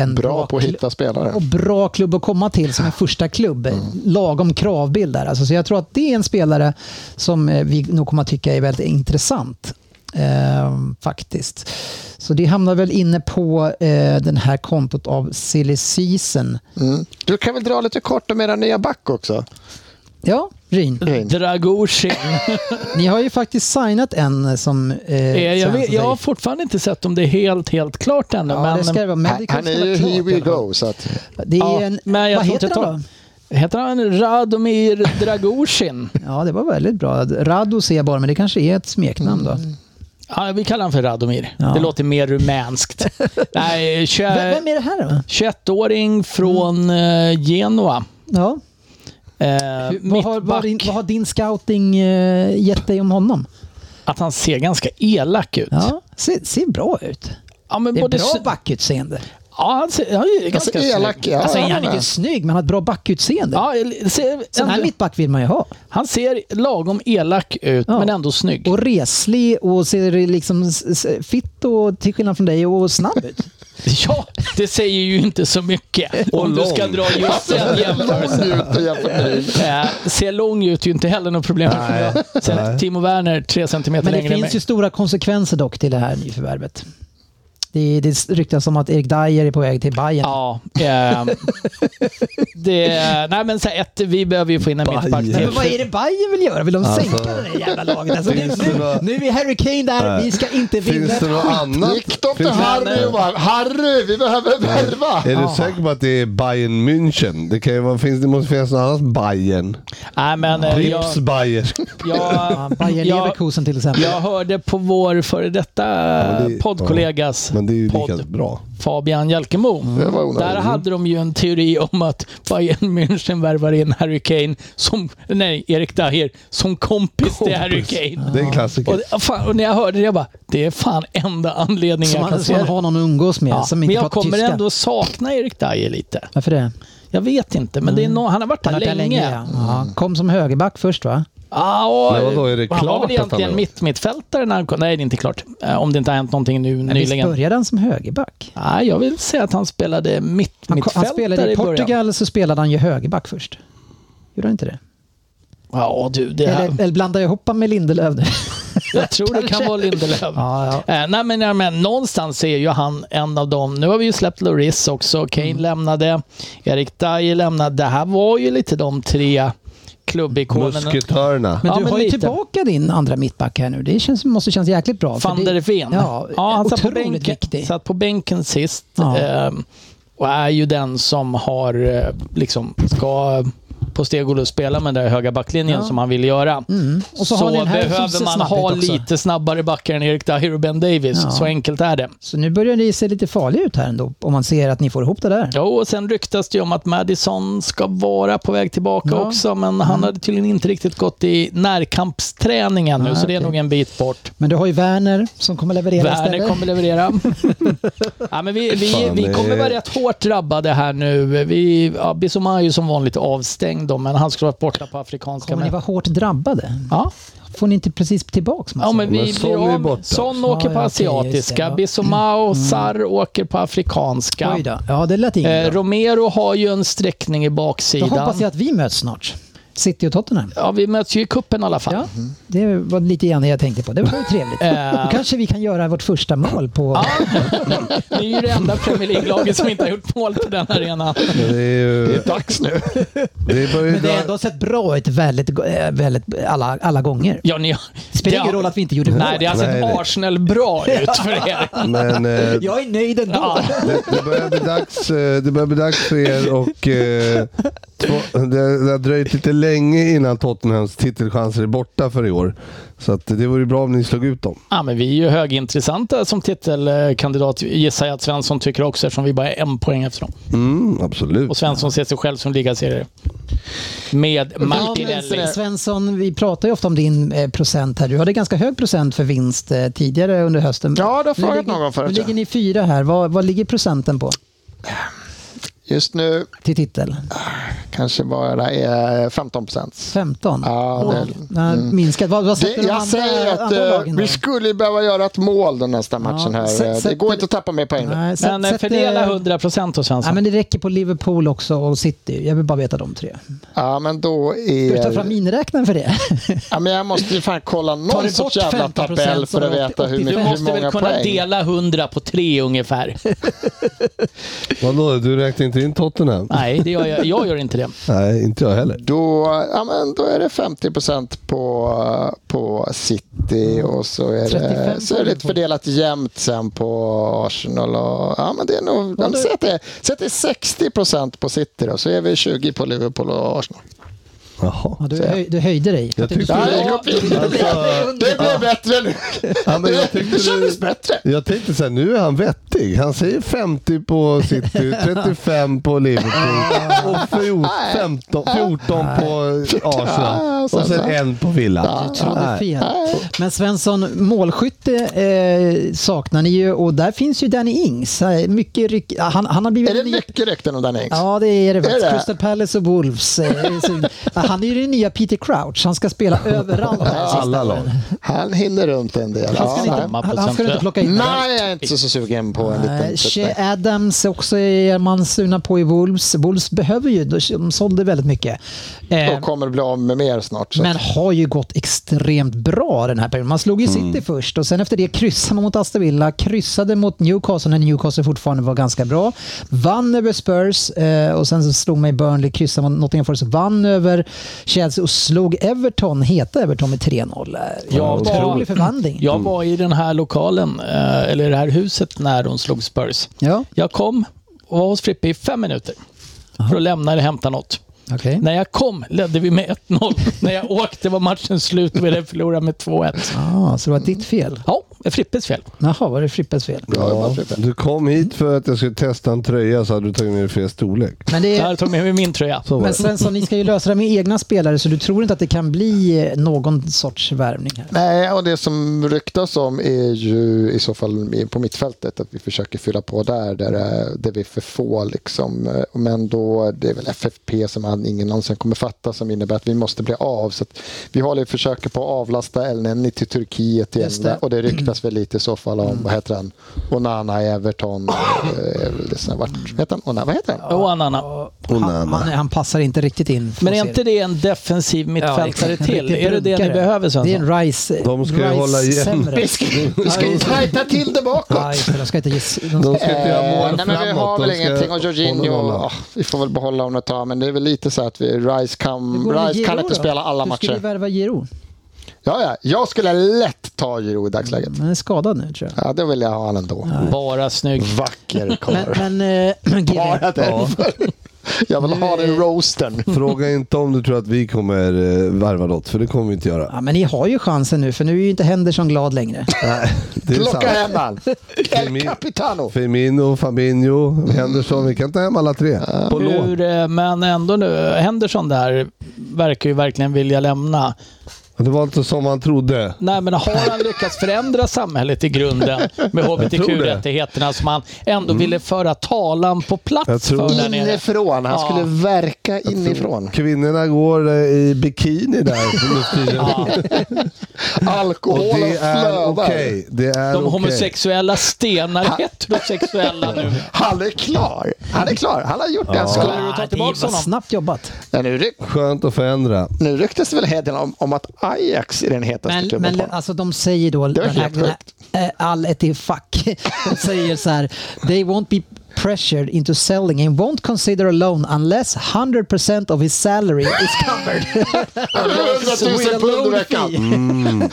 Speaker 4: en
Speaker 2: Bra på att
Speaker 4: kl-
Speaker 2: hitta Mm. spelare.
Speaker 4: Och bra klubb att komma till som en första klubb. Lagom kravbild där. Alltså, så jag tror att det är en spelare som eh, vi nog kommer att tycka är väldigt intressant. Ehm, faktiskt. Så det hamnar väl inne på eh, den här kontot av Silly Season.
Speaker 2: Mm. Du kan väl dra lite kort om era nya back också?
Speaker 4: Ja, Ryn.
Speaker 5: Dragoshi.
Speaker 4: Ni har ju faktiskt signat en som... Eh,
Speaker 5: Eh, jag,
Speaker 4: Svensson
Speaker 5: vet, jag har fortfarande inte sett om det är helt, helt klart ännu.
Speaker 4: Ja,
Speaker 5: men,
Speaker 4: det ska det vara. Men det
Speaker 2: Han
Speaker 4: kanske
Speaker 2: är
Speaker 4: var
Speaker 2: ju
Speaker 4: klart i
Speaker 2: here we
Speaker 4: alla fall.
Speaker 2: go. Så att,
Speaker 4: Det är
Speaker 5: Ja,
Speaker 4: en,
Speaker 5: men jag
Speaker 4: vad
Speaker 5: tror inte
Speaker 4: heter han
Speaker 5: jag
Speaker 4: då?
Speaker 5: Heter han Radomir Dragoshin?
Speaker 4: Ja, det var väldigt bra. Rado ser jag bara, men det kanske är ett smeknamn då.
Speaker 5: Mm. Ja, vi kallar honom för Radomir.
Speaker 4: Ja.
Speaker 5: Det låter mer rumänskt. Nej,
Speaker 4: Vem, vem
Speaker 5: 20,
Speaker 4: är det här då?
Speaker 5: 21-åring från eh, Genoa.
Speaker 4: Ja.
Speaker 5: Eh,
Speaker 4: Vad har, vad, har
Speaker 5: mittback.
Speaker 4: din, vad har din scouting eh, gett dig om honom?
Speaker 5: Att han ser ganska elak ut.
Speaker 4: Ja, ser, ser bra ut.
Speaker 5: Ja, men
Speaker 4: Det är
Speaker 5: både,
Speaker 4: bra
Speaker 5: sy-
Speaker 4: backutseende.
Speaker 5: Ja, han ser, han är ganska
Speaker 2: ser elak,
Speaker 5: snygg.
Speaker 2: ja.
Speaker 5: Alltså,
Speaker 2: Ja,
Speaker 5: han,
Speaker 4: Han är ju snygg, men han har ett bra backutseende.
Speaker 5: ja, eller- ser,
Speaker 4: Sån här
Speaker 5: ändå-
Speaker 4: mittback vill man ju ha.
Speaker 5: han ser lagom elak ut,
Speaker 4: Ja.
Speaker 5: men ändå snygg.
Speaker 4: Och reslig och ser liksom s- s- fitt och till skillnad från dig och snabb ut.
Speaker 5: Ja, det säger ju inte så mycket.
Speaker 3: Och
Speaker 5: om du ska
Speaker 3: lång.
Speaker 5: dra just den jämförelsen.
Speaker 2: Njut Alltså, och jämför med dig.
Speaker 5: Eh, ser lång ut är ju inte heller något problem.
Speaker 3: Nej.
Speaker 5: Sen Timo Werner, tre centimeter
Speaker 4: Men det
Speaker 5: längre än
Speaker 4: finns
Speaker 5: mig.
Speaker 4: ju stora konsekvenser dock till det här nyförvärvet. Det, det ryktas om att Erik Dyer är på väg till Bayern.
Speaker 5: Ja, ehm, det, nej men så här, ett, vi behöver ju få in en
Speaker 3: Bayern.
Speaker 5: mittback
Speaker 4: Nej,
Speaker 5: till.
Speaker 4: men vad är det Bayern vill göra? Vill de sänka det där jävla laget? Alltså, nu,
Speaker 3: Alltså, Finns det
Speaker 4: nu,
Speaker 3: några-
Speaker 4: nu är Harry Kane där, vi ska inte vinna.
Speaker 3: Finns det något annat?
Speaker 2: Gick de till
Speaker 3: Finns det-
Speaker 2: Harry och bara “Harry, vi behöver
Speaker 4: Mm.
Speaker 2: värva”?
Speaker 3: Är du säker på att det är Bayern München? Det, kan ju vara, finns, det måste finnas något annat Bayern.
Speaker 5: Nej, men, eh, jag,
Speaker 3: Prips Bayern.
Speaker 4: Ja,
Speaker 5: jag,
Speaker 4: Bayern
Speaker 5: jag,
Speaker 4: Leverkusen till exempel.
Speaker 5: jag hörde på vår före detta
Speaker 3: men det-
Speaker 5: poddkollegas
Speaker 3: Men det är ju lika
Speaker 5: podd,
Speaker 3: bra.
Speaker 5: Fabian Jalkemo.
Speaker 2: Det var onödigt.
Speaker 3: Mm.
Speaker 5: Där hade de ju en teori om att Bayern München värvar in Harry Kane som, nej, Erik Dyer som kompis till Harry Kane.
Speaker 3: Det är en klassiker.
Speaker 5: Och, det- fan, och när jag hörde det, jag bara, det är fan enda anledningen
Speaker 4: Som
Speaker 5: jag
Speaker 4: man,
Speaker 5: kan
Speaker 4: som
Speaker 5: se
Speaker 4: man
Speaker 5: det.
Speaker 4: har någon att umgås med
Speaker 5: Ja,
Speaker 4: som
Speaker 5: men
Speaker 4: inte
Speaker 5: jag
Speaker 4: pratar
Speaker 5: kommer
Speaker 4: tyska.
Speaker 5: ändå sakna Erik Dyer lite.
Speaker 4: Varför det?
Speaker 5: Jag vet inte, men det är nå- han har varit
Speaker 4: Mm. Han
Speaker 5: här
Speaker 4: har varit
Speaker 5: länge. Mm.
Speaker 4: där länge. ja. Ja. Kom som högerback först va?
Speaker 5: Ah, och,
Speaker 3: Men vadå, är det
Speaker 5: han var väl
Speaker 3: klart att han
Speaker 5: egentligen
Speaker 3: har-
Speaker 5: mitt mittfältare när han kom. Nej, det är inte klart. Eh, Om det inte har hänt någonting nu
Speaker 4: Men Visst
Speaker 5: nyligen. Nej,
Speaker 4: började han som högerback?
Speaker 5: jag vill säga att han spelade mitt,
Speaker 4: Han,
Speaker 5: mittfältare
Speaker 4: han spelade i
Speaker 5: början.
Speaker 4: Portugal så spelade han ju högerback först. Gjorde han inte det?
Speaker 5: Ja, du. Det här,
Speaker 4: Eller, eller blandar jag ihop han med Lindelöf nu?
Speaker 5: jag tror det kan vara Lindelöf.
Speaker 4: Ja, ja.
Speaker 5: Eh, nej, men, nej, men någonstans är ju han en av dem. Nu har vi ju släppt Loris också. Kane
Speaker 4: Mm.
Speaker 5: lämnade. Erik Dyer lämnade. Det här var ju lite de tre klubbikonerna.
Speaker 3: Musketörerna.
Speaker 4: Men
Speaker 5: Ja,
Speaker 4: du
Speaker 5: men
Speaker 4: har ju
Speaker 5: lite.
Speaker 4: tillbaka din andra mittback här nu. Det känns, måste kännas jäkligt bra. för
Speaker 5: Van
Speaker 4: det-
Speaker 5: der Ven.
Speaker 4: Ja,
Speaker 5: han satt på,
Speaker 4: otroligt
Speaker 5: bänken,
Speaker 4: viktig.
Speaker 5: satt på bänken sist.
Speaker 4: Ja.
Speaker 5: ehm, och är ju den som har, eh, liksom, ska på steg och lust spela med den där höga backlinjen
Speaker 4: Ja.
Speaker 5: som han vill göra.
Speaker 4: Mm. Och så, har ni den här som
Speaker 5: behöver
Speaker 4: ser
Speaker 5: man
Speaker 4: snabb
Speaker 5: ha
Speaker 4: ut också.
Speaker 5: lite snabbare backar än Erik Dyer och Ben Davis.
Speaker 4: Ja.
Speaker 5: Så enkelt är det.
Speaker 4: Så nu börjar det se lite farligt ut här ändå, om man ser att ni får ihop det där.
Speaker 5: Ja, och sen ryktas det ju om att Madison ska vara på väg tillbaka
Speaker 4: Ja. Mm.
Speaker 5: också, men han hade tydligen inte riktigt gått i närkampsträningen nu,
Speaker 4: Nej,
Speaker 5: så det är
Speaker 4: okej.
Speaker 5: nog en bit bort.
Speaker 4: Men du har ju Werner som kommer leverera
Speaker 5: Werner
Speaker 4: istället.
Speaker 5: kommer leverera. ja, men vi, vi,
Speaker 3: Fan,
Speaker 5: vi
Speaker 3: det
Speaker 5: kommer
Speaker 3: är-
Speaker 5: vara rätt hårt drabbade här nu. Vi, ja, Bissouma är ju som vanligt avstängd, då, men han skulle varit borta på afrikanska.
Speaker 4: Kommer ni
Speaker 5: Men,
Speaker 4: vara hårt drabbade?
Speaker 5: ja.
Speaker 4: Får ni inte precis tillbaka
Speaker 5: ja, men vi
Speaker 3: Men Son är
Speaker 5: blir av.
Speaker 3: borta.
Speaker 5: Son
Speaker 4: Ja,
Speaker 5: åker på
Speaker 4: ja, okej, just det,
Speaker 5: asiatiska.
Speaker 4: ja.
Speaker 5: Bissouma och Sarr åker på afrikanska.
Speaker 4: Oj då. Ja, det lät inget
Speaker 5: Eh,
Speaker 4: bra.
Speaker 5: Romero har ju en sträckning i
Speaker 4: Då hoppas jag
Speaker 5: baksidan.
Speaker 4: att vi möts snart. City och Tottenham.
Speaker 5: Ja, vi möts ju i kuppen i alla fall.
Speaker 4: Ja, det var lite grann det jag tänkte på. Det var ju trevligt.
Speaker 5: Eh.
Speaker 4: Då kanske vi kan göra vårt första mål på...
Speaker 5: Det är ju det enda Premier League-laget som inte har gjort mål på den arenan.
Speaker 3: Men det är ju...
Speaker 2: Dags nu.
Speaker 3: Det börjar ju
Speaker 4: Men det har
Speaker 3: dra...
Speaker 4: ändå sett bra ut väldigt, eh, väldigt, alla, alla gånger.
Speaker 5: Ja, ni,
Speaker 4: Det spelar ingen
Speaker 5: Ja.
Speaker 4: roll att vi inte gjorde mål.
Speaker 5: Nej, det har
Speaker 3: Nej,
Speaker 5: sett
Speaker 3: det-
Speaker 5: Arsenal bra ut för er.
Speaker 3: Men eh,
Speaker 4: Jag är nöjd ändå.
Speaker 5: Ja.
Speaker 3: det, det börjar bli dags, eh, det börjar bli dags för er och eh, två, det, det har dröjt lite länge innan Tottenhams titelchanser är borta för i år. Så att det vore ju bra om ni slog ut dem.
Speaker 5: Ja, men vi är ju högintressanta som titelkandidat, gissar jag att Svensson tycker också, eftersom vi bara är en poäng efter dem.
Speaker 3: Mm, absolut.
Speaker 5: Och Svensson ser sig själv som ligasegrare. Med
Speaker 4: Ja,
Speaker 5: Martinelli.
Speaker 4: men Svensson, vi pratar ju ofta om din eh, procent här. Du hade ganska hög procent för vinst eh, tidigare under hösten.
Speaker 2: Ja, det har
Speaker 4: Nu
Speaker 2: frågat
Speaker 4: ligger-
Speaker 2: någon förut,
Speaker 4: Nu
Speaker 2: ja.
Speaker 4: ligger ni fyra här. Vad, vad ligger procenten på
Speaker 2: Just nu
Speaker 4: till titel?
Speaker 2: kanske bara är 15 procent.
Speaker 4: 15?
Speaker 2: Ja,
Speaker 4: Åh,
Speaker 2: det- mm.
Speaker 4: nej, Minskat. Vad, vad
Speaker 2: Det,
Speaker 4: sätter de
Speaker 2: jag
Speaker 4: andra,
Speaker 2: säger att
Speaker 4: andra
Speaker 2: eh,
Speaker 4: lagen då?
Speaker 2: vi skulle ju behöva göra ett mål den nästa matchen här.
Speaker 4: sätt-
Speaker 2: Eh, Det
Speaker 4: sätt-
Speaker 2: går inte att tappa mer poäng nu.
Speaker 4: Nej, sätt-
Speaker 5: Men eh,
Speaker 4: sätt,
Speaker 5: fördela
Speaker 4: eh,
Speaker 5: 100 procent hos
Speaker 4: Ja,
Speaker 5: Svensson.
Speaker 4: men det räcker på Liverpool också och City. Jag vill bara veta de tre.
Speaker 2: Ja, men då
Speaker 4: Ska du ta fram
Speaker 2: är...
Speaker 4: miniräknaren för det?
Speaker 2: Ja, men jag måste ju fan kolla någon
Speaker 4: bort
Speaker 2: sorts jävla
Speaker 4: 15%
Speaker 2: tabell för att
Speaker 4: så är det
Speaker 2: veta hur,
Speaker 4: 85.
Speaker 5: Du
Speaker 2: mycket, hur
Speaker 5: måste väl
Speaker 2: många
Speaker 5: kunna
Speaker 2: poäng.
Speaker 5: dela 100 på tre ungefär?
Speaker 3: Vadå, du räknar inte in Tottenham?
Speaker 5: Nej, det gör jag, jag gör inte det.
Speaker 3: Nej, inte jag heller.
Speaker 2: Då, ja, men då är det 50 procent på, på
Speaker 4: Mm.
Speaker 2: City och så är,
Speaker 4: 35
Speaker 2: det, så är det lite fördelat jämnt sen på Arsenal. Och, ja, men det är nog, ja, men säg att det är- säg att det är 60 procent på City då, så är vi 20 på Liverpool och Arsenal.
Speaker 3: Jaha.
Speaker 4: Ja, du, höj, du höjde dig.
Speaker 3: Jag tyckte,
Speaker 2: Ja, det går fint. Det blev- det blev bättre nu.
Speaker 3: ja, men jag
Speaker 2: Det
Speaker 3: tyckte
Speaker 2: kändes bättre.
Speaker 3: Jag tänkte så här, nu är han vettig. Han säger 50 på City, 35 på Liverpool och 14, 15, 14 på Arsenal. Och sen en på Villa.
Speaker 4: Du trodde fel. Men Svensson, målskytte eh, saknar ni ju och där finns ju Danny Ings. Eh, Mycket ryck... Han, han har blivit...
Speaker 2: Är det
Speaker 4: en ny-
Speaker 2: mycket rykten om den Ings?
Speaker 4: Ja, det är det faktiskt.
Speaker 2: det?
Speaker 4: Crystal Palace och Wolves. eh, så- Han är ju den nya Peter Crouch. Han ska spela överallt. den här sista
Speaker 3: Alla lag.
Speaker 4: åren.
Speaker 5: Han
Speaker 2: Hinner runt en del.
Speaker 4: Han
Speaker 2: Ja,
Speaker 4: ska
Speaker 2: nej.
Speaker 4: inte, han, han ska inte plocka in
Speaker 2: nej, jag är inte så sugen på en liten
Speaker 4: Nej, Che
Speaker 2: tutt.
Speaker 4: Adams också är man sugna på i Wolves. Wolves behöver ju, de sålde väldigt mycket. Eh,
Speaker 2: Och kommer bli av med mer snart. Så.
Speaker 4: men har ju gått extremt bra den här perioden. Man slog ju City först och sen efter det kryssade man mot Aston Villa, kryssade mot Newcastle när Newcastle fortfarande var ganska bra. Vann över Spurs eh, och sen så slog man i Burnley, kryssade mot Nottingham Forest, vann över Chelsea och slog Everton, heta Everton med 3-0. Eh,
Speaker 5: Ja,
Speaker 4: Otrolig
Speaker 5: otroligt.
Speaker 4: förvandling.
Speaker 5: Jag
Speaker 2: Mm.
Speaker 5: var i den här lokalen, eh, eller det här huset, när de slog Spurs.
Speaker 4: Ja,
Speaker 5: Jag kom och var hos Frippe i fem minuter för att lämna eller hämta något.
Speaker 4: okej.
Speaker 5: När jag kom ledde vi med 1-0. När jag åkte var matchen slut och vi hade förlorat med 2-1.
Speaker 4: Ah, så det var ditt fel?
Speaker 5: Ja, Frippes fel.
Speaker 4: Jaha, var det Frippes fel?
Speaker 3: Ja, du kom hit för att jag skulle testa en tröja så hade du tagit med dig fel storlek.
Speaker 4: Men det
Speaker 5: Jag
Speaker 4: är...
Speaker 5: hade tagit med mig min tröja.
Speaker 3: Så var
Speaker 4: Men
Speaker 3: det.
Speaker 4: Svensson, ni ska ju lösa det med egna spelare så du tror inte att det kan bli eh, någon sorts värvning här?
Speaker 2: Nej, och det som ryktas om är ju i så fall i- på mittfältet att vi försöker fylla på där, där, det- där vi är för få. Liksom. Eh, Men då, det är väl FFP som han- ingen någonsin kommer fatta som innebär att vi måste bli av. Så att vi håller försöker på att avlasta Elneny till Turkiet igen.
Speaker 4: Just det. Mm.
Speaker 2: Och det ryktas väl lite i så fall om, vad heter han, Onana i Everton. eh, är väl det som har varit. Vad heter han? Onana, vad heter han?
Speaker 5: Och Anna.
Speaker 4: Han, han, han passar inte riktigt in.
Speaker 5: Men är inte det en defensiv mittfältare till? Är det det ni behöver,
Speaker 4: Det är
Speaker 5: Svensson?
Speaker 4: en Rice
Speaker 3: De ska ju
Speaker 4: Rice
Speaker 3: hålla igen.
Speaker 4: Sämre.
Speaker 2: Vi ska ju tajta till det bakåt.
Speaker 4: Ja, just det, de ska inte ge... De
Speaker 3: De
Speaker 4: ska,
Speaker 3: ska inte göra mål
Speaker 2: Eh, nej, men vi
Speaker 3: framåt,
Speaker 2: har väl
Speaker 3: de ska
Speaker 2: ingenting och
Speaker 3: hålla
Speaker 2: Jorginho,
Speaker 3: nollan.
Speaker 2: ah, vi får väl behålla honom ett tag, men det är väl lite så att vi, Rice
Speaker 4: Hur
Speaker 2: kan,
Speaker 4: går det med
Speaker 2: Rice kan
Speaker 4: Giroud
Speaker 2: inte
Speaker 4: då?
Speaker 2: spela alla
Speaker 4: Du skulle ju
Speaker 2: matcher.
Speaker 4: värva Giroud.
Speaker 2: Ja, ja, jag skulle lätt ta Giroud i dagsläget.
Speaker 4: Han är skadad nu tror jag.
Speaker 2: Ja, då vill jag ha honom ändå.
Speaker 5: Bara snygg.
Speaker 2: Vacker karl.
Speaker 4: Men, men eh, GV,
Speaker 2: Bara därför. Jag vill ha den roastern.
Speaker 3: Fråga inte om du tror att vi kommer eh, varva något, för det kommer vi inte göra.
Speaker 4: ja, men ni har ju chansen nu för nu är ju inte Henderson glad längre.
Speaker 3: Det är
Speaker 2: Plocka
Speaker 3: sant.
Speaker 2: hem han. El
Speaker 3: min-
Speaker 2: Capitano.
Speaker 3: Firmino, Fabinho, Henderson. Vi kan ta hem alla tre. På lån.
Speaker 5: Hur, eh, men ändå nu, Henderson där verkar ju verkligen vilja lämna.
Speaker 3: Det var inte som man trodde.
Speaker 5: Nej, men har han lyckats förändra samhället i grunden med hbtq-rättigheterna som han ändå ville föra talan på
Speaker 3: Jag
Speaker 5: plats
Speaker 3: tror-
Speaker 5: för där nere?
Speaker 2: Inifrån. Han
Speaker 5: Ja.
Speaker 2: skulle verka inifrån.
Speaker 3: Kvinnorna går eh, i bikini där nu för tiden. Och
Speaker 2: Alkoholen
Speaker 3: det är
Speaker 2: flödar.
Speaker 3: okej. Det är
Speaker 5: De
Speaker 3: okej.
Speaker 5: homosexuella stenar heterosexuella nu.
Speaker 2: Han är klar. Han är klar. Han har gjort det han
Speaker 5: Skulle
Speaker 2: skulle.
Speaker 5: du ta
Speaker 4: det
Speaker 5: tillbaka
Speaker 4: var
Speaker 5: honom?
Speaker 4: snabbt jobbat.
Speaker 2: Ja, nu, ryk-
Speaker 3: Skönt att förändra.
Speaker 2: nu ryktas det väl heden om, om att Ajax är den hetaste
Speaker 4: Men,
Speaker 2: klubben
Speaker 4: men
Speaker 2: på honom.
Speaker 4: alltså de säger då,
Speaker 2: var
Speaker 4: den här,
Speaker 2: helt
Speaker 4: den här, eh, all ett är fuck. De säger så här, they won't be pressured into selling and won't consider a loan unless 100% of his salary is covered.
Speaker 2: 700 000 pund i veckan. Mm.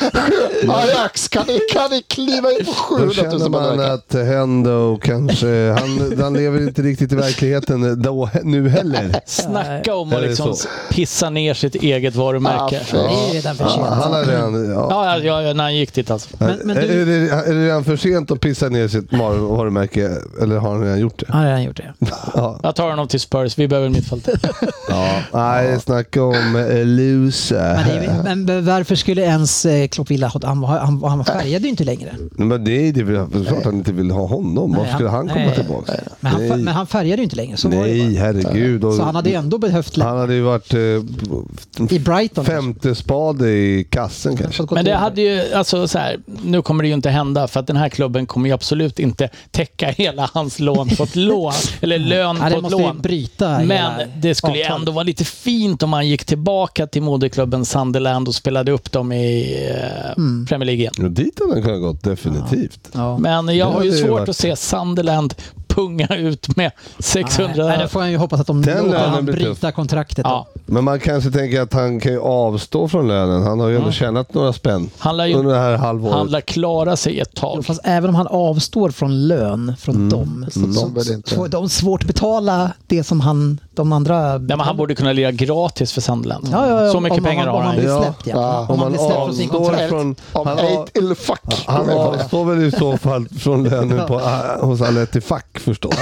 Speaker 2: Ajax, kan ni, kan ni kliva in på
Speaker 3: Då
Speaker 2: 700
Speaker 3: känner
Speaker 2: 000 pund i
Speaker 3: man
Speaker 2: veckan?
Speaker 3: att Hendo kanske, han, han lever inte riktigt i verkligheten då, nu heller.
Speaker 5: Snacka om att
Speaker 3: Eller
Speaker 5: liksom
Speaker 3: så.
Speaker 5: pissa ner sitt eget varumärke.
Speaker 2: Ah,
Speaker 4: Det
Speaker 2: för-
Speaker 4: är ju redan för
Speaker 3: Ja, han
Speaker 4: sent.
Speaker 3: har redan, ja.
Speaker 5: Ja, ja, ja, när han gick dit alltså.
Speaker 4: Men- men du-
Speaker 3: är, det, är det redan för sent att pissa ner sitt mar- varumärke eller har han redan gjort det?
Speaker 4: Han har redan gjort det.
Speaker 5: Jag tar honom till Spurs. Vi behöver en mittfältare.
Speaker 3: Ja. Nej, snacka om eh,
Speaker 4: Men, det
Speaker 3: loser.
Speaker 4: är, men- men varför skulle ens eh, Klopp vilja ha... Han, var- han, han färgade ju inte längre.
Speaker 3: Nej, Men det är det är väl klart han inte vill ha honom. Varför
Speaker 4: Nej,
Speaker 3: skulle han komma
Speaker 4: nej.
Speaker 3: tillbaka?
Speaker 4: Men han,
Speaker 3: Nej.
Speaker 4: men han färgade ju inte längre. Så, var det
Speaker 3: Nej, herregud.
Speaker 4: bara.
Speaker 3: Och
Speaker 4: så han hade ju ändå behövt... lä-
Speaker 3: han hade ju varit eh,
Speaker 4: I Brighton.
Speaker 3: femte spade i kassen kanske.
Speaker 4: kanske. Fått gå
Speaker 5: Men det
Speaker 4: till-
Speaker 5: hade ju, alltså så här, nu kommer det ju inte hända för att den här klubben kommer ju absolut inte täcka hela hans lån på ett lån. Eller lön
Speaker 4: Ja,
Speaker 5: på
Speaker 4: det
Speaker 5: ett
Speaker 4: måste ju
Speaker 5: lån.
Speaker 4: bryta hela
Speaker 5: Men det skulle ju
Speaker 4: avtalet.
Speaker 5: ändå vara lite fint om han gick tillbaka till moderklubben Sunderland och spelade upp dem i eh, Premier League igen.
Speaker 3: Och dit hade han kunnat gått definitivt.
Speaker 4: Ja.
Speaker 5: Men jag
Speaker 3: Det
Speaker 5: har ju
Speaker 3: hade ju
Speaker 5: svårt
Speaker 3: varit-
Speaker 5: att se Sunderland punga ut med 600.
Speaker 4: Nej, då får han ju hoppas att de
Speaker 3: Den
Speaker 4: låter
Speaker 3: lönen
Speaker 4: han
Speaker 3: blir tuff.
Speaker 4: bryta kontraktet.
Speaker 5: ja,
Speaker 3: Men man kanske tänker att han kan ju avstå från lönen. Han har ju ändå tjänat några spänn
Speaker 5: Han lär ju-
Speaker 3: under det här halvåret.
Speaker 5: han lär klara sig ett tag.
Speaker 4: Fast även om han avstår från lön från dem så,
Speaker 2: de
Speaker 4: så,
Speaker 2: vill
Speaker 4: så
Speaker 2: inte.
Speaker 4: får de svårt att betala det som han, de andra...
Speaker 5: Nej, men han borde kunna lira gratis för Sunderland.
Speaker 4: Ja, ja, ja,
Speaker 5: så mycket
Speaker 4: om han-
Speaker 5: pengar
Speaker 4: om
Speaker 5: har han.
Speaker 4: han blir
Speaker 3: Ja.
Speaker 4: släppt, ja.
Speaker 2: Ja.
Speaker 4: Om han blir släppt från sin kontrakt.
Speaker 3: avstår från...
Speaker 2: Om
Speaker 3: Han,
Speaker 2: eight ill fuck.
Speaker 3: han
Speaker 2: Kom igen på det.
Speaker 3: avstår väl i så fall från lönen på, hos Aletti Fack förstås.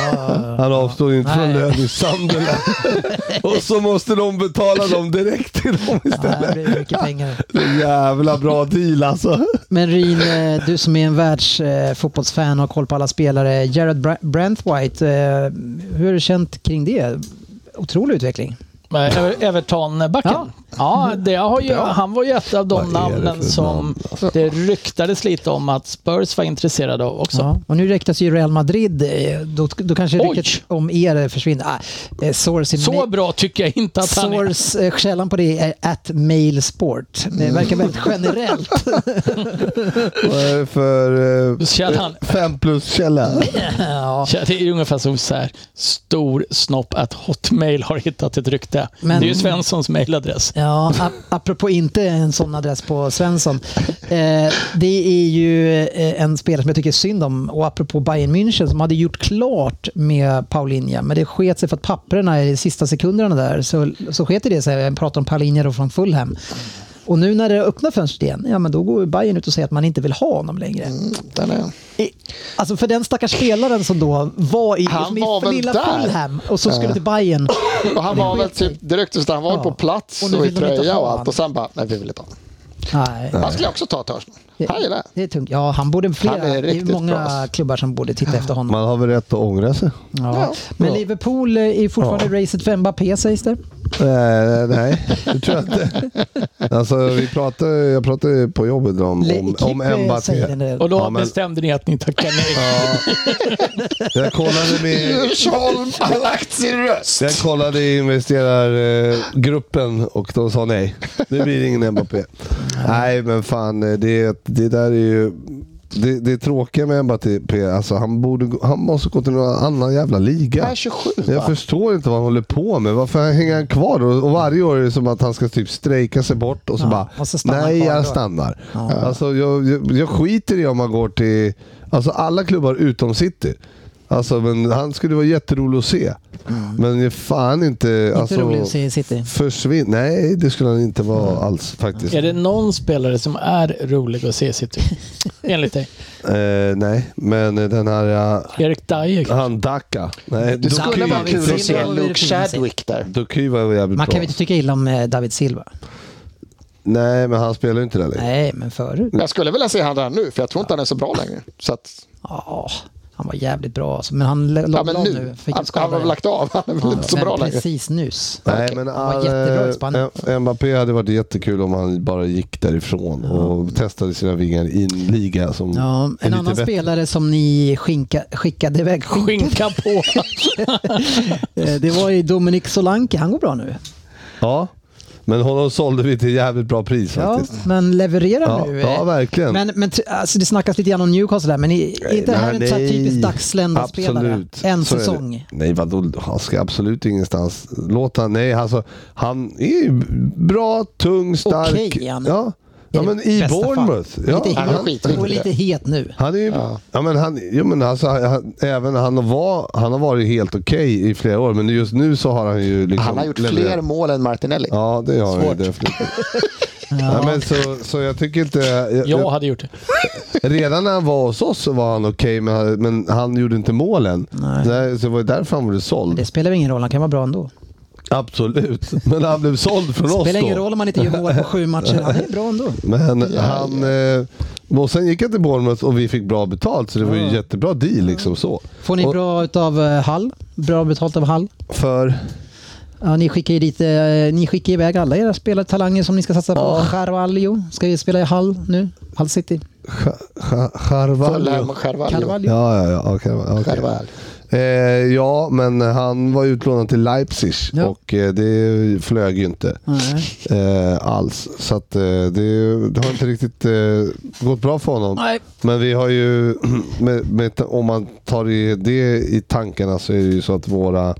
Speaker 3: Han avstår ju inte från
Speaker 4: Nej.
Speaker 3: lön i Sunderland. Och så måste de betala dem direkt till dem istället.
Speaker 4: Ja, det blir mycket pengar.
Speaker 3: Jävla bra deal alltså.
Speaker 4: Men Rin, eh, du som är en världsfotbollsfan och har koll på alla spelare. Jared Bra- Branthwaite, eh, hur har du känt kring det? Otrolig utveckling.
Speaker 5: Men Ever- Everton-backen. Ja.
Speaker 4: Ja.
Speaker 5: det har ju, han var ju ett av de
Speaker 3: Vad är det
Speaker 5: namnen
Speaker 3: för
Speaker 5: som
Speaker 3: namn,
Speaker 5: det ryktades lite om att Spurs var intresserade av också.
Speaker 4: Ja. Och nu räknas ju Real Madrid. eh, Då, då kanske
Speaker 5: Oj.
Speaker 4: ryktet om er försvinner. Ah, eh, source in
Speaker 5: Så bra tycker jag inte att han är.
Speaker 4: Source, eh, källan på det är at mailsport. Det verkar väldigt generellt.
Speaker 3: Vad är det för eh,
Speaker 5: Källan.
Speaker 3: fem plus källa?
Speaker 4: ja.
Speaker 5: Ja, Det är ungefär som så här, stor snopp att Hotmail har hittat ett rykte.
Speaker 4: Men-
Speaker 5: Det är ju Svenssons mailadress.
Speaker 4: Ja, ap- apropå inte en sån adress på Svensson. Eh, det är ju eh, en spelare som jag tycker synd om och apropå Bayern München som hade gjort klart med Paulinha men det sket sig för att papperna i sista sekunderna där så, så sket det sig. Jag pratar om Paulinha då från Fulham. Och nu när det öppnar fönstret igen, ja men då går ju Bayern ut och säger att man inte vill ha honom längre.
Speaker 2: Den är...
Speaker 4: I- Alltså för den stackars spelaren som då var i,
Speaker 2: Han
Speaker 4: som i
Speaker 2: var väl
Speaker 4: lilla
Speaker 2: där?
Speaker 4: Fulham och så skulle till Bayern.
Speaker 2: Och han var väl
Speaker 4: sket sig.
Speaker 2: typ, det ryktes att han var
Speaker 4: Ja.
Speaker 2: på plats
Speaker 4: Och nu
Speaker 2: och, i
Speaker 4: vill de inte
Speaker 2: tröja
Speaker 4: ha
Speaker 2: och allt
Speaker 4: han.
Speaker 2: och sen bara, nej vi vill inte ha
Speaker 4: Nej.
Speaker 2: Han skulle jag också ta Törsson. Han gillar jag.
Speaker 4: Det är tungt. Ja, han borde flera.
Speaker 2: Han är
Speaker 4: det är
Speaker 2: riktigt
Speaker 4: många
Speaker 2: bra, alltså.
Speaker 4: klubbar som borde titta efter honom.
Speaker 3: Man har väl rätt att ångra sig?
Speaker 4: Ja. Men Liverpool eh, är fortfarande i racet för Mbappé sägs det.
Speaker 3: Nej, Eh, nej, det tror jag inte. Alltså, vi pratade, jag pratade ju på jobbet om,
Speaker 4: Le-
Speaker 3: om, om
Speaker 4: Kippe säger den
Speaker 3: Mbappé.
Speaker 4: där.
Speaker 5: Och då
Speaker 3: Ja, men-
Speaker 5: bestämde ni att ni tackar nej.
Speaker 3: Jag kollade med...
Speaker 2: Djursholm har lagt sin röst.
Speaker 3: Jag kollade i investerargruppen och de sa nej. Det blir ingen Mbappé. Nej, men fan. eh, Det, det där är ju... Det, det är tråkiga med Mbappé, alltså han, borde, gå- han måste gå till någon annan jävla liga.
Speaker 2: Han är 27
Speaker 3: Jag
Speaker 2: va?
Speaker 3: förstår inte vad han håller på med. Varför hänger han kvar då? Och varje år är det som att han ska typ strejka sig bort och så
Speaker 4: Ja,
Speaker 3: bara,
Speaker 4: och så stannar han
Speaker 3: nej
Speaker 4: kvar
Speaker 3: jag
Speaker 4: ändå."
Speaker 3: stannar. Alltså, jag, jag, jag skiter i om han går till, alltså alla klubbar utom City. Alltså, men han skulle vara jätterolig att se. Men det är fan inte...
Speaker 4: Mm. Inte rolig att se Mm. i City.
Speaker 3: försvinn. Nej, det skulle han inte vara alls faktiskt.
Speaker 5: Är det någon spelare som är rolig att se i City? Enligt dig?
Speaker 3: Eh, nej, men eh, den här... eh,
Speaker 5: Erik Dyer? kanske?
Speaker 3: han Daka. Nej,
Speaker 2: Det skulle
Speaker 3: Doku-
Speaker 2: vara kul att se
Speaker 4: Silva.
Speaker 2: Luke Chadwick där.
Speaker 3: Doku var jävligt
Speaker 4: Man kan
Speaker 3: bra.
Speaker 4: väl inte tycka illa om eh, David Silva?
Speaker 3: Nej, men han spelar ju inte där längre.
Speaker 4: Nej, men förut.
Speaker 2: Men Jag skulle vilja se han där nu, för jag tror inte han är så bra längre. Så att,
Speaker 4: Ja, han var jävligt bra alltså. Men han la
Speaker 2: ja,
Speaker 4: la
Speaker 2: men
Speaker 4: av
Speaker 2: nu.
Speaker 4: nu. Fick
Speaker 2: Han,
Speaker 4: en skada.
Speaker 2: han har väl lagt av. Han är väl inte så
Speaker 4: Men
Speaker 2: bra längre.
Speaker 4: Precis nyss.
Speaker 3: Nej,
Speaker 2: Okej.
Speaker 3: men eh,
Speaker 4: Han var jättebra i Spanien.
Speaker 3: M- Mbappé hade varit jättekul om han bara gick därifrån och testade sina vingar i en liga som
Speaker 4: Ja,
Speaker 3: är
Speaker 4: en
Speaker 3: lite
Speaker 4: annan
Speaker 3: bättre.
Speaker 4: spelare som ni skinka, skickade iväg.
Speaker 5: Skinka på.
Speaker 4: Eh, Det var ju Dominic Solanke. Han går bra nu.
Speaker 3: Ja, men honom sålde vi till jävligt bra pris
Speaker 4: Ja,
Speaker 3: faktiskt.
Speaker 4: men levererar
Speaker 3: Ja,
Speaker 4: nu.
Speaker 3: ja, verkligen.
Speaker 4: Men, men tr- alltså, det snackas lite grann om Newcastle där, men i- är inte det här en
Speaker 3: Nej,
Speaker 4: så här typisk
Speaker 3: nej.
Speaker 4: dagslända-spelare?
Speaker 3: Absolut.
Speaker 4: En
Speaker 3: Så är det.
Speaker 4: säsong.
Speaker 3: Nej, vadå? Han ska absolut ingenstans. Låt han. Nej, alltså, han är ju bra, tung, stark.
Speaker 4: Okej, är han.
Speaker 3: ja. ja,
Speaker 4: I
Speaker 3: men
Speaker 4: det
Speaker 3: i
Speaker 4: bästa
Speaker 3: Bournemouth.
Speaker 4: fall.
Speaker 3: Ja,
Speaker 4: lite
Speaker 2: han är
Speaker 4: het,
Speaker 2: skitviktig.
Speaker 4: och lite het nu.
Speaker 3: Han är ju, ja. men han, jo, men alltså, han- han, även han, var, han har varit helt okej i flera år, men just nu så har han ju... Liksom
Speaker 2: Han har gjort
Speaker 3: levererat.
Speaker 2: fler mål än Martinelli.
Speaker 3: Ja, det har han ju definitivt. Nej, men så, så jag tycker inte... Jag,
Speaker 5: Jag
Speaker 3: jag,
Speaker 5: hade gjort det.
Speaker 3: redan när han var hos oss så var han okej, men, han- men han gjorde inte målen. Nej, så det var ju därför han blev såld.
Speaker 4: Det spelar väl ingen roll, han kan vara bra ändå.
Speaker 3: Absolut, men han blev såld från
Speaker 4: Det
Speaker 3: oss
Speaker 4: spelar ingen
Speaker 3: då.
Speaker 4: roll om han inte gör mål på sju matcher, han är bra ändå.
Speaker 3: Men han... Eh, och sen gick han till Bournemouth och vi fick bra betalt, så det var ju jättebra deal. Liksom, så.
Speaker 4: Får ni
Speaker 3: Och-
Speaker 4: bra utav eh, Hall? Bra betalt av Hall?
Speaker 3: För...
Speaker 4: Ja, ni skickar ju dit, eh, ni skickar iväg alla era spelare, talanger som ni ska satsa på. Carvalho ska ju spela i Hall nu, Hall City.
Speaker 3: Charvalho.
Speaker 2: Fulham och Carvalho.
Speaker 4: Carvalho.
Speaker 3: Ja, ja, ja. Okay, okay.
Speaker 2: Carvalho.
Speaker 3: Eh, ja, men han var utlånad till Leipzig
Speaker 4: Ja.
Speaker 3: och eh, det flög ju inte eh, alls. Så att, eh, det, det har inte riktigt eh, gått bra för honom.
Speaker 4: Nej.
Speaker 3: Men vi har ju, med, med, om man tar i, det i tankarna så är det ju så att våra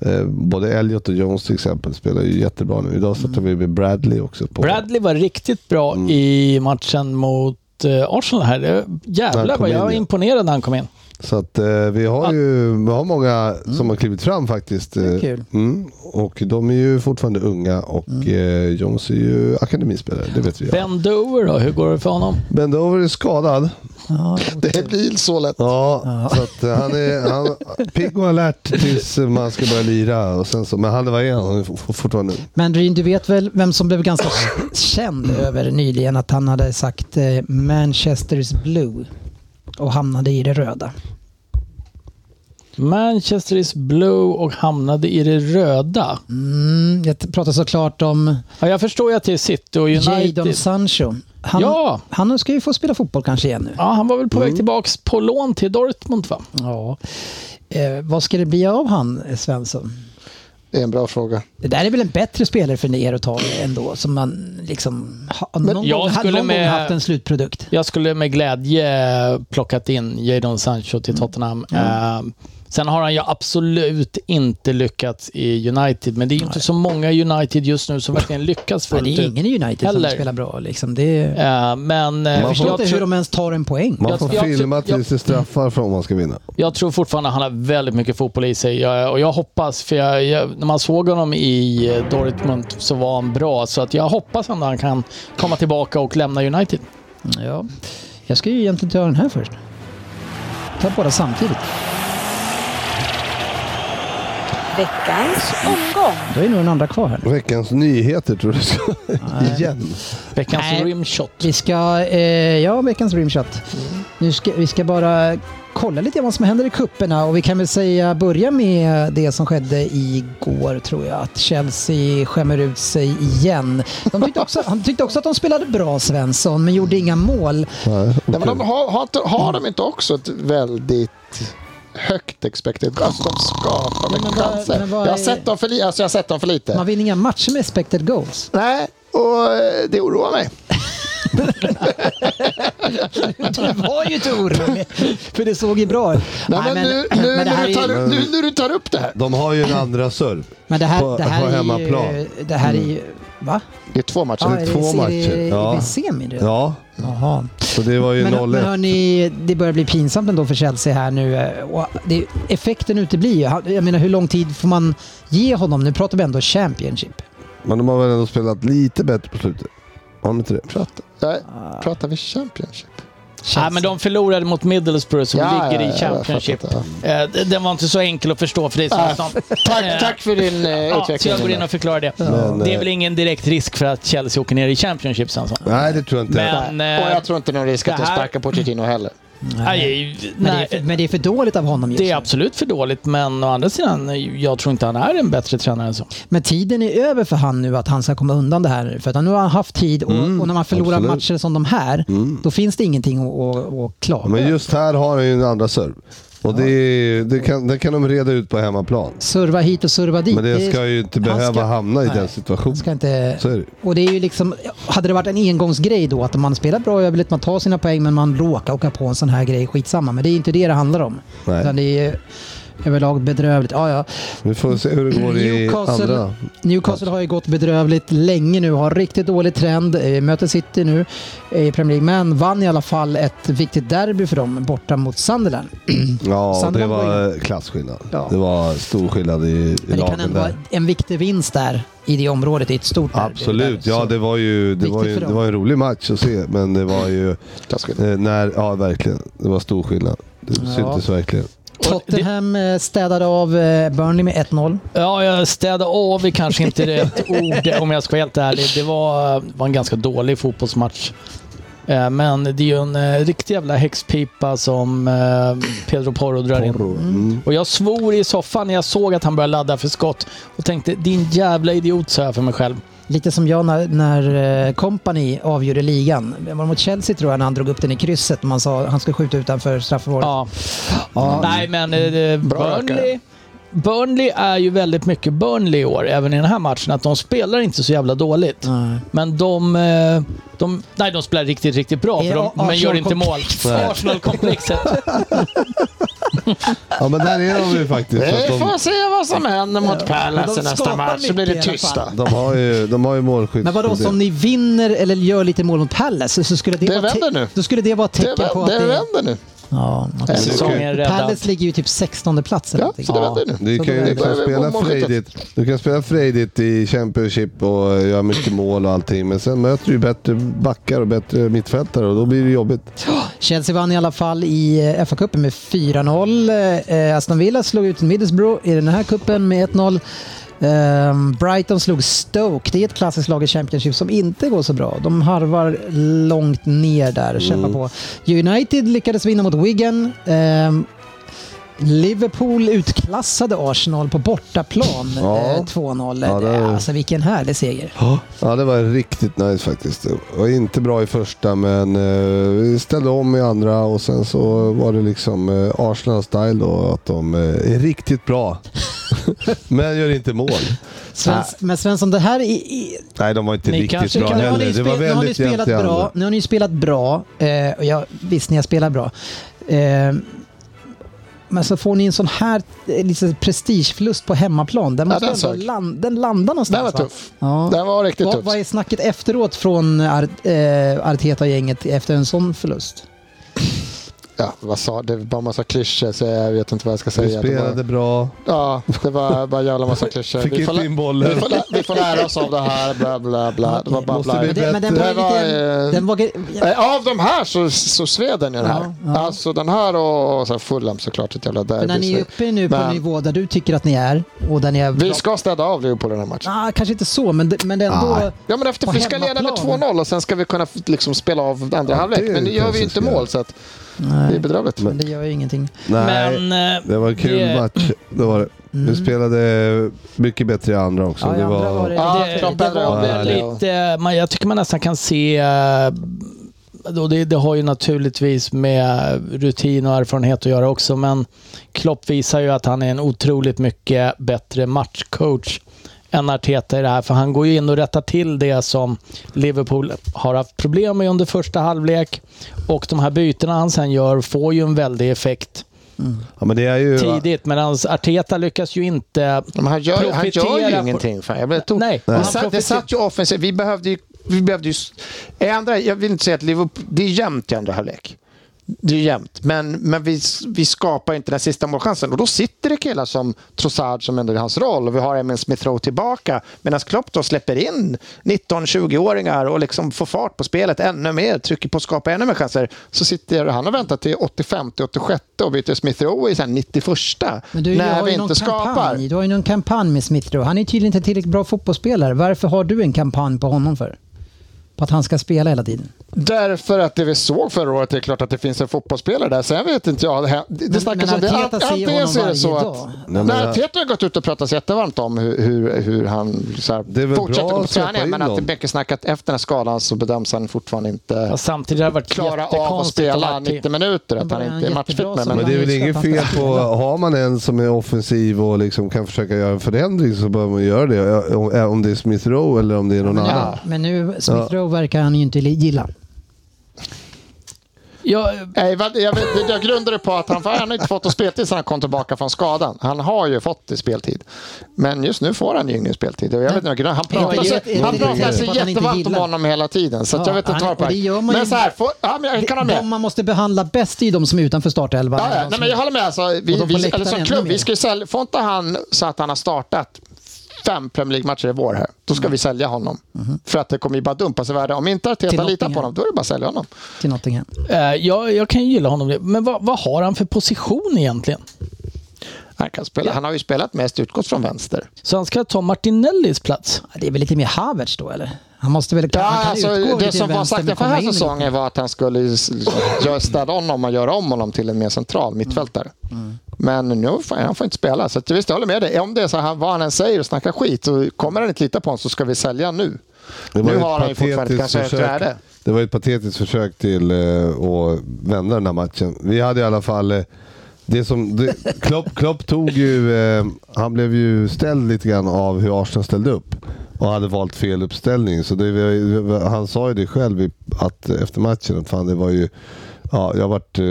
Speaker 3: eh, Både Elliot och Jones till exempel spelar ju jättebra nu. Idag
Speaker 4: Mm.
Speaker 3: satte vi med Bradley också. På.
Speaker 5: Bradley var riktigt bra
Speaker 3: Mm.
Speaker 5: i matchen mot eh, Arsenal här. Det-
Speaker 3: Han
Speaker 5: Jävlar
Speaker 3: kom
Speaker 5: vad
Speaker 3: in,
Speaker 5: jag var
Speaker 3: ja.
Speaker 5: imponerad när han kom in.
Speaker 3: Så att eh, vi har ju vi har många som har klivit fram faktiskt.
Speaker 4: Det är kul.
Speaker 3: Mm. Och de är ju fortfarande unga och eh, Jones är ju akademispelare, det vet vi. Ja.
Speaker 5: Ben Dover då, hur går det för honom?
Speaker 3: Bendover är skadad.
Speaker 4: Ja,
Speaker 2: Det blir så lätt.
Speaker 3: Ja, så att eh, han är han, pigg och alert tills man ska börja lira. Och sen så, men han, vad är han? Han är for- fortfarande...
Speaker 4: Men Ryn, du vet väl vem som blev ganska känd över nyligen att han hade sagt eh, Manchester's Blue och hamnade i det röda.
Speaker 5: Manchester is blue och hamnade i det röda.
Speaker 4: Mm, jag pratar såklart om
Speaker 5: Ja, jag förstår ju att det är City och
Speaker 4: Jadon
Speaker 5: United.
Speaker 4: Sancho. Han,
Speaker 5: Ja!
Speaker 4: han ska ju få spela fotboll kanske igen nu.
Speaker 5: Ja, han var väl på
Speaker 3: Mm.
Speaker 5: väg tillbaks på lån till Dortmund va?
Speaker 4: Ja. Eh, vad ska det bli av han, eh, Svensson?
Speaker 2: Det är en bra fråga.
Speaker 4: Det där är väl en bättre spelare för er att ta ändå, som man liksom ha, någon,
Speaker 5: jag
Speaker 4: gång, ha,
Speaker 5: skulle
Speaker 4: någon
Speaker 5: med-
Speaker 4: gång haft en slutprodukt.
Speaker 5: Jag skulle med glädje plockat in Jadon Sancho
Speaker 4: Mm.
Speaker 5: till Tottenham. Eh, sen har han ju absolut inte lyckats i United, men det är ju inte så många i United just nu som verkligen lyckas
Speaker 4: Nej,
Speaker 5: fullt
Speaker 4: det är ingen i United
Speaker 5: Heller.
Speaker 4: som spelar bra. Liksom. Det är...
Speaker 5: Eh, men eh,
Speaker 3: Man
Speaker 4: Jag förstår
Speaker 5: jag,
Speaker 4: inte hur de
Speaker 5: tror,
Speaker 4: ens tar en poäng.
Speaker 3: Man
Speaker 5: Jag-
Speaker 3: får
Speaker 5: jag-
Speaker 3: filma
Speaker 5: jag-
Speaker 3: tills det straffar för om man ska vinna.
Speaker 5: jag tror fortfarande han har väldigt mycket fotboll i sig jag, och jag hoppas, för jag, jag, när man såg honom i eh, Dortmund så var han bra, så att jag hoppas ändå han kan komma tillbaka och lämna United.
Speaker 4: Ja. Jag ska ju egentligen ta den här först. Ta båda samtidigt.
Speaker 6: Veckans omgång.
Speaker 4: Då är nog den andra kvar här.
Speaker 3: Veckans nyheter tror du ska... Igen.
Speaker 5: Veckans
Speaker 4: Nej.
Speaker 5: rimshot.
Speaker 4: Vi ska, eh, ja, veckans rimshot. Nu ska, vi ska bara kolla lite vad som händer i kupperna och vi kan väl säga börja med det som skedde igår tror jag, att Chelsea skämmer ut sig igen. De tyckte också, han tyckte också att de spelade bra, Svensson, men gjorde inga mål.
Speaker 3: Nej,
Speaker 2: Nej, men de
Speaker 3: okej.
Speaker 2: har, har, inte, har de inte också ett väldigt högt expected goals? De skapar
Speaker 4: men
Speaker 2: mycket
Speaker 4: vad-
Speaker 2: chanser.
Speaker 4: men vad
Speaker 2: Jag har
Speaker 4: är-
Speaker 2: sett dem för, li- alltså, jag har sett dem för lite.
Speaker 4: Man vinner inga matcher med expected goals.
Speaker 2: Nej, och eh, det oroar mig.
Speaker 4: Du var ju inte orolig, för det såg ju bra ut.
Speaker 2: Nej, men, nu, nu,
Speaker 4: men det här
Speaker 2: när
Speaker 4: är
Speaker 2: du
Speaker 4: ju-
Speaker 2: tar, upp- nu när du tar upp det här.
Speaker 3: de har ju en andra serv.
Speaker 4: Men det här,
Speaker 3: på-
Speaker 4: det här
Speaker 3: på
Speaker 4: är
Speaker 3: hemmaplan. Mm.
Speaker 4: ju... Det här är ju... Va?
Speaker 2: Det är två matcher.
Speaker 4: Ja,
Speaker 3: det två matcher?
Speaker 4: Är det,
Speaker 3: Ja.
Speaker 4: är det semi redan?
Speaker 3: Ja,
Speaker 4: Jaha.
Speaker 3: så det var ju
Speaker 4: Men,
Speaker 3: 0-1.
Speaker 4: men hörni, det börjar bli pinsamt ändå för Chelsea här nu. eh, Och det, effekten uteblir ju. Han- Jag menar, hur lång tid får man ge honom? Nu pratar vi ändå Championship.
Speaker 3: Men de har väl ändå spelat lite bättre på slutet? Har de inte det?
Speaker 2: Pratar, nej, pratar vi Championship?
Speaker 5: Nej, men de förlorade mot Middlesbrough som
Speaker 2: Ja,
Speaker 5: ligger
Speaker 2: ja,
Speaker 5: i
Speaker 2: ja,
Speaker 5: Championship.
Speaker 2: jag fattar,
Speaker 5: Eh, d- Den var inte så enkel att förstå för dig Svensson. Eh,
Speaker 2: Tack, tack för din eh,
Speaker 5: Ja, så
Speaker 2: utveckling.
Speaker 5: jag går in
Speaker 2: Linda.
Speaker 5: och förklarar det.
Speaker 3: Men,
Speaker 5: det är
Speaker 3: eh,
Speaker 5: väl ingen direkt risk för att Chelsea åker ner i Championship, Svensson?
Speaker 3: Nej, det tror jag inte.
Speaker 5: Men- eh,
Speaker 2: och jag tror inte någon risk att
Speaker 5: det
Speaker 2: de
Speaker 5: här-
Speaker 2: sparkar Pochettino heller.
Speaker 5: Nej,
Speaker 4: Men, det är,
Speaker 5: nej,
Speaker 4: för- men det är för dåligt av honom just
Speaker 5: det är
Speaker 4: nu.
Speaker 5: absolut för dåligt, men å andra sidan, jag tror inte han är en bättre tränare än så.
Speaker 4: Men tiden är över för han nu att han ska komma undan det här. nu. För att nu har han haft tid och, och när man förlorar
Speaker 3: Mm, absolut. Mm.
Speaker 4: matcher som de här, då finns det ingenting att, att, att klaga
Speaker 3: Men just här har han ju en andra serv. Och det, är- det, kan, det kan de reda ut på hemmaplan.
Speaker 4: Serva hit och serva dit.
Speaker 3: Men det
Speaker 4: är-
Speaker 3: ska ju inte
Speaker 4: han
Speaker 3: behöva
Speaker 4: ska-
Speaker 3: hamna i
Speaker 4: nej.
Speaker 3: den situationen.
Speaker 4: Han Ska inte,
Speaker 3: Så är det ju.
Speaker 4: Och det är ju liksom, hade det varit en engångsgrej då, att man spelar bra i övrigt, man tar sina poäng, men man råkar åka på en sån här grej, skitsamma. Men det är inte det det handlar om.
Speaker 3: Nej.
Speaker 4: Utan det är ju överlag bedrövligt. Ja, ja.
Speaker 3: Vi får se hur det går i
Speaker 4: Newcastle,
Speaker 3: andra.
Speaker 4: Newcastle har ju gått bedrövligt länge nu, har riktigt dålig trend, eh, möter City nu eh, i Premier League, men vann i alla fall ett viktigt derby för dem borta mot Sunderland.
Speaker 3: Ja, det
Speaker 4: Sunderland var
Speaker 3: var klasskillnad.
Speaker 4: Ja.
Speaker 3: Det var stor skillnad i, i
Speaker 4: Men det kan
Speaker 3: lagen
Speaker 4: ändå vara
Speaker 3: där.
Speaker 4: en viktig vinst där i det området, i ett stort derby.
Speaker 3: Absolut, ja
Speaker 4: Så-
Speaker 3: det var ju, det
Speaker 4: Viktigt
Speaker 3: var ju
Speaker 4: för dem.
Speaker 3: det var en rolig match att se. Men det var ju,
Speaker 2: Klassskillnad.
Speaker 3: eh, när, ja verkligen, det var stor skillnad. Det
Speaker 4: Ja.
Speaker 3: syntes verkligen.
Speaker 4: Tottenham eh, städade av eh, Burnley med 1-0.
Speaker 5: Ja, jag städa av är kanske inte rätt ord eh, om jag ska vara helt ärlig. Det var, var en ganska dålig fotbollsmatch. Eh, Men det är ju en eh, riktig jävla häxpipa som eh, Pedro Porro drar in.
Speaker 3: Porro. Mm.
Speaker 5: Och jag svor i soffan när jag såg att han började ladda för skott och tänkte din jävla idiot sa jag för mig själv.
Speaker 4: Lite som jag när, när eh, Company avgjorde ligan. Det var mot Chelsea tror jag när han drog upp den i krysset. Man sa att han ska skjuta utanför straffområdet.
Speaker 5: Ja. Nej men eh,
Speaker 2: Bra
Speaker 5: Burnley,
Speaker 2: rackare.
Speaker 5: Burnley är ju väldigt mycket Burnley i år, även i den här matchen, att de spelar inte så jävla dåligt.
Speaker 4: Nej.
Speaker 5: Men de, eh, de, nej, de spelar riktigt, riktigt bra,
Speaker 4: Det är
Speaker 5: för de, men gör inte mål.
Speaker 3: Nej.
Speaker 5: Arsenal-komplexet.
Speaker 3: Ja men där är de ju faktiskt. för att
Speaker 2: Vi
Speaker 3: de-
Speaker 2: får se vad som händer mot
Speaker 4: Men
Speaker 2: Palace
Speaker 4: de
Speaker 2: i nästa
Speaker 4: skapar
Speaker 2: match. Så blir det
Speaker 4: mycket i alla
Speaker 2: tysta.
Speaker 3: De har ju, de har ju målskytt.
Speaker 4: Men vadå,
Speaker 3: Det-
Speaker 4: så om ni vinner eller gör lite mål mot Palace så skulle det,
Speaker 2: Det
Speaker 4: vara te-
Speaker 2: vänder nu.
Speaker 4: Då skulle det vara ett
Speaker 2: Det,
Speaker 4: tecken på
Speaker 2: vä-
Speaker 4: att
Speaker 2: det
Speaker 4: det,
Speaker 2: vänder nu.
Speaker 4: Ja,
Speaker 2: Eller-
Speaker 5: Säsongen är räddad.
Speaker 4: Palace ligger ju typ 16 plats. eller
Speaker 2: Ja,
Speaker 4: någonting.
Speaker 2: så det vänder nu.
Speaker 3: Du
Speaker 4: Så
Speaker 3: kan ju
Speaker 4: då är
Speaker 3: liksom
Speaker 2: det-
Speaker 3: spela
Speaker 2: Målskyttet.
Speaker 3: frejdigt. Du kan spela frejdigt i Championship och eh, göra mycket mål och allting. Men sen möter du ju bättre backar och bättre mittfältare och då blir det jobbigt.
Speaker 4: Chelsea vann i alla fall i eh, FA-cupen med 4-0. Eh, Aston Villa slog ut Middlesbrough i den här cupen med 1-0. Eh, Brighton slog Stoke. Det är ett klassiskt lag i Championship som inte går så bra. De harvar långt ner där,
Speaker 3: Mm.
Speaker 4: kämpar på. United lyckades vinna mot Wigan. Eh, Liverpool utklassade Arsenal på bortaplan
Speaker 3: Ja.
Speaker 4: eh, 2-0.
Speaker 3: Ja, det är-
Speaker 4: Alltså vilken härlig seger.
Speaker 3: Ja, det var riktigt nice faktiskt. Det var inte bra i första, men eh, vi ställde om i andra och sen så var det liksom eh, Arsenal-style då, att de eh, är riktigt bra. men gör inte mål. Äh.
Speaker 4: Svens, men Svensson, det här är, är,
Speaker 3: Nej, de var inte
Speaker 5: Ni
Speaker 3: riktigt
Speaker 5: kanske
Speaker 3: bra
Speaker 5: kan-
Speaker 4: Nu har
Speaker 3: heller.
Speaker 4: ni
Speaker 3: Det var
Speaker 4: spe- nu har ni
Speaker 3: väldigt jämnt
Speaker 4: spelat
Speaker 3: i andra.
Speaker 4: bra. Nu har ni spelat bra. Eh, och jag, visst, ni har spelat bra. Eh, men så får ni en sån här eh, lite prestigeförlust på hemmaplan. Den,
Speaker 2: Ja,
Speaker 4: måste
Speaker 2: den
Speaker 4: ändå
Speaker 2: sög.
Speaker 4: land, den landar någonstans.
Speaker 2: Den var
Speaker 4: va?
Speaker 2: tuff.
Speaker 4: Ja.
Speaker 2: Den var riktigt
Speaker 4: Vad,
Speaker 2: tuff.
Speaker 4: vad är snacket efteråt från Ar- eh, Arteta-gänget efter en sån förlust?
Speaker 2: Ja, vad sa, det var bara massa klyschor så jag vet inte vad jag ska
Speaker 3: Vi
Speaker 2: säga. Det
Speaker 3: spelade
Speaker 2: var,
Speaker 3: bra.
Speaker 2: ja, det var bara en jävla massa klyschor.
Speaker 3: Fick
Speaker 2: Vi får,
Speaker 3: inte
Speaker 2: lä-
Speaker 3: in bollen.
Speaker 2: vi, får lä- vi får lära oss av det här, bla bla bla. Det var bara
Speaker 3: Måste
Speaker 2: bla.
Speaker 3: vi-
Speaker 4: Men det- men den var ju
Speaker 2: Det var,
Speaker 4: lite-
Speaker 2: eh,
Speaker 4: den var-
Speaker 2: Nej, Av de här så, så sved den ju den här. Alltså den här och, och så här Fulham såklart. Ett jävla
Speaker 4: Men när
Speaker 2: derby.
Speaker 4: ni är uppe nu på
Speaker 2: Men-
Speaker 4: en nivå där du tycker att ni är och där ni är...
Speaker 2: Vi ska städa av Liverpool den här matchen.
Speaker 4: Ah, kanske inte så, men, det- men det är ändå...
Speaker 2: Ja, men efter
Speaker 4: På
Speaker 2: vi ska leda med
Speaker 4: hemmaplan.
Speaker 2: 2-0 och sen ska vi kunna f- liksom spela av
Speaker 3: Ja,
Speaker 2: andra halvlek.
Speaker 3: det
Speaker 2: Men nu gör vi ju inte
Speaker 3: kanske
Speaker 2: mål så att det är bedrövligt.
Speaker 4: Men det gör ju ingenting.
Speaker 3: Nej,
Speaker 5: Men eh,
Speaker 3: det var en kul
Speaker 5: det-
Speaker 3: match. Det var det. Vi spelade mycket bättre i andra också.
Speaker 4: Mm. Ja, i
Speaker 3: det
Speaker 4: andra var det-
Speaker 2: Ja,
Speaker 5: det-
Speaker 2: Klopp
Speaker 5: det
Speaker 2: ändrar
Speaker 5: var
Speaker 2: om det.
Speaker 5: väldigt, eh, man, jag tycker man nästan kan se eh, då det, det har ju naturligtvis med rutin och erfarenhet att göra också, men Klopp visar ju att han är en otroligt mycket bättre matchcoach än Arteta i det här, för han går ju in och rättar till det som Liverpool har haft problem med under första halvlek och de här bytena han sen gör får ju en väldig effekt
Speaker 3: Ja, men det är ju...
Speaker 5: tidigt, medan Arteta lyckas ju inte
Speaker 2: Men han gör, han gör
Speaker 5: Profitera
Speaker 2: ju
Speaker 5: på-
Speaker 2: ingenting. Fan. Jag blev tok-
Speaker 5: Nej.
Speaker 2: Det,
Speaker 5: Han
Speaker 2: satt,
Speaker 5: profiter-
Speaker 2: det satt ju offensivt. Vi behövde ju... Vi behövde ju s- i andra, jag vill inte säga att Liverpool... Det är jämnt i andra halvlek. Det är jämnt. Men, men vi, vi skapar inte den sista målchansen. Och då sitter det killar som Trossard som ändå är hans roll. Och vi har Emil Smith Rowe tillbaka. Medan Klopp då släpper in 19-20-åringar och liksom får fart på spelet ännu mer. Trycker på att skapa ännu mer chanser. Så sitter han och väntar till 85, 86 och byter Smith Rowe i sen 91.
Speaker 4: Men du, jag
Speaker 2: när
Speaker 4: har
Speaker 2: vi
Speaker 4: ju någon
Speaker 2: inte skapar.
Speaker 4: kampanj. Du har ju någon kampanj med Smith Rowe. Han är tydligen inte tillräckligt bra fotbollsspelare. Varför har du en kampanj på honom för? På att han ska spela hela tiden?
Speaker 2: Därför att det vi såg förra året, det är klart att det finns en fotbollsspelare där. Sen vet inte jag. Det, det
Speaker 4: Men-
Speaker 2: snackas
Speaker 4: men
Speaker 2: om det.
Speaker 4: Arteta
Speaker 2: Ant-
Speaker 4: ser
Speaker 2: Antingen
Speaker 4: honom
Speaker 2: så är det
Speaker 4: varje
Speaker 2: så
Speaker 4: dag.
Speaker 2: att...
Speaker 3: Nej, men-
Speaker 2: Nej, Arteta har gått ut och pratat jättevarmt om hur, hur, hur han så här,
Speaker 3: Det är väl
Speaker 2: fortsätter
Speaker 3: bra
Speaker 2: gå på
Speaker 3: att släppa
Speaker 2: träningen.
Speaker 3: in
Speaker 2: Men att det
Speaker 3: dem.
Speaker 2: är mycket snack att efter den här skadan så bedöms han fortfarande
Speaker 5: Ja,
Speaker 2: inte
Speaker 5: samtidigt har det varit
Speaker 2: klara av att
Speaker 5: jättekonstigt
Speaker 2: spela
Speaker 5: Arteta-
Speaker 2: 90 minuter. Att
Speaker 4: Men
Speaker 2: han
Speaker 4: var
Speaker 2: inte är
Speaker 4: han
Speaker 2: matchfit
Speaker 4: jättebra
Speaker 2: med.
Speaker 4: som
Speaker 2: Men
Speaker 3: Men det är väl
Speaker 4: Just
Speaker 3: inget
Speaker 4: att han
Speaker 3: fel
Speaker 4: ska
Speaker 3: på,
Speaker 4: spela.
Speaker 3: har man en som är offensiv och liksom kan försöka göra en förändring så bör man göra det. Ä- om- Om det är Smith Rowe eller om det är någon
Speaker 4: Men,
Speaker 3: annan.
Speaker 4: ja. men nu, Smith Rowe verkar han ju inte li- gilla.
Speaker 5: Ja,
Speaker 2: Nej, vad- jag, vet- jag grundar det på att han, för han har inte fått någon speltid sedan han kom tillbaka från skadan. Han har ju fått det speltid. Men just nu får han ju ingen speltid. Och Jag vet inte, han pratar
Speaker 4: Inte
Speaker 2: sig,
Speaker 4: jätte-
Speaker 2: han
Speaker 4: inte
Speaker 2: pratar sig
Speaker 4: jätte- att han inte
Speaker 2: jättevarmt om
Speaker 4: gillar.
Speaker 2: honom hela tiden. Så att
Speaker 4: Ja,
Speaker 2: jag vet inte
Speaker 4: han-
Speaker 2: vad
Speaker 4: och det gör man
Speaker 2: Men
Speaker 4: ju-
Speaker 2: så här, får, ja, men jag kan ha med.
Speaker 4: De man måste behandla bäst är ju de som är utanför startelvan.
Speaker 2: Ja, ja. Nej, men jag håller med. Alltså, vi,
Speaker 4: Och de får
Speaker 2: vi, eller
Speaker 4: läktaren
Speaker 2: som
Speaker 4: ännu
Speaker 2: klubb,
Speaker 4: mer.
Speaker 2: vi ska ju sälja, får inte han så att han har startat fem Premier League-matcher i vår här, då
Speaker 4: Mm.
Speaker 2: ska vi sälja honom. För att det kommer ju bara dumpas i världen. Om inte
Speaker 4: Mm-hmm. Till
Speaker 2: Arteta litar på
Speaker 4: Nottingham.
Speaker 2: honom, då är det bara att sälja honom.
Speaker 4: Till Nottingham.
Speaker 5: Eh, jag, jag kan ju gilla honom, men vad, vad har han för position egentligen?
Speaker 2: Han, kan spela. han har ju spelat mest utgått från vänster.
Speaker 5: Så han ska ta Martinellis plats?
Speaker 4: Ja, Det är väl lite mer Havertz då eller? Han måste väl
Speaker 2: Ja,
Speaker 4: kan, han kan
Speaker 2: alltså,
Speaker 4: utgå
Speaker 2: det
Speaker 4: till
Speaker 2: som var
Speaker 4: vänster,
Speaker 2: sagt
Speaker 4: men
Speaker 2: inför den
Speaker 4: komma
Speaker 2: här
Speaker 4: in lite.
Speaker 2: säsongen var att han skulle liksom, göra- städa honom och göra om honom till en mer central mittfältare.
Speaker 3: Mm.
Speaker 2: Men nu får han får inte spela. Så att, visst, jag håller med dig. Om det är så här, vad han än säger och snackar skit, så kommer han inte lita på honom så ska vi sälja nu.
Speaker 3: Det
Speaker 2: Nu
Speaker 3: ju ett
Speaker 2: har han ju fortfarande
Speaker 3: patetiskt
Speaker 2: kanske ett
Speaker 3: försök.
Speaker 2: värde.
Speaker 3: Det var ju ett patetiskt försök till eh, att vända den här matchen. Vi hade i alla fall eh, det som... Det, Klopp, Klopp tog ju... eh, Han blev ju ställd lite grann av hur Arsenal ställde upp och hade valt fel uppställning. Så det, var ju- han sa ju det själv i- att, efter matchen. att Fan, det var ju... Ja, jag vart, eh,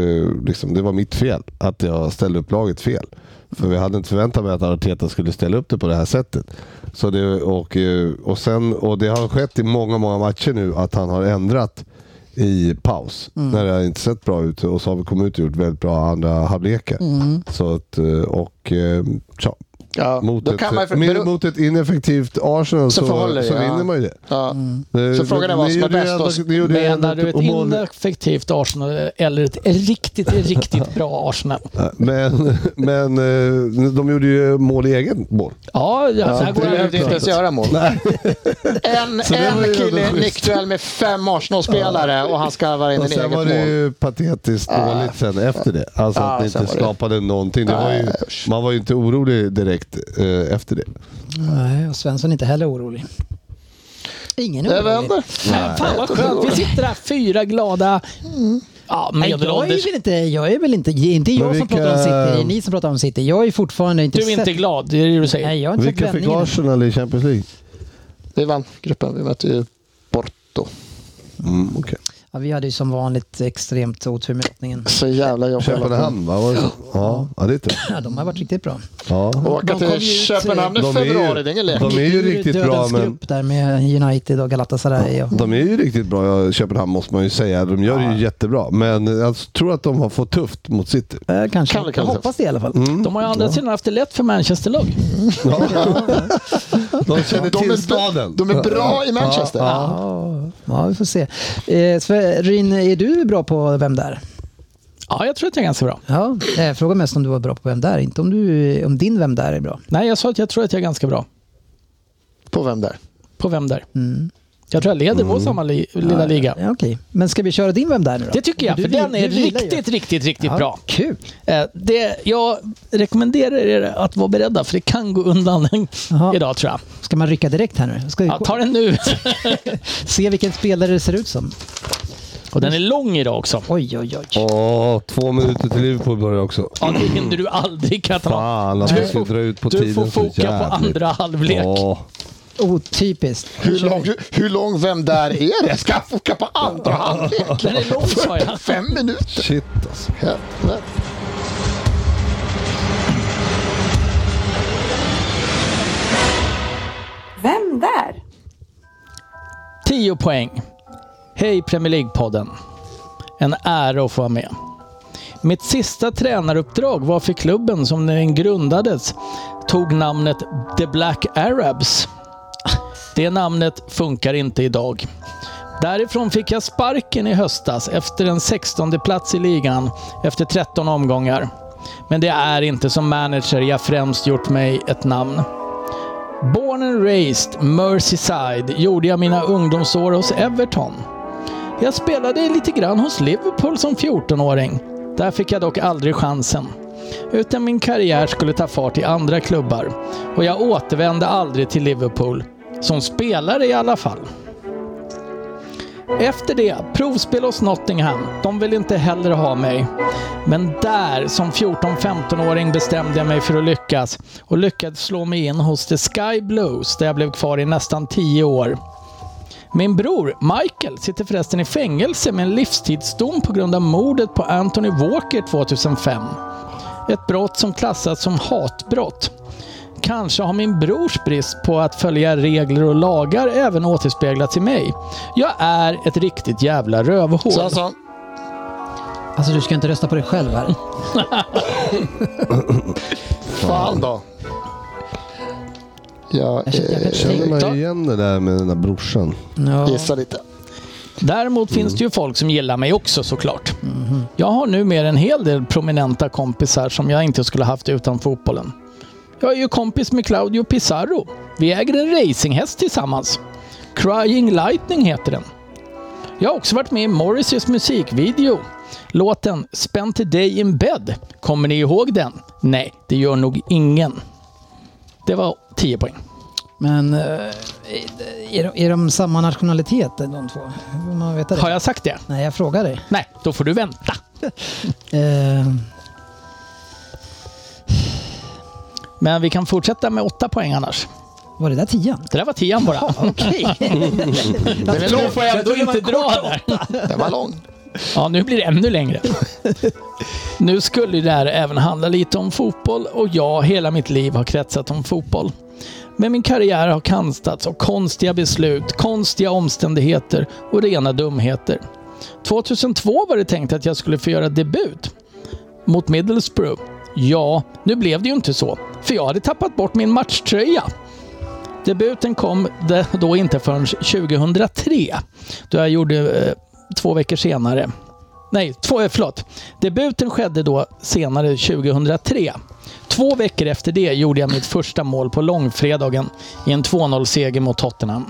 Speaker 3: liksom, det var mitt fel att jag ställde upp laget fel. För vi hade inte förväntat mig att Arteta skulle ställa upp det på det här sättet. Så det, och, eh, och, sen, och det har skett i många, många matcher nu att han har ändrat i paus.
Speaker 2: Mm.
Speaker 3: När det har inte sett bra ut och så har vi kommit ut och gjort väldigt bra andra halvlekar. Så att, eh, och eh, tja.
Speaker 2: Mm. Ja,
Speaker 3: Mot
Speaker 2: då
Speaker 3: ett,
Speaker 2: kan man ju för-
Speaker 3: men
Speaker 2: bero-
Speaker 3: mot ett ineffektivt Arsenal så,
Speaker 2: Så
Speaker 3: så,
Speaker 2: förhåller det, ja.
Speaker 3: vinner man ju det.
Speaker 2: Ja.
Speaker 3: Eh,
Speaker 2: Så frågan är vad
Speaker 3: ni
Speaker 2: som är
Speaker 3: gjorde ju
Speaker 2: bäst
Speaker 3: ändå-
Speaker 2: då?
Speaker 3: ni gjorde ju ändå
Speaker 5: Menar du ett
Speaker 3: och mål-
Speaker 5: ineffektivt Arsenal eller ett riktigt, riktigt bra Arsenal?
Speaker 3: Men, men eh, de gjorde ju mål i egen mål.
Speaker 5: Ja, ja,
Speaker 2: Ja,
Speaker 5: så här
Speaker 2: det
Speaker 5: går det
Speaker 2: behövde inte ens göra mål. En,
Speaker 3: Så det var
Speaker 2: en
Speaker 3: ju
Speaker 2: kille
Speaker 3: ändå schysst.
Speaker 2: nickduell med fem Arsenal-spelare och han skarvar in
Speaker 3: Och
Speaker 2: en
Speaker 3: sen
Speaker 2: eget
Speaker 3: var
Speaker 2: mål. Ah.
Speaker 3: det ju patetiskt dåligt sen efter det. Alltså
Speaker 2: Ja,
Speaker 3: att ni
Speaker 2: sen
Speaker 3: inte
Speaker 2: var det- Ah,
Speaker 3: skapade någonting. Det var ju, man var ju inte orolig direkt eh, efter det.
Speaker 4: Nej, och Svensson är inte heller orolig. Ingen
Speaker 2: Det
Speaker 4: är orolig.
Speaker 2: vänder.
Speaker 5: Fan, fan vad skönt. Vi sitter där fyra glada ja,
Speaker 4: Nej, jag
Speaker 5: medelålders.
Speaker 4: är väl inte, jag är väl inte, inte jag
Speaker 3: Men
Speaker 4: som pratar om
Speaker 3: vilka-
Speaker 4: City, det är ni som pratar om City. Jag är fortfarande inte
Speaker 5: Du är inte
Speaker 4: sett-
Speaker 5: glad, det är det du säger.
Speaker 4: Nej, jag har inte
Speaker 3: Vilka
Speaker 4: sett
Speaker 3: fick
Speaker 4: vändningen.
Speaker 3: Arsenal i Champions League?
Speaker 2: Vi vann gruppen. Vi mötte ju Porto.
Speaker 3: Mm, okay.
Speaker 4: Ja, vi hade ju som vanligt extremt otur med lottningen.
Speaker 2: Så jävla jobbigt.
Speaker 3: Köpenhamn va? Var det så? Ja, ja, det är det.
Speaker 4: Ja, de har varit riktigt bra.
Speaker 3: Ja.
Speaker 2: Åka
Speaker 4: De kom
Speaker 2: till
Speaker 4: ju ut,
Speaker 2: Köpenhamn i
Speaker 3: de är ju-
Speaker 2: februari, det är ingen lek.
Speaker 3: De är ju
Speaker 4: Ur
Speaker 3: riktigt bra
Speaker 4: dödens
Speaker 3: men
Speaker 4: grupp där med United och Galatasaray. Och...
Speaker 3: de är ju riktigt bra, ja, Köpenhamn måste man ju säga. De gör det ju jättebra. Men jag tror att de har fått tufft mot City.
Speaker 4: Eh, kanske.
Speaker 2: Kalle,
Speaker 4: jag
Speaker 2: Kalle.
Speaker 4: hoppas det i alla fall.
Speaker 3: Mm,
Speaker 5: De har ju å andra sidan haft det lätt för Manchester-lag.
Speaker 3: De känner
Speaker 2: De
Speaker 3: till
Speaker 2: är,
Speaker 3: staden.
Speaker 2: de är bra i Manchester.
Speaker 4: Ja, ja, vi får se. Eh, Sverin, är du bra på Vem där?
Speaker 5: Ja, jag tror att jag är ganska bra.
Speaker 4: Ja, eh, fråga mest om du var bra på Vem där, inte om, du, om din Vem där är bra.
Speaker 5: Nej, jag sa att jag tror att jag är ganska bra.
Speaker 2: På vem där?
Speaker 5: På vem där? Jag tror jag leder vår samma li- lilla liga.
Speaker 4: Ja, okej. Men ska vi köra din Vem där nu då?
Speaker 5: Det tycker jag,
Speaker 4: Du
Speaker 5: för
Speaker 4: vil-
Speaker 5: den är
Speaker 4: du vilar ju.
Speaker 5: riktigt, riktigt, riktigt
Speaker 4: Ja,
Speaker 5: bra.
Speaker 4: Kul!
Speaker 5: Eh, Det, jag rekommenderar er att vara beredda, för det kan gå undan
Speaker 4: Jaha.
Speaker 5: idag tror jag.
Speaker 4: Ska man rycka direkt här nu? Ska vi
Speaker 5: Ja, ta den nu.
Speaker 4: se vilken spelare det ser ut som?
Speaker 5: Och den är lång idag också.
Speaker 4: Oj, oj, oj.
Speaker 3: Åh, två minuter till Liverpool börjar också.
Speaker 5: Ja, det hinner du aldrig Catalan.
Speaker 3: Fan att
Speaker 5: Du
Speaker 3: vi ska
Speaker 5: får-
Speaker 3: dra ut på
Speaker 5: Du
Speaker 3: tiden
Speaker 5: får
Speaker 3: så
Speaker 5: foka på
Speaker 3: jävligt.
Speaker 5: andra halvlek.
Speaker 3: Åh.
Speaker 4: Otypiskt.
Speaker 2: Hur lång, hur lång vem där är det? Ska han foka på andra halvlek?
Speaker 5: Den är lång sa jag.
Speaker 2: Fem minuter?
Speaker 3: Shit alltså.
Speaker 2: Helvete.
Speaker 6: Vem där?
Speaker 5: 10 poäng. Hej Premier League-podden. En ära att få vara med. Mitt sista tränaruppdrag var för klubben som när den grundades tog namnet The Black Arabs. Det namnet funkar inte idag. Därifrån fick jag sparken i höstas efter en 16 plats i ligan efter 13 omgångar. Men det är inte som manager jag främst gjort mig ett namn. Born and raised Merseyside gjorde jag mina ungdomsår hos Everton. Jag spelade lite grann hos Liverpool som 14-åring. Där fick jag dock aldrig chansen. Utan min karriär skulle ta fart i andra klubbar. Och jag återvände aldrig till Liverpool. Som spelare i alla fall. Efter det, provspel hos Nottingham. De vill inte heller ha mig. Men där, som 14-15-åring, bestämde jag mig för att lyckas. Och lyckades slå mig in hos The Sky Blues, där jag blev kvar i nästan 10 år. Min bror, Michael, sitter förresten i fängelse med en livstidsdom på grund av mordet på Anthony Walker 2005. Ett brott som klassas som hatbrott. Kanske har min brors brist på att följa regler och lagar även återspeglats i mig. Jag är ett riktigt jävla rövhål.
Speaker 2: Svensson.
Speaker 4: Alltså du ska inte rösta på dig själv här.
Speaker 2: Fan då. Jag
Speaker 4: Jag känner- jag
Speaker 2: eh,
Speaker 3: Känner man
Speaker 5: Ta-
Speaker 3: ju igen det där med den där brorsan?
Speaker 4: Ja.
Speaker 2: gissar lite.
Speaker 5: Däremot finns det ju folk som gillar mig också såklart. Jag har nu mer en hel del prominenta kompisar som jag inte skulle haft utan fotbollen. Jag är ju kompis med Claudio Pizarro. Vi äger en racinghäst tillsammans. Crying Lightning heter den. Jag har också varit med i Morrisseys musikvideo. Låten Spent a Day in Bed. Kommer ni ihåg den? Nej, det gör nog ingen. Det var 10 poäng.
Speaker 4: Men eh, är de, är de samma nationalitet de två? Hur vill man veta det?
Speaker 5: Har jag sagt det?
Speaker 4: Nej, jag frågar dig.
Speaker 5: Nej, då får du vänta.
Speaker 4: Eh,
Speaker 5: Men vi kan fortsätta med 8 poäng annars.
Speaker 4: var det där tian?
Speaker 5: Det där var tian bara.
Speaker 4: Okej.
Speaker 5: Men då får jag ändå inte dra där.
Speaker 2: Den var lång.
Speaker 5: Ja, nu blir det ännu längre. Nu skulle ju det här även handla lite om fotboll och jag hela mitt liv har kretsat om fotboll. Men min karriär har kantats av konstiga beslut, konstiga omständigheter och rena dumheter. 2002 var det tänkt att jag skulle få göra debut mot Middlesbrough. Ja, nu blev det ju inte så, för jag hade tappat bort min matchtröja. Debuten kom det- då inte förrän 2003, då jag gjorde eh, två veckor senare. Nej, två, eh, förlåt. Debuten skedde då senare 2003. Två veckor efter det gjorde jag mitt första mål på långfredagen i en 2-0-seger mot Tottenham.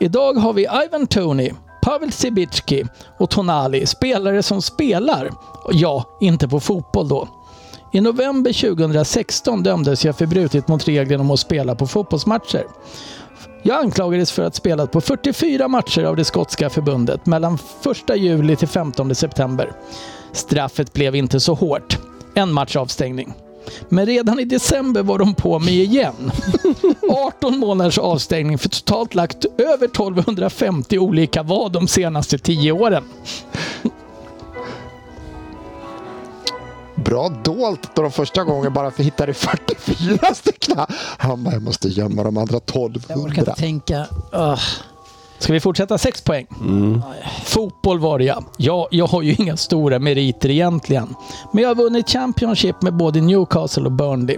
Speaker 5: Idag har vi Ivan Tony, Pavel Sibicki och Tonali, spelare som spelar. Ja, inte på fotboll då. I november 2016 dömdes jag för brutit mot regeln om att spela på fotbollsmatcher. Jag anklagades för att spelat på 44 matcher av det skotska förbundet mellan 1 juli till 15 september. Straffet blev inte så hårt. En match avstängning. Men redan i december var de på mig igen. 18 månaders avstängning för totalt lagt över 1250 olika vad de senaste 10 åren.
Speaker 2: Bra dolt då de första gången bara för hittade 44 stycken. Han bara, jag måste gömma de andra
Speaker 4: Jag orkar inte
Speaker 2: 1200.
Speaker 4: tänka.
Speaker 5: Ah. Ska vi fortsätta? Sex poäng. Fotboll var det ja. ja. Jag har ju inga stora meriter egentligen. Men jag har vunnit Championship med både Newcastle och Burnley.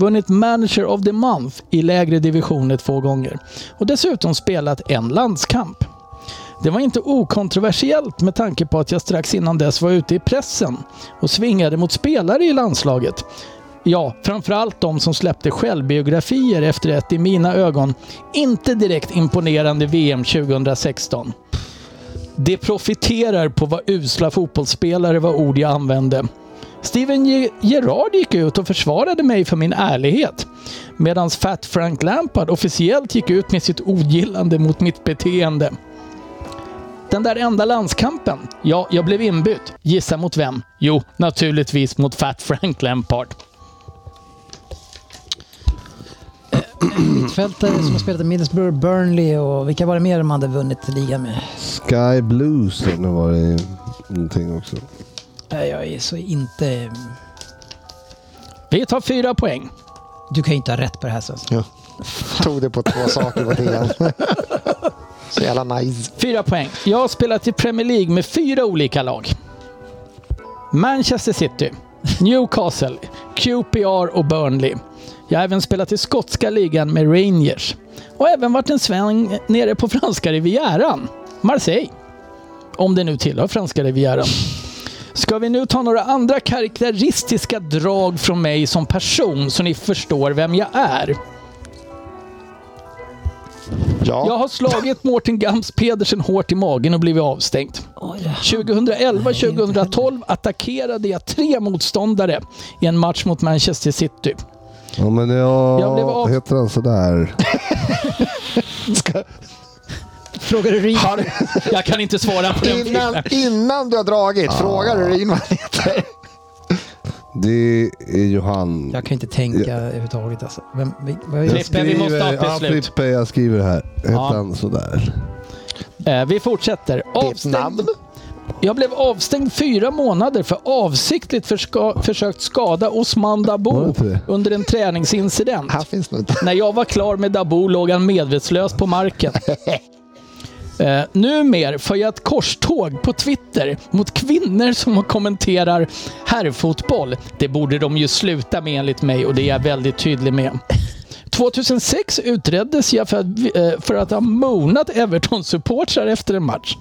Speaker 5: Vunnit Manager of the Month i lägre divisioner två gånger. Och dessutom spelat en landskamp. Det var inte okontroversiellt med tanke på att jag strax innan dess var ute i pressen och svingade mot spelare i landslaget. Ja, framförallt de som släppte självbiografier efter ett i mina ögon inte direkt imponerande VM 2016. Det profiterar på vad usla fotbollsspelare var ord jag använde. Steven Ge- Gerrard gick ut och försvarade mig för min ärlighet. Medan Fat Frank Lampard officiellt gick ut med sitt ogillande mot mitt beteende. Den där enda landskampen? Ja, jag blev inbytt. Gissa mot vem? Jo, naturligtvis mot Fat Frank Lampard.
Speaker 4: Mittfältare som har spelat i Middlesbrough, Burnley och vilka var det mer de hade vunnit ligan med?
Speaker 3: Sky Blues eller nu var det någonting också.
Speaker 4: Nej, Jag är så inte...
Speaker 5: Vi tar fyra poäng.
Speaker 4: Du kan ju inte ha rätt på det här Svensson.
Speaker 2: Tog det på två saker på DN. Så jävla nice.
Speaker 5: Fyra poäng. Jag har spelat i Premier League med fyra olika lag. Manchester City, Newcastle, QPR och Burnley. Jag har även spelat i skotska ligan med Rangers. Och även varit en sväng nere på franska rivieran, Marseille. Om det nu tillhör franska rivieran. Ska vi nu ta några andra karaktäristiska drag från mig som person så ni förstår vem jag är? Jag
Speaker 2: Ja,
Speaker 5: har slagit Mårten Gams Pedersen hårt i magen och blivit avstängd. 2011-2012 attackerade jag tre motståndare i en match mot Manchester City.
Speaker 3: Ja men jag...
Speaker 5: Jag blev av-
Speaker 3: Heter han sådär?
Speaker 4: Frågar du Rin?
Speaker 5: Jag kan inte svara på den
Speaker 2: innan,
Speaker 5: frågan.
Speaker 2: innan du har dragit, frågar du in vad han heter?
Speaker 3: Det är Johan.
Speaker 4: Jag kan inte tänka överhuvudtaget alltså. Vem, vi, vad är
Speaker 3: Jag
Speaker 5: Frippe, vi måste ha ett
Speaker 3: ja,
Speaker 5: beslut.
Speaker 3: Frippe, jag skriver här. Heter
Speaker 5: Ja.
Speaker 3: han sådär?
Speaker 5: Eh, Vi fortsätter.
Speaker 2: Ditt namn?
Speaker 5: Avstängd. Jag blev avstängd fyra månader för avsiktligt förska- försökt skada Osman
Speaker 3: Var det
Speaker 5: Dabo
Speaker 3: inte det?
Speaker 5: under en träningsincident.
Speaker 2: Här finns nog inte.
Speaker 5: När jag var klar med Dabo låg han medvetslös på marken. Eh, numer för jag ett korståg på Twitter mot kvinnor som kommenterar herrfotboll. Det borde de ju sluta med enligt mig och det är jag väldigt tydlig med. 2006 utreddes jag för att, eh, för att ha monat Everton-supportrar efter en match.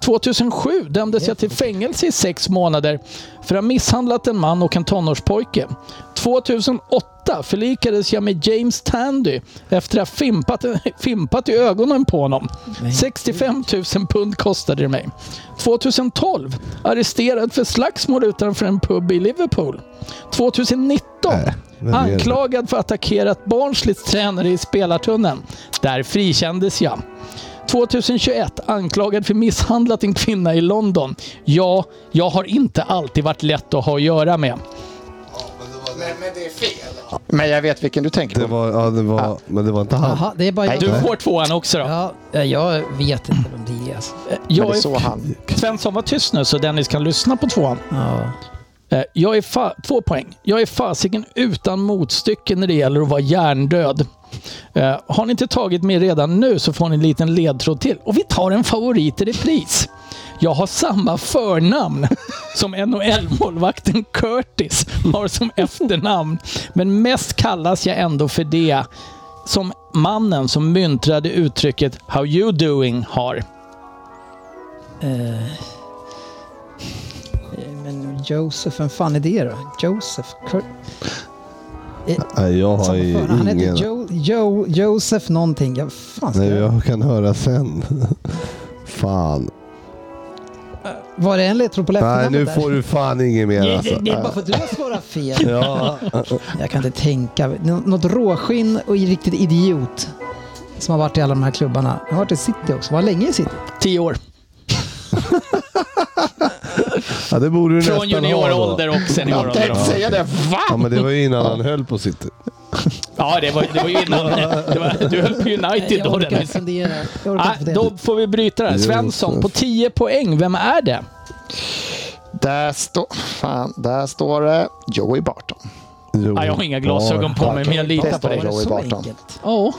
Speaker 5: 2007 dömdes jag till fängelse i sex månader för att ha misshandlat en man och en tonårspojke. 2008 förlikades jag med James Tandy efter att ha fimpat, fimpat i ögonen på honom. 65 000 pund kostade det mig. 2012 arresterad för slagsmål utanför en pub i Liverpool. 2019
Speaker 3: vem är det?
Speaker 5: anklagad för att ha attackerat Barnsleys tränare i spelartunneln. Där frikändes jag. 2021 anklagad för misshandlat en kvinna i London. Ja, jag har inte alltid varit lätt att ha att göra med.
Speaker 2: Men jag vet vilken du tänker
Speaker 3: Det
Speaker 2: på.
Speaker 3: var, ja, det var, men det var inte han.
Speaker 4: Jaha, det är bara
Speaker 2: Nej,
Speaker 4: jag.
Speaker 5: Du får tvåan också då.
Speaker 4: Ja, jag vet inte vem det är alltså.
Speaker 2: Men det
Speaker 5: Jag
Speaker 2: är så
Speaker 5: är...
Speaker 2: han.
Speaker 5: Svensson var tyst nu så Dennis kan lyssna på tvåan.
Speaker 4: Ja.
Speaker 5: Eh, Jag är fa- två poäng. Jag är fasiken utan motstycke när det gäller att vara hjärndöd. Eh, Har ni inte tagit mig redan nu så får ni en liten ledtråd till. Och vi tar en favorit i repris. jag har samma förnamn som NHL-målvakten Curtis har som efternamn. Men mest kallas jag ändå för det som mannen som myntade uttrycket “How you doing” har.
Speaker 4: Eh, men Joseph, vem fan är det då? Joseph? Kurt,
Speaker 3: Nej, jag har
Speaker 4: samma
Speaker 3: ju
Speaker 4: förnamn. han heter
Speaker 3: ingen.
Speaker 4: jo, jo, Joseph någonting. Ja, fan ska
Speaker 3: Nej,
Speaker 4: jag-
Speaker 3: jag kan höra sen. Fan.
Speaker 4: Var det en ledtråd på
Speaker 3: Nej,
Speaker 4: efternamnet
Speaker 3: nu
Speaker 4: där?
Speaker 3: får du fan inget mer
Speaker 4: Det,
Speaker 3: alltså.
Speaker 4: det, det är bara för att du har svarat fel.
Speaker 3: Ja,
Speaker 4: Jag kan inte tänka. Nå- Något råskinn och riktigt idiot som har varit i alla de här klubbarna. Han har varit i City också. Var han länge i City?
Speaker 5: Tio år.
Speaker 3: ja, det borde du nästan
Speaker 5: Från juniorålder och
Speaker 2: Jag
Speaker 5: seniorålder.
Speaker 2: tänkte säga det.
Speaker 3: Ja,
Speaker 2: Va?
Speaker 3: men det var ju innan han höll på sitt.
Speaker 5: Ja, det var, det var ju innan. Det var, du höll på United
Speaker 4: Jag
Speaker 5: då
Speaker 4: orkar
Speaker 5: Dennis.
Speaker 4: inte fundera. Jag orkar
Speaker 5: Nej,
Speaker 4: inte fundera.
Speaker 5: då får vi bryta det här. Svensson, på 10 poäng, vem är det?
Speaker 2: Där, stå, fan, där står det Joey Barton.
Speaker 3: Jo.
Speaker 5: Nej, jag har inga glasögon på mig, men jag litar på
Speaker 2: Testa
Speaker 5: dig.
Speaker 2: det.
Speaker 4: Var det
Speaker 2: Joey
Speaker 4: så
Speaker 2: Barton.
Speaker 4: enkelt?
Speaker 5: Ja.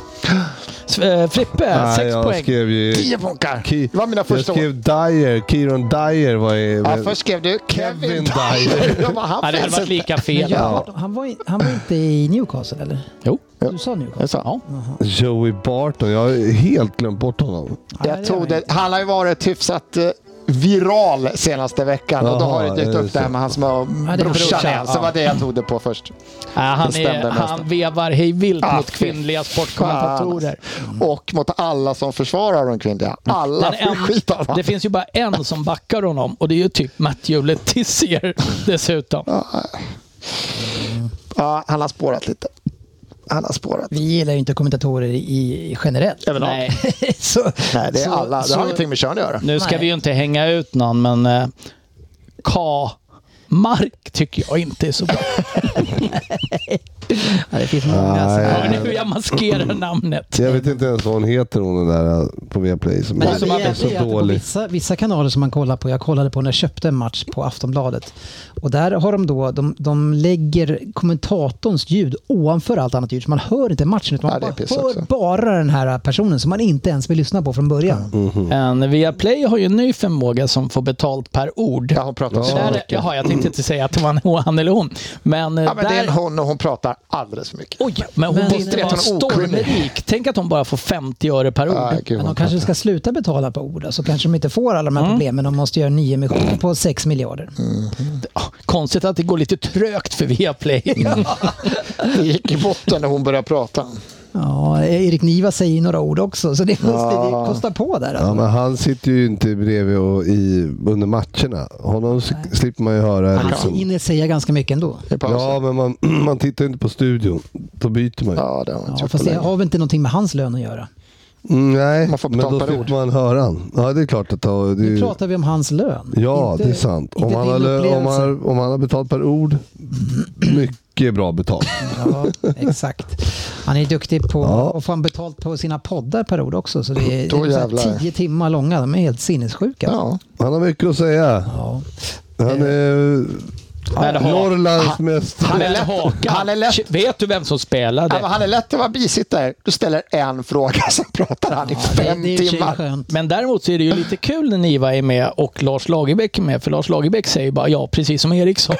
Speaker 5: S- eh, Frippe,
Speaker 3: Nej,
Speaker 5: 6
Speaker 3: jag
Speaker 5: poäng.
Speaker 3: skrev ju...
Speaker 2: Tio punkar!
Speaker 3: Ki-
Speaker 2: Det var mina
Speaker 3: jag
Speaker 2: första
Speaker 3: skrev Dyer. Kieron Dyer var ju...
Speaker 2: Ja, först skrev du
Speaker 3: Kevin
Speaker 2: Kevin,
Speaker 3: Dyer.
Speaker 2: Dyer. Jag bara, han
Speaker 5: Nej, det hade
Speaker 2: finns
Speaker 5: varit
Speaker 2: inte.
Speaker 5: lika
Speaker 4: Men
Speaker 5: fel.
Speaker 4: jag, Barton, han, var, i- han var inte i Newcastle eller?
Speaker 5: Jo.
Speaker 4: Du sa Newcastle?
Speaker 2: Jag, sa,
Speaker 3: Joey Barton. Jag har helt glömt bort honom.
Speaker 4: Nej,
Speaker 2: jag
Speaker 4: det
Speaker 2: tog
Speaker 4: var
Speaker 2: det. Han har ju varit hyfsat eh, viral senaste veckan och då
Speaker 3: Jaha,
Speaker 2: har det dykt
Speaker 3: är det
Speaker 2: upp det här
Speaker 3: så?
Speaker 2: med hans med
Speaker 4: det är
Speaker 2: brorsan.
Speaker 5: brorsan,
Speaker 2: igen, Så
Speaker 5: ja.
Speaker 2: var det jag tog det på först.
Speaker 5: Ah, han,
Speaker 2: Det stämde
Speaker 5: är, han
Speaker 2: nästan.
Speaker 5: vevar hej vilt
Speaker 2: Ah,
Speaker 5: mot
Speaker 2: fy
Speaker 5: kvinnliga sportkommentatorer.
Speaker 2: Och mot alla som försvarar de kvinnliga. Alla
Speaker 5: Den
Speaker 2: får skit av
Speaker 5: en, det
Speaker 2: honom.
Speaker 5: finns ju bara en som backar honom och det är ju typ Matthew Letizier dessutom.
Speaker 2: Ja, han har spårat lite. Han har spårat.
Speaker 4: Vi gillar ju inte kommentatorer i, i generellt.
Speaker 5: Nej,
Speaker 4: så,
Speaker 2: Nej, det är
Speaker 4: så-
Speaker 2: alla. Det
Speaker 4: så-
Speaker 2: har ingenting med kön att göra.
Speaker 5: nu ska
Speaker 4: Nej.
Speaker 5: vi ju inte hänga ut någon, men eh, K. Mark tycker jag inte är så bra.
Speaker 4: Ja, det finns många. sådana.
Speaker 5: Hör
Speaker 2: Eh,
Speaker 5: ni hur jag maskerar
Speaker 2: mm.
Speaker 5: namnet?
Speaker 3: Jag vet inte ens vad hon heter hon den där äh, på Viaplay som,
Speaker 4: Men
Speaker 5: Hon
Speaker 4: det,
Speaker 5: som
Speaker 4: som
Speaker 5: har
Speaker 4: är, det
Speaker 5: blivit
Speaker 3: är så
Speaker 4: är att på
Speaker 3: dålig.
Speaker 4: vissa, vissa kanaler som man kollar på, jag kollade på när jag köpte en match på Aftonbladet. Och där har de då, de, de lägger kommentatorns ljud ovanför allt annat ljud. Så man hör inte matchen utan
Speaker 2: Ja,
Speaker 4: man
Speaker 2: det är piss
Speaker 4: bara,
Speaker 2: också.
Speaker 4: hör bara den här personen som man inte ens vill lyssna på från början.
Speaker 2: Mm. Mm-hmm.
Speaker 5: En Viaplay har ju en ny förmåga som får betalt per ord.
Speaker 2: Ja, hon pratar
Speaker 5: Det
Speaker 2: så
Speaker 5: där,
Speaker 2: mycket.
Speaker 5: jaha, jag tänkte inte säga att det var en hon- han eller hon. Men, eh,
Speaker 2: Ja, men det är en
Speaker 5: där,
Speaker 2: hon och hon pratar alldeles för mycket.
Speaker 5: oj, men hon
Speaker 4: Men-
Speaker 5: måste
Speaker 2: Det är
Speaker 5: vara
Speaker 2: att hon är okunnig.
Speaker 5: stormrik. Tänk att hon bara får 50 öre per ord.
Speaker 2: Ah, gud,
Speaker 4: Men
Speaker 2: hon
Speaker 4: de kanske ska sluta betala på ord, så alltså kanske de inte får alla de här problemen. De måste göra en nyemission på 6 miljarder.
Speaker 2: Mm.
Speaker 5: Ah, Konstigt att det går lite trögt för Viaplay.
Speaker 2: Det gick i botten när hon började prata.
Speaker 4: Ja, Erik Niva säger ju några ord också, så det, måste, det kostar på där.
Speaker 3: Ja,
Speaker 4: Alltså.
Speaker 3: men han sitter ju inte bredvid och i, under matcherna. Honom s- slipper man ju höra.
Speaker 4: Han
Speaker 3: Liksom.
Speaker 4: hinner säga ganska mycket ändå.
Speaker 2: I pausen.
Speaker 3: Ja, men man, man tittar ju inte på studion. Då byter man ju.
Speaker 2: Ja, det har hon
Speaker 4: Ja,
Speaker 2: inte gjort på
Speaker 4: fast det
Speaker 2: länge.
Speaker 4: har väl inte någonting med hans lön att göra?
Speaker 3: Mm, nej,
Speaker 2: Man får
Speaker 3: men då
Speaker 2: betalt per
Speaker 3: slipper
Speaker 2: ord.
Speaker 3: man höra han. Ja, det är klart att det, det är
Speaker 4: Nu
Speaker 3: ju,
Speaker 4: pratar vi om hans lön.
Speaker 3: Ja,
Speaker 4: inte-
Speaker 3: det är sant. Om
Speaker 4: inte
Speaker 3: han,
Speaker 4: din
Speaker 3: har, lö- om,
Speaker 4: upplevelse.
Speaker 3: han, om han har betalt per ord, mycket bra betalt.
Speaker 4: Ja, exakt. Han är duktig på
Speaker 3: Ja.
Speaker 4: och får han betalt på sina poddar per ord också. Så det är,
Speaker 2: Då
Speaker 4: det är så här
Speaker 2: jävlar.
Speaker 4: tio timmar långa. De är helt sinnessjuka.
Speaker 2: Ja.
Speaker 3: Han har mycket att säga.
Speaker 4: Ja.
Speaker 3: Han är
Speaker 5: Men ha-
Speaker 3: Norrlands mest...
Speaker 2: Han är
Speaker 5: Men
Speaker 2: lätt-
Speaker 5: Håkan,
Speaker 2: han är lätt-
Speaker 5: Vet du vem som
Speaker 2: Ja, men
Speaker 5: spelade?
Speaker 2: han är lätt att vara bisittare. Du ställer en fråga, sen pratar han i
Speaker 4: Det,
Speaker 2: fem
Speaker 4: det är i och för sig
Speaker 2: timmar.
Speaker 4: skönt.
Speaker 5: Men däremot så är det ju lite kul när Niva är med och Lars Lagerbäck är med. För Lars Lagerbäck säger bara ja, precis som Eriksson.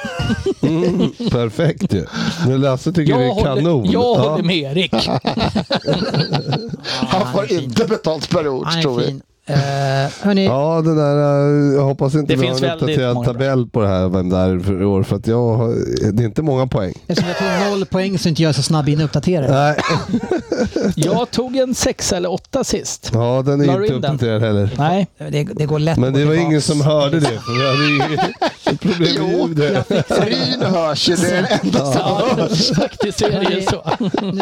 Speaker 3: Mm, perfekt ju. Men Lasse tycker det
Speaker 5: Jag,
Speaker 3: är kanon.
Speaker 5: håller, jag
Speaker 3: Ja.
Speaker 5: håller med Erik.
Speaker 2: Han får inte betalt per ord,
Speaker 4: Han
Speaker 2: tror
Speaker 4: är
Speaker 2: vi.
Speaker 4: fin. Uh, hörni,
Speaker 3: Ja, den där, eh, jag hoppas inte
Speaker 5: Det
Speaker 3: vi har
Speaker 5: finns
Speaker 3: en
Speaker 5: väldigt
Speaker 3: uppdaterad
Speaker 5: många bra.
Speaker 3: tabell på det här, vem det är för i år. För att jag, har- det är inte många poäng.
Speaker 4: eftersom jag tog noll poäng så är inte jag så snabb in och uppdaterar.
Speaker 3: Nej,
Speaker 5: Jag tog en sexa eller åtta sist.
Speaker 3: ja, den
Speaker 5: La
Speaker 3: är
Speaker 5: du
Speaker 3: inte
Speaker 5: in den?
Speaker 3: uppdaterad heller.
Speaker 5: Nej,
Speaker 4: Det, det går lätt
Speaker 3: Men
Speaker 4: att gå
Speaker 3: det var
Speaker 4: tillbaks.
Speaker 3: ingen som hörde det. För jag hade ju ett problem med
Speaker 2: Jo,
Speaker 3: ljudet.
Speaker 2: Ryn hörs ju. Det är det enda som
Speaker 5: ja, faktiskt är det ju så.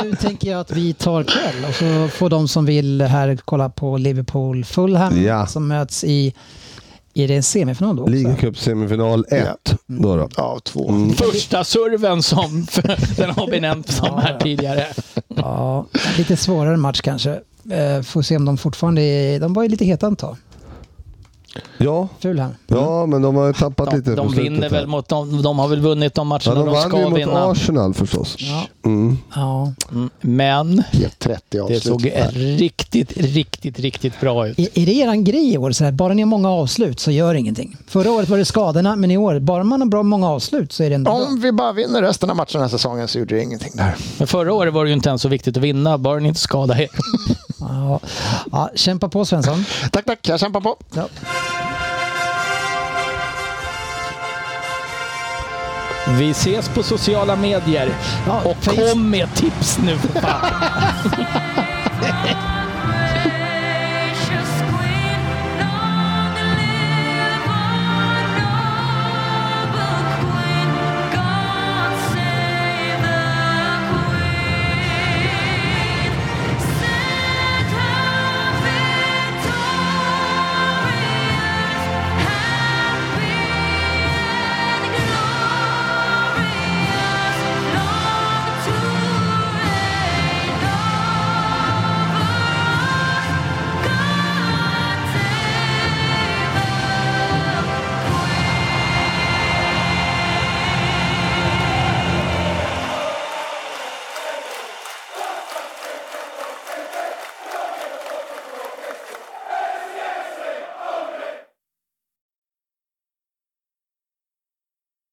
Speaker 4: Nu tänker jag att vi tar kväll och så får de som vill här kolla på Liverpool Fulham
Speaker 3: Ja.
Speaker 4: som möts i, i det en semifinal då också.
Speaker 3: Ligacup-semifinal 1. Då då.
Speaker 2: Ja, två.
Speaker 5: Mm. Första serven som den har benämnt som här tidigare.
Speaker 4: Ja, lite svårare match kanske. Eh, Får se om de fortfarande är, de var ju lite heta ett tag.
Speaker 3: Ja,
Speaker 4: Ful han.
Speaker 3: ja men de har ju tappat
Speaker 5: De,
Speaker 3: lite på
Speaker 5: de
Speaker 3: slutet
Speaker 5: vinner
Speaker 3: här.
Speaker 5: väl mot... De, de har väl vunnit de matcherna
Speaker 3: Ja, de
Speaker 5: de,
Speaker 3: vann ju
Speaker 5: ska
Speaker 3: mot
Speaker 5: vinna.
Speaker 3: Arsenal förstås.
Speaker 4: Ja.
Speaker 3: Mm.
Speaker 4: Ja.
Speaker 5: Men
Speaker 2: Helt 30
Speaker 5: det
Speaker 2: avslut.
Speaker 5: såg riktigt, riktigt, riktigt bra ut.
Speaker 4: Är, är det eran grej i år? Så här, bara ni har många avslut så gör ingenting. Förra året var det skadorna, men i år, bara man har bra många avslut så är det ändå bra.
Speaker 2: Om vi bara vinner resten av matchen den här säsongen så gjorde det ingenting där.
Speaker 5: Men förra året var det ju inte ens så viktigt att vinna, bara ni inte skadade er.
Speaker 4: Ja. Ja, kämpa på Svensson.
Speaker 2: Tack, tack. Jag kämpar på.
Speaker 4: Ja.
Speaker 5: Vi ses på sociala medier.
Speaker 4: Ja,
Speaker 5: och
Speaker 4: face-
Speaker 5: kom med tips nu för fan.